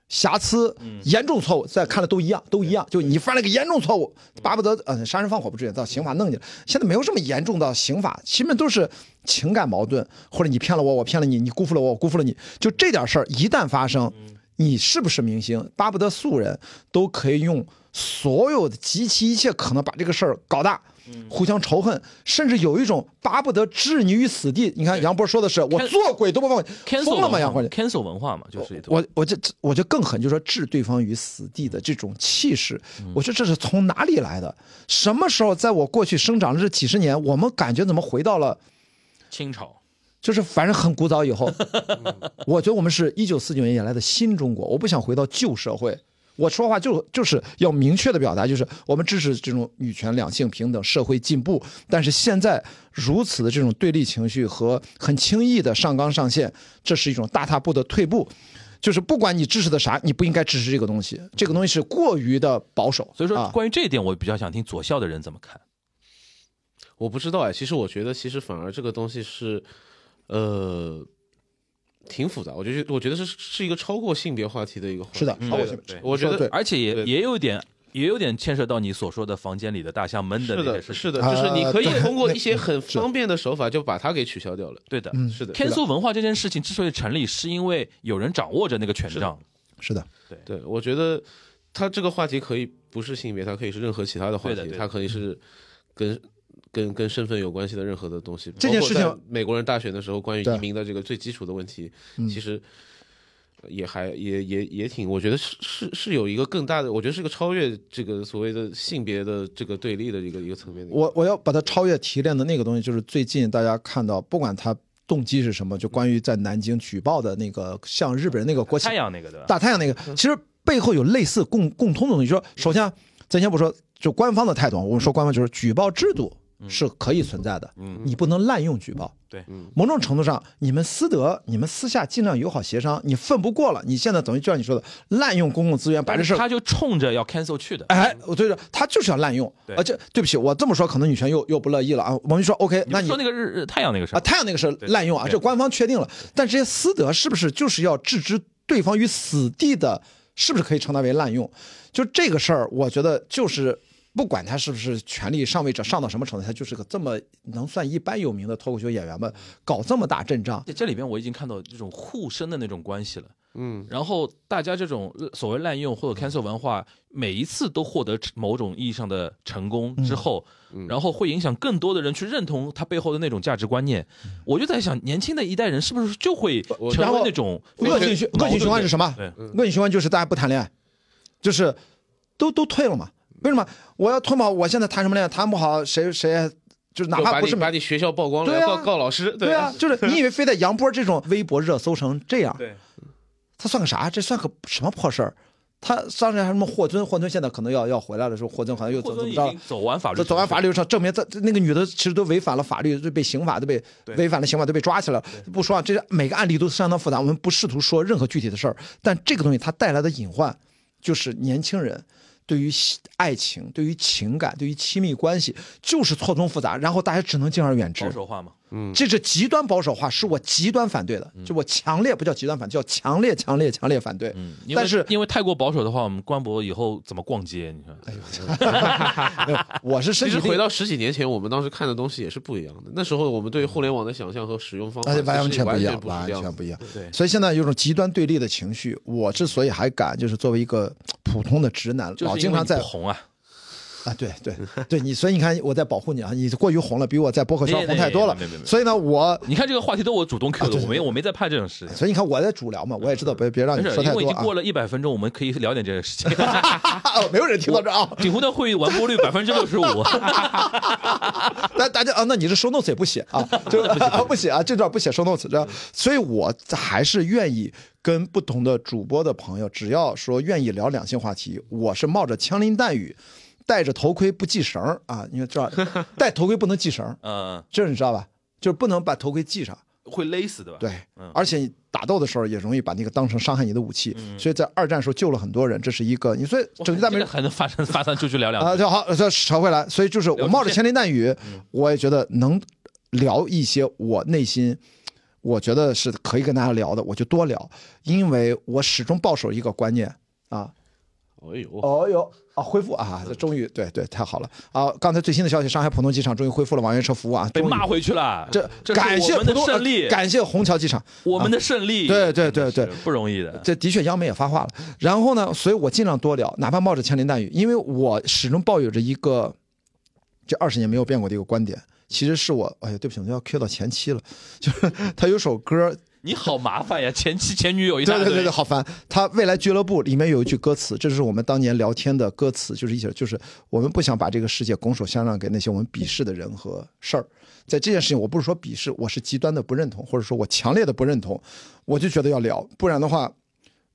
Speaker 3: 瑕疵、严重错误，在看来都一样，都一样。就你犯了个严重错误，巴不得嗯、呃杀人放火不至于到刑法弄你了。现在没有这么严重到刑法，基本都是情感矛盾，或者你骗了我，我骗了你，你辜负了我，我辜负了你。就这点事儿一旦发生，你是不是明星，巴不得素人都可以用所有的极其一切可能把这个事儿搞大。互相仇恨，甚至有一种巴不得置你于死地。你看杨波说的是，我做鬼都不放过，
Speaker 2: cancel
Speaker 3: 疯了吗？
Speaker 2: 文
Speaker 3: 杨
Speaker 2: 化
Speaker 3: 波，
Speaker 2: cancel 文化嘛，就是一种
Speaker 3: 我我这这我觉得更狠，就是说置对方于死地的这种气势，
Speaker 2: 嗯
Speaker 3: 我觉得这是从哪里来的？什么时候在我过去生长的这几十年，我们感觉怎么回到了？
Speaker 2: 清朝。
Speaker 3: 就是反正很古早以后，我觉得我们是一九四九年以来的新中国，我不想回到旧社会。我说话就就是要明确的表达，就是我们支持这种女权、两性平等、社会进步，但是现在如此的这种对立情绪和很轻易的上纲上线，这是一种大踏步的退步。就是不管你支持的啥，你不应该支持这个东西，这个东西是过于的保守。
Speaker 2: 所以说，
Speaker 3: 啊、
Speaker 2: 关于这一点，我比较想听左校的人怎么看。
Speaker 4: 我不知道哎，其实我觉得，其实反而这个东西是，呃，挺复杂。我觉得，我觉得是是一个超过性别话题的一个话题。
Speaker 3: 是的，超过性
Speaker 2: 嗯对
Speaker 4: 我觉
Speaker 3: 说得
Speaker 4: 得
Speaker 2: 而且也
Speaker 4: 对
Speaker 2: 也有点，也有点牵涉到你所说的房间里的大象闷的
Speaker 4: 是
Speaker 2: 那些
Speaker 4: 的，
Speaker 2: 事情。
Speaker 4: 是的，
Speaker 3: 啊
Speaker 4: 就是你可以
Speaker 3: 对嗯
Speaker 4: 通过一些很方便的手法就把它给取消掉了。
Speaker 2: 对的，
Speaker 4: 是的，
Speaker 2: cancel 文化这件事情之所以成立，是因为有人掌握着那个权杖。
Speaker 3: 是的，
Speaker 4: 对，我觉得它这个话题可以不是性别，它可以是任何其他的话
Speaker 2: 对的对
Speaker 4: 题，
Speaker 2: 的
Speaker 4: 它可以是跟。跟跟身份有关系的任何的东西，
Speaker 3: 这件
Speaker 4: 包括
Speaker 3: 事情
Speaker 4: 在美国人大选的时候，关于
Speaker 3: 对嗯
Speaker 4: 移民的这个最基础的问题，其实也还也也也挺，我觉得是是是有一个更大的，我觉得是个超越这个所谓的性别的这个对立的一个一个层面的。
Speaker 3: 我我要把它超越提炼的那个东西，就是最近大家看到，不管他动机是什么，就关于在南京举报的那个向日本人那个国旗
Speaker 2: 太阳那嗯个对吧？
Speaker 3: 大太阳那个，其实背后有类似共共通的东西。就是说首先啊，咱先不说就官方的态度啊，我们说官方就是举报制度是可以存在的，你不能滥用举报。
Speaker 2: 嗯对，
Speaker 3: 某种程度上，你们私德，你们私下尽量友好协商，你奋不过了，你现在等于就像你说的，滥用公共资源把这事儿
Speaker 2: 他就冲着要 cancel 去的。
Speaker 3: 哎，我对着他就是要滥用，
Speaker 2: 嗯对
Speaker 3: 而且对不起，我这么说可能女权又又不乐意了啊。我们就说 OK，那
Speaker 2: 你
Speaker 3: 你
Speaker 2: 说那个日日太阳那个事
Speaker 3: 啊，
Speaker 2: 儿，
Speaker 3: 太阳那个是滥用啊，这官方确定了，但这些私德是不是就是要置之对方于死地的？是不是可以称它为滥用？就这个事儿，我觉得就是不管他是不是权力上位者上到什么程度，他就是个这么能算一般有名的脱口秀演员们搞这么大阵仗，
Speaker 2: 这这里边我已经看到这种互生的那种关系了。嗯，然后大家这种呃所谓滥用或者 cancel 文化，每一次都获得某种意义上的成功
Speaker 3: 嗯
Speaker 2: 之后，然后会影响更多的人去认同他背后的那种价值观念。
Speaker 3: 嗯
Speaker 2: 我就在想，年轻的一代人是不是就会成
Speaker 3: 然
Speaker 2: 为
Speaker 3: 后
Speaker 2: 那种
Speaker 3: 恶性循恶性循环是什么
Speaker 2: 对？
Speaker 3: 恶性循环就是大家不谈恋爱，就是都都退了嘛。为什么我要退嘛？我现在谈什么恋爱？谈不好谁谁就是哪
Speaker 4: 就
Speaker 3: 怕
Speaker 4: 把
Speaker 3: 不
Speaker 4: 你
Speaker 3: 是
Speaker 4: 把你学校曝光了，
Speaker 3: 对啊
Speaker 4: 要告告老师，
Speaker 3: 对
Speaker 4: 啊
Speaker 3: 啊，，就是你以为非得杨波这种微博热搜成这样，
Speaker 2: 对，
Speaker 3: 他算个啥？这算个什么破事儿？他当时还什么霍尊，霍尊现在可能要要回来了，说霍尊好像又怎
Speaker 2: 霍
Speaker 3: 么怎
Speaker 2: 尊
Speaker 3: 么
Speaker 2: 已
Speaker 3: 着了
Speaker 2: 经。走完法律程
Speaker 3: 这
Speaker 2: 序，
Speaker 3: 走完法律上证明这，这那个女的其实都违反了法律，就被刑法都被违反了刑法都被抓起来了。不说啊，这每个案例都相当复杂，我们不试图说任何具体的事儿，但这个东西它带来的隐患，就是年轻人对于喜爱情、对于情感、对于亲密关系，就是错综复杂，然后大家只能敬而远之
Speaker 2: 保。守化嘛。
Speaker 3: 这是极端保守化，是我极端反对的，
Speaker 2: 嗯
Speaker 3: 就我强烈不叫极端反对，叫强烈、强烈、强烈反对。
Speaker 2: 嗯因为
Speaker 3: 但是
Speaker 2: 因为太过保守的话，我们官博以后怎么逛街？你
Speaker 3: 哎
Speaker 2: 看，
Speaker 3: 我是身
Speaker 4: 其
Speaker 3: 体
Speaker 4: 实
Speaker 3: 力
Speaker 4: 回到十几年前，我们当时看的东西也是不一样的。那时候我们对互联网的想象和使用方法
Speaker 3: 而且
Speaker 4: 是
Speaker 3: 完全不
Speaker 4: 不
Speaker 3: 一
Speaker 4: 一
Speaker 3: 样，
Speaker 4: 完
Speaker 3: 完全不
Speaker 4: 一
Speaker 3: 一样。
Speaker 2: 对
Speaker 3: 所以现在有种极端对立的情绪。我之所以还敢，就是作为一个普通的直男，
Speaker 2: 就
Speaker 3: 老
Speaker 2: 是因
Speaker 3: 经
Speaker 2: 为
Speaker 3: 常
Speaker 2: 你
Speaker 3: 在
Speaker 2: 不红啊，
Speaker 3: 啊，对对 对，你所以你看我在保护你啊，你过于红了，比我在博客上
Speaker 2: 没
Speaker 3: 红太多了
Speaker 2: 没没没没。没
Speaker 3: 所以呢，我
Speaker 2: 你看这个话题都我主动
Speaker 3: 啊
Speaker 2: Q 的，我没我没在怕这种事情。
Speaker 3: 所以你看我在主聊嘛，我也知道别别让
Speaker 2: 没
Speaker 3: 你
Speaker 2: 事，
Speaker 3: 说
Speaker 2: 因
Speaker 3: 太
Speaker 2: 为已
Speaker 3: 多
Speaker 2: 经
Speaker 3: 啊
Speaker 2: 过。了一百分钟，我们可以聊点这个事 情。
Speaker 3: 啊 没有人听到这啊，
Speaker 2: 锦湖的会议完播率百分之六 十五，
Speaker 3: 大大家啊，那你这 show notes 也不写 啊，就啊不写啊，嗯这段不写 show notes，这样，所以我还是愿意跟不同的主播的朋友，只要说愿意聊两性话题，我是冒着枪林弹雨，戴着头盔不系绳儿啊，因为 知道戴头盔不能系绳儿，
Speaker 2: 嗯，
Speaker 3: 这你知道吧？就是不能把头盔系上。
Speaker 2: 会勒死的吧？
Speaker 3: 对，而且你打斗的时候也容易把那个当成伤害你的武器，所以在二战时候救了很多人，这是一嗯个你所以
Speaker 2: 哇，
Speaker 3: 整个大美
Speaker 2: 这个还能发散发散出去聊两
Speaker 3: 啊，
Speaker 2: 句。
Speaker 3: 就好，这扯回来，所以就是我冒着千林弹雨，
Speaker 2: 嗯
Speaker 3: 我也觉得能聊一些我内心，我觉得是可以跟大家聊的，我就多聊，因为我始终抱守一个观念啊，
Speaker 4: 哎呦，
Speaker 3: 哦哟，啊，恢复啊，这终于对对，太好了啊！刚才最新的消息，上海浦东机场终于恢复了网约车服务啊，
Speaker 2: 被
Speaker 3: 终于
Speaker 2: 骂回去了。
Speaker 3: 这
Speaker 2: 这是
Speaker 3: 感谢
Speaker 2: 我
Speaker 3: 浦
Speaker 2: 们的
Speaker 3: 东
Speaker 2: 胜利
Speaker 3: 呃，感谢虹桥机场，
Speaker 2: 我们的胜利，
Speaker 3: 对对对对，
Speaker 2: 不容易的。
Speaker 3: 这的确央媒也发话了。然后呢，所以我尽量多聊，哪怕冒着枪林弹雨，因为我始终抱有着一个这二十年没有变过的一个观点。其实是我，哎呀，对不起，我要 Q 到前妻了， 就是他有首歌，
Speaker 2: 你好麻烦呀，前妻前女友一
Speaker 3: 对
Speaker 2: 大
Speaker 3: 对
Speaker 2: 堆，
Speaker 3: 对对，好烦。他未来俱乐部里面有一句歌词，这是我们当年聊天的歌词，就是一起，就是我们不想把这个世界拱手相让给那些我们鄙视的人和事儿。在这件事情，我不是说鄙视，我是极端的不认同，或者说我强烈的不认同，我就觉得要聊，不然的话，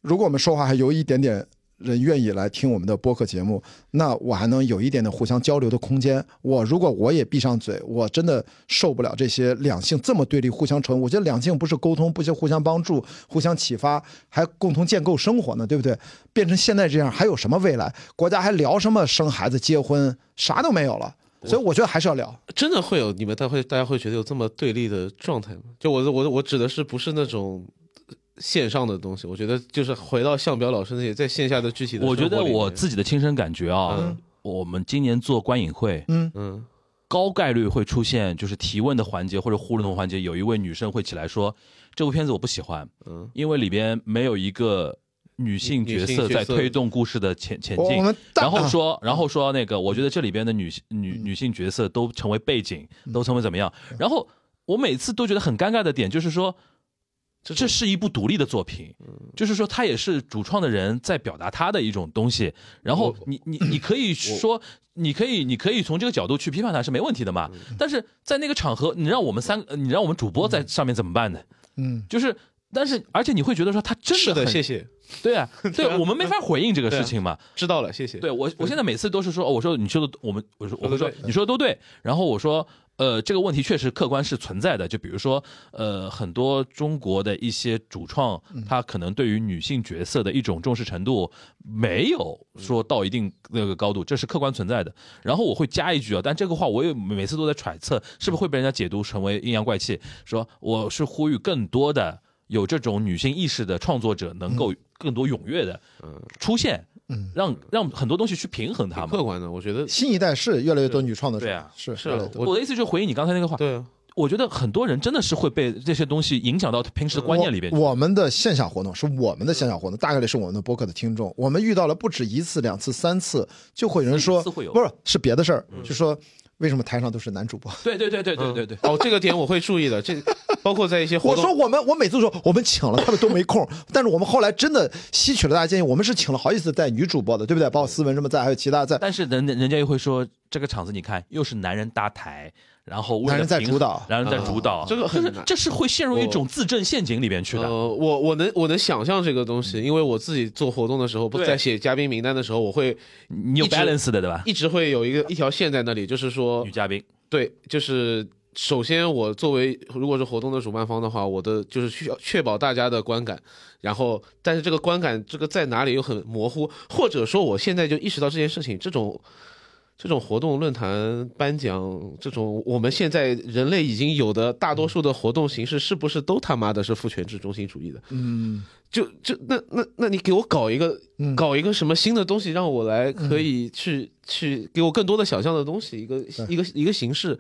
Speaker 3: 如果我们说话还有一点点。人愿意来听我们的播客节目，那我还能有一点点互相交流的空间。我如果我也闭上嘴，我真的受不了这些两性这么对立、互相仇恨。我觉得两性不是沟通，不是互相帮助、互相启发，还共同建构生活呢，对不对？变成现在这样，还有什么未来？国家还聊什么生孩子、结婚，啥都没有了。所以我觉得还是要聊。
Speaker 4: 真的会有你们大会大家会觉得有这么对立的状态吗？就我的我的我指的是不是那种线上的东西？我觉得就是回到向彪老师那些在线下的具体的生
Speaker 2: 我
Speaker 4: 活里
Speaker 2: 觉
Speaker 4: 面，
Speaker 2: 得我自己的亲身感觉啊，我们今年做观影会，
Speaker 3: 嗯
Speaker 4: 嗯
Speaker 2: 高概率会出现就是提问的环节或者互动的环节，有一位女生会起来说：“这部片子我不喜欢，
Speaker 4: 嗯，
Speaker 2: 因为里边没有一个女性角
Speaker 4: 女
Speaker 2: 色
Speaker 4: 性角
Speaker 2: 在
Speaker 4: 色
Speaker 2: 推动故事的前前
Speaker 3: 我我
Speaker 2: 进。
Speaker 3: 们”大啊
Speaker 2: 然后说，然后说那个，我觉得这里边的女性女女性角色都成为背景，都成为怎么样？
Speaker 3: 嗯
Speaker 2: 然后我每次都觉得很尴尬的点就是说，
Speaker 4: 这
Speaker 2: 这是一部独立的作品，就是说它也是主创的人在表达他的一种东西。然后你 你你可以说，你可以你可以从这个角度去批判他是没问题的嘛。
Speaker 4: 嗯
Speaker 2: 但是在那个场合，你让我们三个，你让我们主播在上面怎么办呢？
Speaker 3: 嗯，
Speaker 2: 就是。但是，而且你会觉得说他真
Speaker 4: 是的，
Speaker 2: 很
Speaker 4: 谢谢，
Speaker 2: 对 啊，对
Speaker 4: 啊
Speaker 2: 我们没法回应这个
Speaker 4: 对啊
Speaker 2: 事情嘛。
Speaker 4: 知道了，谢谢。
Speaker 2: 对我，我现在每次都是说，哦我说你说的，我们我说我会说
Speaker 4: 对对
Speaker 2: 你说的都对，然后我说。呃，这个问题确实客观是存在的。就比如说，呃，很多中国的一些主创，他可能对于女性角色的一种重视程度，没有说到一定那个高度，这是客观存在的。然后我会加一句啊，但这个话我也每次都在揣测，是不是会被人家解读成为阴阳怪气？说我是呼吁更多的有这种女性意识的创作者能够更多踊跃的出现，
Speaker 3: 嗯
Speaker 2: 让让很多东西去平衡它
Speaker 4: 挺
Speaker 2: 嘛
Speaker 4: 客。观的，我觉
Speaker 2: 啊
Speaker 4: 得
Speaker 3: 新一代是越来越多女创的，
Speaker 2: 对啊
Speaker 3: 是
Speaker 4: 是
Speaker 3: 越
Speaker 4: 啊
Speaker 3: 来越多
Speaker 4: 我
Speaker 2: 我的意思就是回应你刚才那个话，
Speaker 4: 对啊，
Speaker 2: 我觉得很多人真的是会被这些东西影响到平时的观念里边去。
Speaker 3: 我。我们的线下活动是我们的线下活动，大概率是我们的播客的听众。我们遇到了不止一次、两次、三次，就会有人说，
Speaker 2: 四次会有嗯
Speaker 3: 不是是别的事儿，就说为什么台上都是男主播？
Speaker 2: 对对对对对对
Speaker 3: 嗯
Speaker 2: 对，
Speaker 4: 哦，这个点我会注意的，这包括在一些活
Speaker 3: 我
Speaker 4: 动
Speaker 3: 说我们，我每次说我们请了，他们都没空。 但是我们后来真的吸取了大家建议，我们是请了好几次带女主播的，对不对？包括思文什么在，还有其他在。
Speaker 2: 但是人人家又会说，这个场子你看又是男人搭台，然后为了
Speaker 3: 男人在
Speaker 2: 平衡
Speaker 3: 主导嗯
Speaker 2: 男人在主导，
Speaker 4: 啊这个很
Speaker 2: 就是
Speaker 4: 难
Speaker 2: 这是会陷入一种自证陷阱里边去的。
Speaker 3: 嗯
Speaker 2: 嗯
Speaker 4: 呃，我我能我能想象这个东西，因为我自己做活动的时候，不
Speaker 2: 对
Speaker 4: 在写嘉宾名单的时候，我会
Speaker 2: 你有
Speaker 4: 一直
Speaker 2: balance 的对吧？
Speaker 4: 一直会有一个一条线在那里，就是说
Speaker 2: 女，嘉宾，
Speaker 4: 对，就是首先我作为如果是活动的主办方的话，我的就是需要确保大家的观感，然后但是这个观感这个在哪里又很模糊，或者说我现在就意识到这件事情，这种。这种活动、论坛、颁奖，这种我们现在人类已经有的大多
Speaker 2: 嗯
Speaker 4: 数的活动形式，是不是都他妈的是父权制中心主义的？
Speaker 3: 嗯，
Speaker 4: 就就那那那你给我搞一个、
Speaker 3: 嗯
Speaker 4: 搞一个什么新的东西，让我来可以去、去给我更多的想象的东西，一个一个一个形式，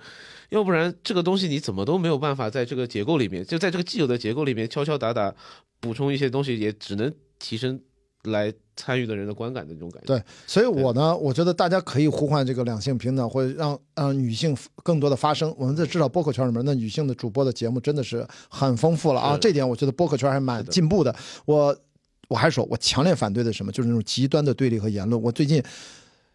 Speaker 4: 要不然这个东西你怎么都没有办法在这个结构里面，就在这个既有的结构里面敲敲打打补充一些东西，也只能提升来参与的人的观感的那种感觉。
Speaker 3: 对，所以我呢，我觉得大家可以呼唤这个两性平等，或者让让女性更多的发声。我们在至少播客圈里面，那女性的主播的节目真的是很丰富了啊，这点我觉得播客圈还蛮进步的。我我还说，我强烈反对的是什么，就是那种极端的对立和言论。我最近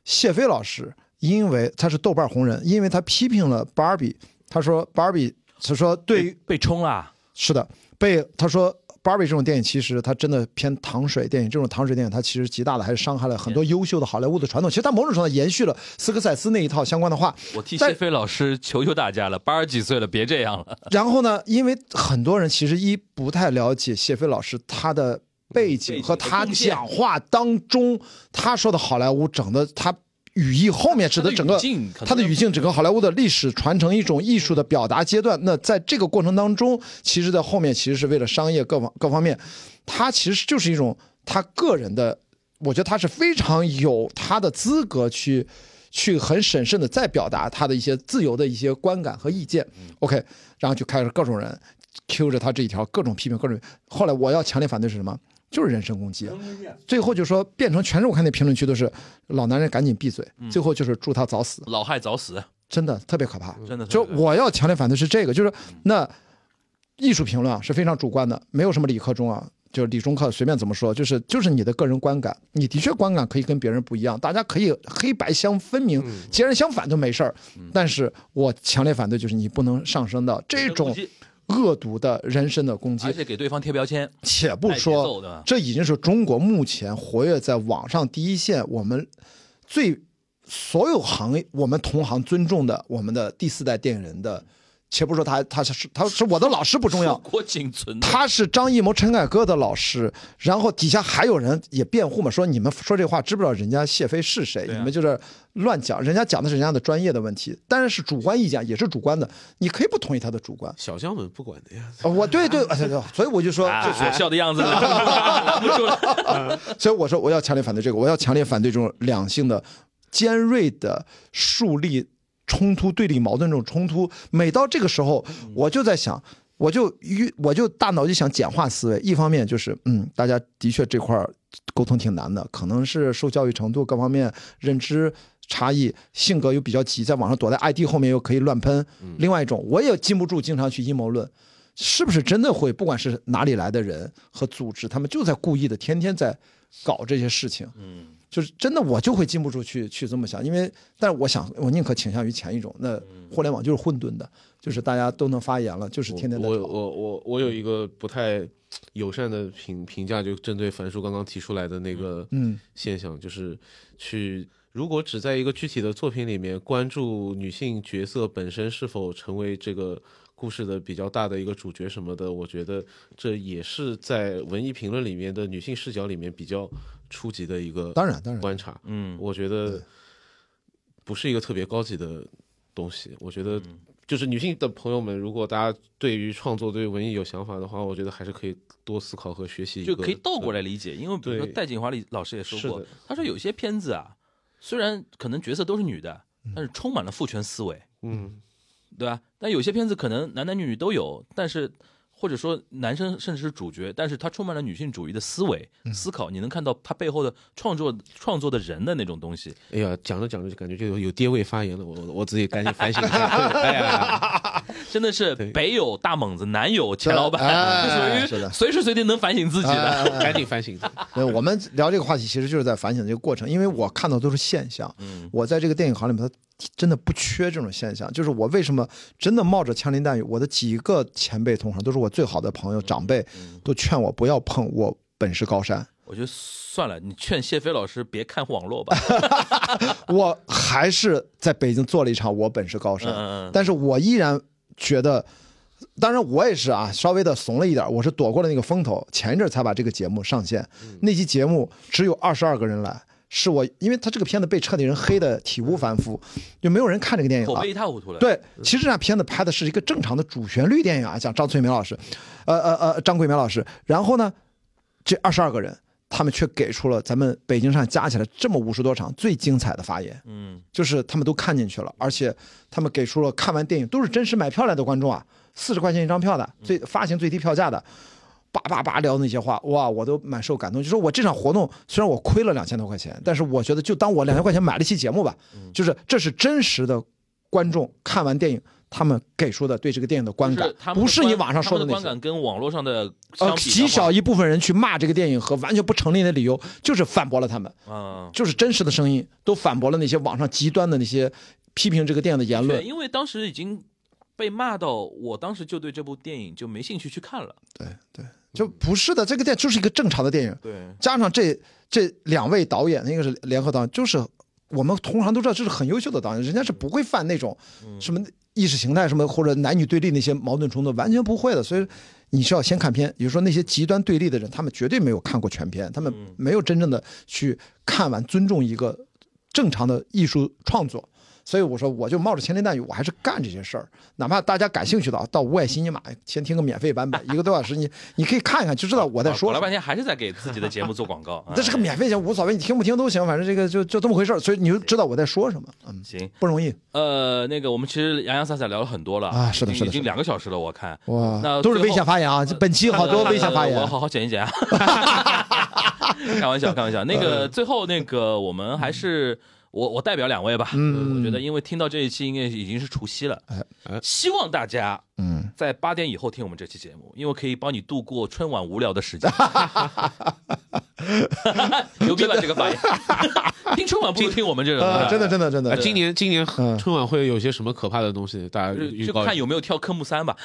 Speaker 3: 谢飞老师，因为他是豆瓣红人，因为他批评了芭比，他说芭比，他说对于
Speaker 2: 被冲啦，
Speaker 3: 是的，被他说。Barbie 这种电影其实它真的偏糖水电影，这种糖水电影它其实极大的还是伤害了很多优秀的好莱坞的传统。其实它某种程度上延续了斯科塞斯那一套相关的话。
Speaker 2: 我替
Speaker 3: 但
Speaker 2: 谢飞老师求求大家了，八十几岁了，别这样了。
Speaker 3: 然后呢，因为很多人其实一不太了解谢飞老师他的嗯背景和他讲话当中他说的好莱坞整的他语义后面指的整个
Speaker 2: 他的语境可能
Speaker 3: 他的语境整个好莱坞的历史传承一种艺术的表达阶段。那在这个过程当中，其实在后面其实是为了商业各方各方面，他其实就是一种他个人的我觉得他是非常有他的资格去去很审慎的再表达他的一些自由的一些观感和意见。OK，
Speaker 2: 嗯
Speaker 3: 然后就开始各种人 Q 着他这一条，各种批评，各种。后来我要强烈反对是什么？就是人身攻击，啊最后就说变成全是我看那评论区都是老男人赶紧闭嘴，
Speaker 5: 嗯
Speaker 3: 最后就是祝他早死，
Speaker 5: 老害早死，
Speaker 3: 真的特别可怕。
Speaker 5: 真的。
Speaker 3: 就
Speaker 5: 特别
Speaker 3: 我要强烈反对是这个，就是
Speaker 5: 嗯
Speaker 3: 那艺术评论啊是非常主观的，没有什么理科中啊，就理中客随便怎么说，就是就是你的个人观感，你的确观感可以跟别人不一样，大家可以黑白相分明，
Speaker 5: 嗯
Speaker 3: 截然相反都没事儿。但是我强烈反对就是你不能上升到这
Speaker 5: 人身攻
Speaker 3: 种
Speaker 5: 击
Speaker 3: 恶毒的人身的攻击
Speaker 5: 而，且给对方贴标签，
Speaker 3: 且不
Speaker 5: 带节奏
Speaker 3: 说
Speaker 5: 的
Speaker 3: 这已经是中国目前活跃在网上第一线，我们最所有行业，我们同行尊重的我们的第四代电影人的，且不说他他是他是我的老师不重 要，
Speaker 5: 国仅存的
Speaker 3: 他是张艺谋、陈凯歌的老师，然后底下还有人也辩护嘛，说你们说这话知不知道人家谢飞是谁？
Speaker 5: 对啊
Speaker 3: 你们就是乱讲，人家讲的是人家的专业的问题，但是是主观意见也是主观的，你可以不同意他的主观。
Speaker 4: 小将们不管的呀，
Speaker 3: 呃我对对，哎对对所以我就说，
Speaker 5: 啊，我笑的样子拦不住 了。
Speaker 3: 所以我说我要强烈反对这个，我要强烈反对这种两性的尖锐的树立冲突、对立矛盾这种冲突。每到这个时候，我就在想，我就与我就大脑就想简化思维，一方面就是嗯，大家的确这块儿沟通挺难的，可能是受教育程度各方面认知。差异，性格又比较急，在网上躲在 ID 后面又可以乱喷。另外一种，我也禁不住经常去阴谋论，是不是真的会，不管是哪里来的人和组织，他们就在故意的，天天在搞这些事情。嗯，就是真的，我就会禁不住去去这么想，因为，但是我想，我宁可倾向于前一种。那互联网就是混沌的，就是大家都能发言了，就是天天在
Speaker 4: 嗯我
Speaker 3: 吵。
Speaker 4: 我我我有一个不太友善的评评价，就针对樊叔刚刚提出来的那个
Speaker 3: 嗯
Speaker 4: 现象，就是去如果只在一个具体的作品里面关注女性角色本身是否成为这个故事的比较大的一个主角什么的，我觉得这也是在文艺评论里面的女性视角里面比较初级的一个
Speaker 3: 当然当然
Speaker 4: 观察，
Speaker 5: 嗯，
Speaker 4: 我觉得不是一个特别高级的东西。我觉得就是女性的朋友们，如果大家对于创作、对文艺有想法的话，我觉得还是可以多思考和学习一个。
Speaker 5: 就 可以倒过来理解，因为比如说
Speaker 4: 对
Speaker 5: 戴锦华里老师也说过
Speaker 4: 是的，
Speaker 5: 他说有些片子啊，虽然可能角色都是女的，但是充满了父权思维，
Speaker 4: 嗯，
Speaker 5: 对吧？但有些片子可能男男女女都有，但是或者说男生甚至是主角，但是他充满了女性主义的思维、思考，你能看到他背后的创作创作的人的那种东西。
Speaker 4: 哎呀，讲着讲着就感觉就有有爹味发言了，我我自己赶紧反省一下。 哎呀，
Speaker 5: 真的是
Speaker 4: 对
Speaker 5: 北有大猛子，南有钱老板，
Speaker 3: 哎
Speaker 5: 就属
Speaker 3: 是
Speaker 5: 于
Speaker 3: 的
Speaker 5: 随时随地能反省自己的。
Speaker 3: 哎
Speaker 4: 赶紧反省一下。
Speaker 3: 对，我们聊这个话题，其实就是在反省这个过程，因为我看到都是现象。我在这个电影行里面，它真的不缺这种现象。就是我为什么真的冒着枪林弹雨，我的几个前辈同行都是我最好的朋友长辈，都劝我不要碰我本是高山。
Speaker 5: 我觉得算了，你劝谢飞老师别看网络吧。
Speaker 3: 哎 我还是在北京做了一场我本是高
Speaker 5: 嗯
Speaker 3: 山，
Speaker 5: 嗯嗯
Speaker 3: 但是我依然觉得，当然我也是啊，稍微的怂了一点，我是躲过了那个风头，前一阵才把这个节目上线。
Speaker 5: 嗯
Speaker 3: 那期节目只有二十二个人来，是我因为他这个片子被彻底人黑的体无完肤，就没有人看这个电影
Speaker 5: 口
Speaker 3: 了
Speaker 5: 碑。一塌糊涂了。，
Speaker 3: 对，其实这场片子拍的是一个正常的主旋律电影啊，讲张翠梅老师，呃呃呃，张桂梅老师。然后呢，这二十二个人，他们却给出了咱们北京上加起来这么五十多场最精彩的发言。
Speaker 5: 嗯，
Speaker 3: 就是他们都看进去了，而且他们给出了看完电影都是真实买票来的观众啊，四十块钱一张票的，
Speaker 5: 嗯
Speaker 3: 最发行最低票价的，叭叭叭聊那些话，哇，我都蛮受感动。就说我这场活动虽然我亏了两千多块钱，但是我觉得就当我两千块钱买了期节目吧，
Speaker 5: 嗯
Speaker 3: 就是这是真实的观众看完电影他们给出的对这个电影的观
Speaker 5: 就
Speaker 3: 感
Speaker 5: 是，他们的
Speaker 3: 不是你
Speaker 5: 观
Speaker 3: 网上
Speaker 5: 他
Speaker 3: 说
Speaker 5: 们的
Speaker 3: 那
Speaker 5: 观
Speaker 3: 些
Speaker 5: 感。跟网络上的相
Speaker 3: 呃，
Speaker 5: 比的
Speaker 3: 极
Speaker 5: 话
Speaker 3: 少。一部分人去骂这个电影和完全不成立的理由，就是反驳了他们。
Speaker 5: 嗯，
Speaker 3: 就是真实的声音，都反驳了那些网上极端的那些批评这个电影的言
Speaker 5: 对，
Speaker 3: 论。
Speaker 5: 因为当时已经被骂到，我当时就对这部电影就没兴趣去看了。
Speaker 3: 对对，就不是的，这个电影就是一个正常的电影，
Speaker 5: 对，
Speaker 3: 加上这这两位导演，那个是联合导演，就是我们同行都知道这是很优秀的导演，人家是不会犯那种什么意识形态什么或者男女对立那些矛盾冲突，完全不会的。所以你是要先看片，也就是说那些极端对立的人，他们绝对没有看过全片，他们没有真正的去看完尊重一个正常的艺术创作。所以我说，我就冒着千林弹雨，我还是干这些事儿。哪怕大家感兴趣的，啊到五百西尼玛先听个免费版本，一个多小时，你你可以看一看，就知道我在说
Speaker 2: 搞了
Speaker 3: 什么，
Speaker 2: 半。天还是在给自己的节目做广告
Speaker 5: 啊
Speaker 3: 这是个免费节目，无所谓，你听不听都行，反正这个就就这么回事儿，所以你就知道我在说什么。嗯，
Speaker 2: 行。
Speaker 3: 不容易
Speaker 2: 呃，那个我们其实洋洋洒洒聊了很多了
Speaker 3: 啊是的
Speaker 2: 已经
Speaker 3: 是的
Speaker 2: 已
Speaker 3: 是
Speaker 2: 经
Speaker 3: 的
Speaker 2: 两个小时了，我看
Speaker 3: 哇
Speaker 2: 那，
Speaker 3: 都是
Speaker 2: 最
Speaker 3: 危
Speaker 2: 后
Speaker 3: 险发言啊！这本期好多危险发
Speaker 2: 呃我
Speaker 3: 言，
Speaker 2: 好好剪一剪啊。 开玩笑，开玩笑。那
Speaker 3: 嗯
Speaker 2: 个最后那个，我们还是我我代表两位吧。
Speaker 3: 嗯
Speaker 2: 我觉得因为听到这一期应该已经是除夕了
Speaker 3: 哎
Speaker 4: 哎，
Speaker 2: 希望大家
Speaker 3: 嗯，
Speaker 2: 在八点以后听我们这期节目，因为可以帮你度过春晚无聊的 时间。牛逼吧这个发 言？听春晚不如听我们这
Speaker 3: 啊，
Speaker 2: 个，
Speaker 3: 真的真的真
Speaker 2: 呃
Speaker 4: 啊，
Speaker 3: 的，
Speaker 4: 今年今年
Speaker 3: 嗯
Speaker 4: 春晚会有些什么可怕的东西？大家
Speaker 2: 就
Speaker 4: 预
Speaker 2: 就
Speaker 4: 告一下
Speaker 2: 看有没有跳科目三吧。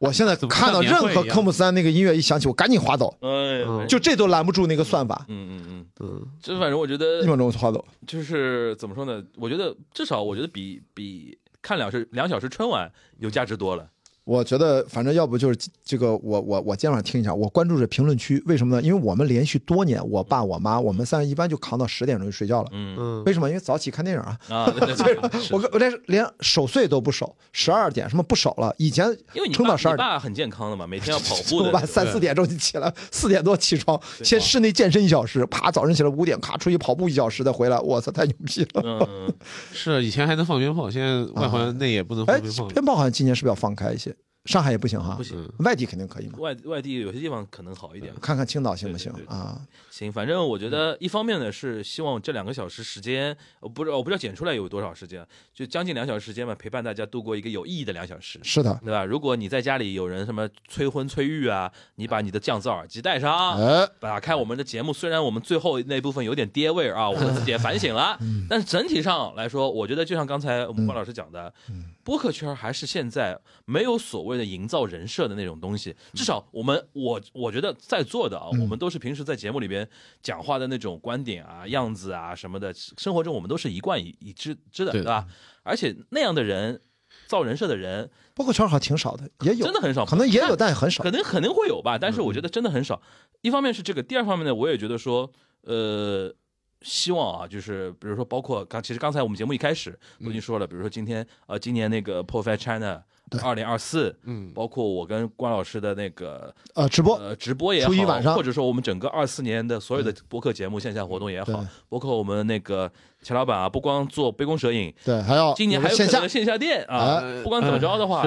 Speaker 3: 我现在看到任何科目三那个音乐一响起，我赶紧滑走，
Speaker 2: 哎，
Speaker 4: 嗯
Speaker 3: 就这都拦不住那个算法，
Speaker 2: 嗯嗯嗯
Speaker 4: 嗯，
Speaker 2: 这反正我觉得
Speaker 3: 一秒钟我就滑走。
Speaker 2: 就是怎么说呢？我觉得至少我觉得比比看两小时两小时春晚有价值多了。
Speaker 3: 我觉得反正要不就是这个，我我我今天晚上听一下，我关注着评论区，为什么呢？因为我们连续多年，我爸我妈我们三人一般就扛到十点钟就睡觉了，
Speaker 2: 嗯
Speaker 4: 嗯
Speaker 3: 为什么？因为早起看电影啊。
Speaker 2: 啊，对对对 是
Speaker 3: 我我连连守岁都不守，十二点什么不守了。以前
Speaker 2: 因为你
Speaker 3: 撑到
Speaker 2: 爸
Speaker 3: 十二
Speaker 2: 你
Speaker 3: 点，
Speaker 2: 爸很健康的嘛，每天要跑 步
Speaker 3: 我
Speaker 2: 的。
Speaker 3: 爸
Speaker 2: 对哦
Speaker 3: 三四点钟就起来，四点多起床，先室内健身一小时，啪早上起来五点，咔出去跑步一小时再回来，我操，太牛逼了！
Speaker 2: 嗯，
Speaker 4: 是啊以前还能放鞭炮，现在外环内也不能
Speaker 3: 哎
Speaker 4: 放鞭炮，了。
Speaker 3: 鞭炮好像今年是不是要放开一些？上海也不行哈，
Speaker 2: 不行，
Speaker 3: 外地肯定可以嘛。
Speaker 2: 外外地有些地方可能好一点。
Speaker 3: 看看青岛行不行
Speaker 2: 对对对
Speaker 3: 啊？
Speaker 2: 行，反正我觉得
Speaker 3: 嗯
Speaker 2: 一方面呢是希望这两个小时时间，我不知道我不知道剪出来有多少时间，就将近两小时时间吧，陪伴大家度过一个有意义的两小时。
Speaker 3: 是的，
Speaker 2: 对吧？如果你在家里有人什么催婚催育啊，你把你的降噪耳机戴上，啊
Speaker 3: 哎，
Speaker 2: 打开我们的节目，虽然我们最后那部分有点跌味儿啊，我们自己也反省了，
Speaker 3: 嗯
Speaker 2: 但是整体上来说，我觉得就像刚才我们关老师讲的，
Speaker 3: 嗯
Speaker 2: 播客圈还是现在没有所谓的营造人设的那种东西。至少我们我我觉得在座的啊，我们
Speaker 3: 嗯
Speaker 2: 都是平时在节目里边讲话的那种观点啊、样子啊什么的，生活中我们都是一贯一一致知的，
Speaker 4: 对
Speaker 2: 对吧？
Speaker 3: 嗯
Speaker 2: 而且那样的人。造人设的人
Speaker 3: 包括圈好像挺少的，也有，
Speaker 2: 真的很少，
Speaker 3: 可能也
Speaker 2: 但
Speaker 3: 有，但很少嗯
Speaker 2: 可。能可能会有吧，但是我觉得真的很少。一方面是这个，第二方面呢，我也觉得说，呃，希望啊，就是比如说，包括刚其实刚才我们节目一开始
Speaker 3: 嗯
Speaker 2: 都已经说了，比如说今天呃，今年那个 Profile China 二零二四，
Speaker 4: 嗯
Speaker 2: 包括我跟关老师的那个
Speaker 3: 呃，直播
Speaker 2: 呃直播也好，
Speaker 3: 初一晚上嗯
Speaker 2: 或者说我们整个二四年的所有的播客节目、线下活动也好
Speaker 3: 对，
Speaker 2: 包括我们那个钱老板啊，不光做杯弓蛇影，
Speaker 3: 对，还要
Speaker 2: 今年
Speaker 3: 有个
Speaker 2: 哦还有可
Speaker 3: 线下
Speaker 2: 能线下店啊，不管怎么着的话，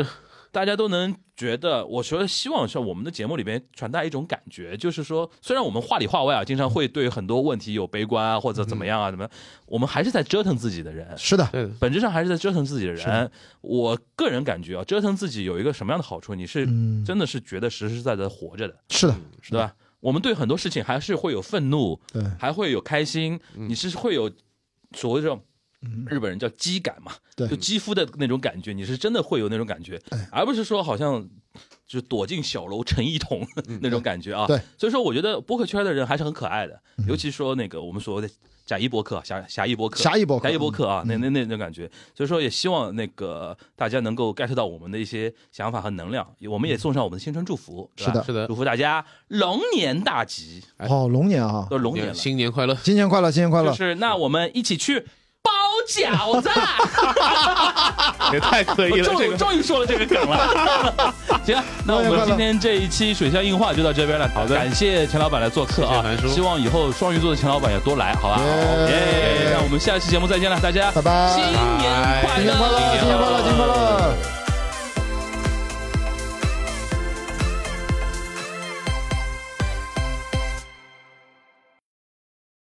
Speaker 2: 大家都能觉得，我觉得希望像我们的节目里边传达一种感觉，就是说，虽然我们话里话外啊，经常会对很多问题有悲观啊，或者怎么样啊，怎么样，我们还是在折腾自己的人。
Speaker 3: 是的，
Speaker 4: 对的，
Speaker 2: 本质上还是在折腾自己的人
Speaker 3: 的。
Speaker 2: 我个人感觉啊，折腾自己有一个什么样的好处？你是真的是觉得实实在在地活着的，
Speaker 3: 嗯是的，是
Speaker 2: 对
Speaker 3: 的，
Speaker 2: 吧？我们对很多事情还是会有愤怒，
Speaker 3: 对，
Speaker 2: 还会有开心，
Speaker 3: 嗯
Speaker 2: 你是会有所谓这种。日本人叫肌感嘛，
Speaker 3: 对哎
Speaker 2: 就肌肤的那种感觉，你是真的会有那种感觉，而不是说好像就躲进小楼成一统那种感觉啊。
Speaker 3: 嗯对，嗯
Speaker 2: 所以说我觉得播客圈的人还是很可爱的，尤其说那个我们所谓的假一博客、侠侠义博客、
Speaker 3: 侠义博客嗯
Speaker 2: 侠义博客啊，那那那种感觉。所以说也希望那个大家能够 get 到我们的一些想法和能量，我们也送上我们的新春祝福，对吧
Speaker 3: 嗯是的
Speaker 4: 是的
Speaker 2: 祝福大家龙年大吉，
Speaker 3: 哦，龙年啊，
Speaker 2: 都龙年了。
Speaker 4: 新年快乐！
Speaker 3: 新年快乐，新年快乐
Speaker 2: 就！是那我们一起去包饺子，啊
Speaker 4: 也太可
Speaker 2: 我终于终于说了这个梗 了。行， 那我们今天这一期水乡硬化就到这边了。好的，感谢钱老板来做客啊
Speaker 4: 谢谢樊，叔
Speaker 2: 希望以后双鱼座的钱老板也多来，好吧？哎耶，那我们下期节目再见了，大家
Speaker 3: 拜拜
Speaker 2: 新年快乐，
Speaker 3: 新年快乐，新年快乐，新年快乐！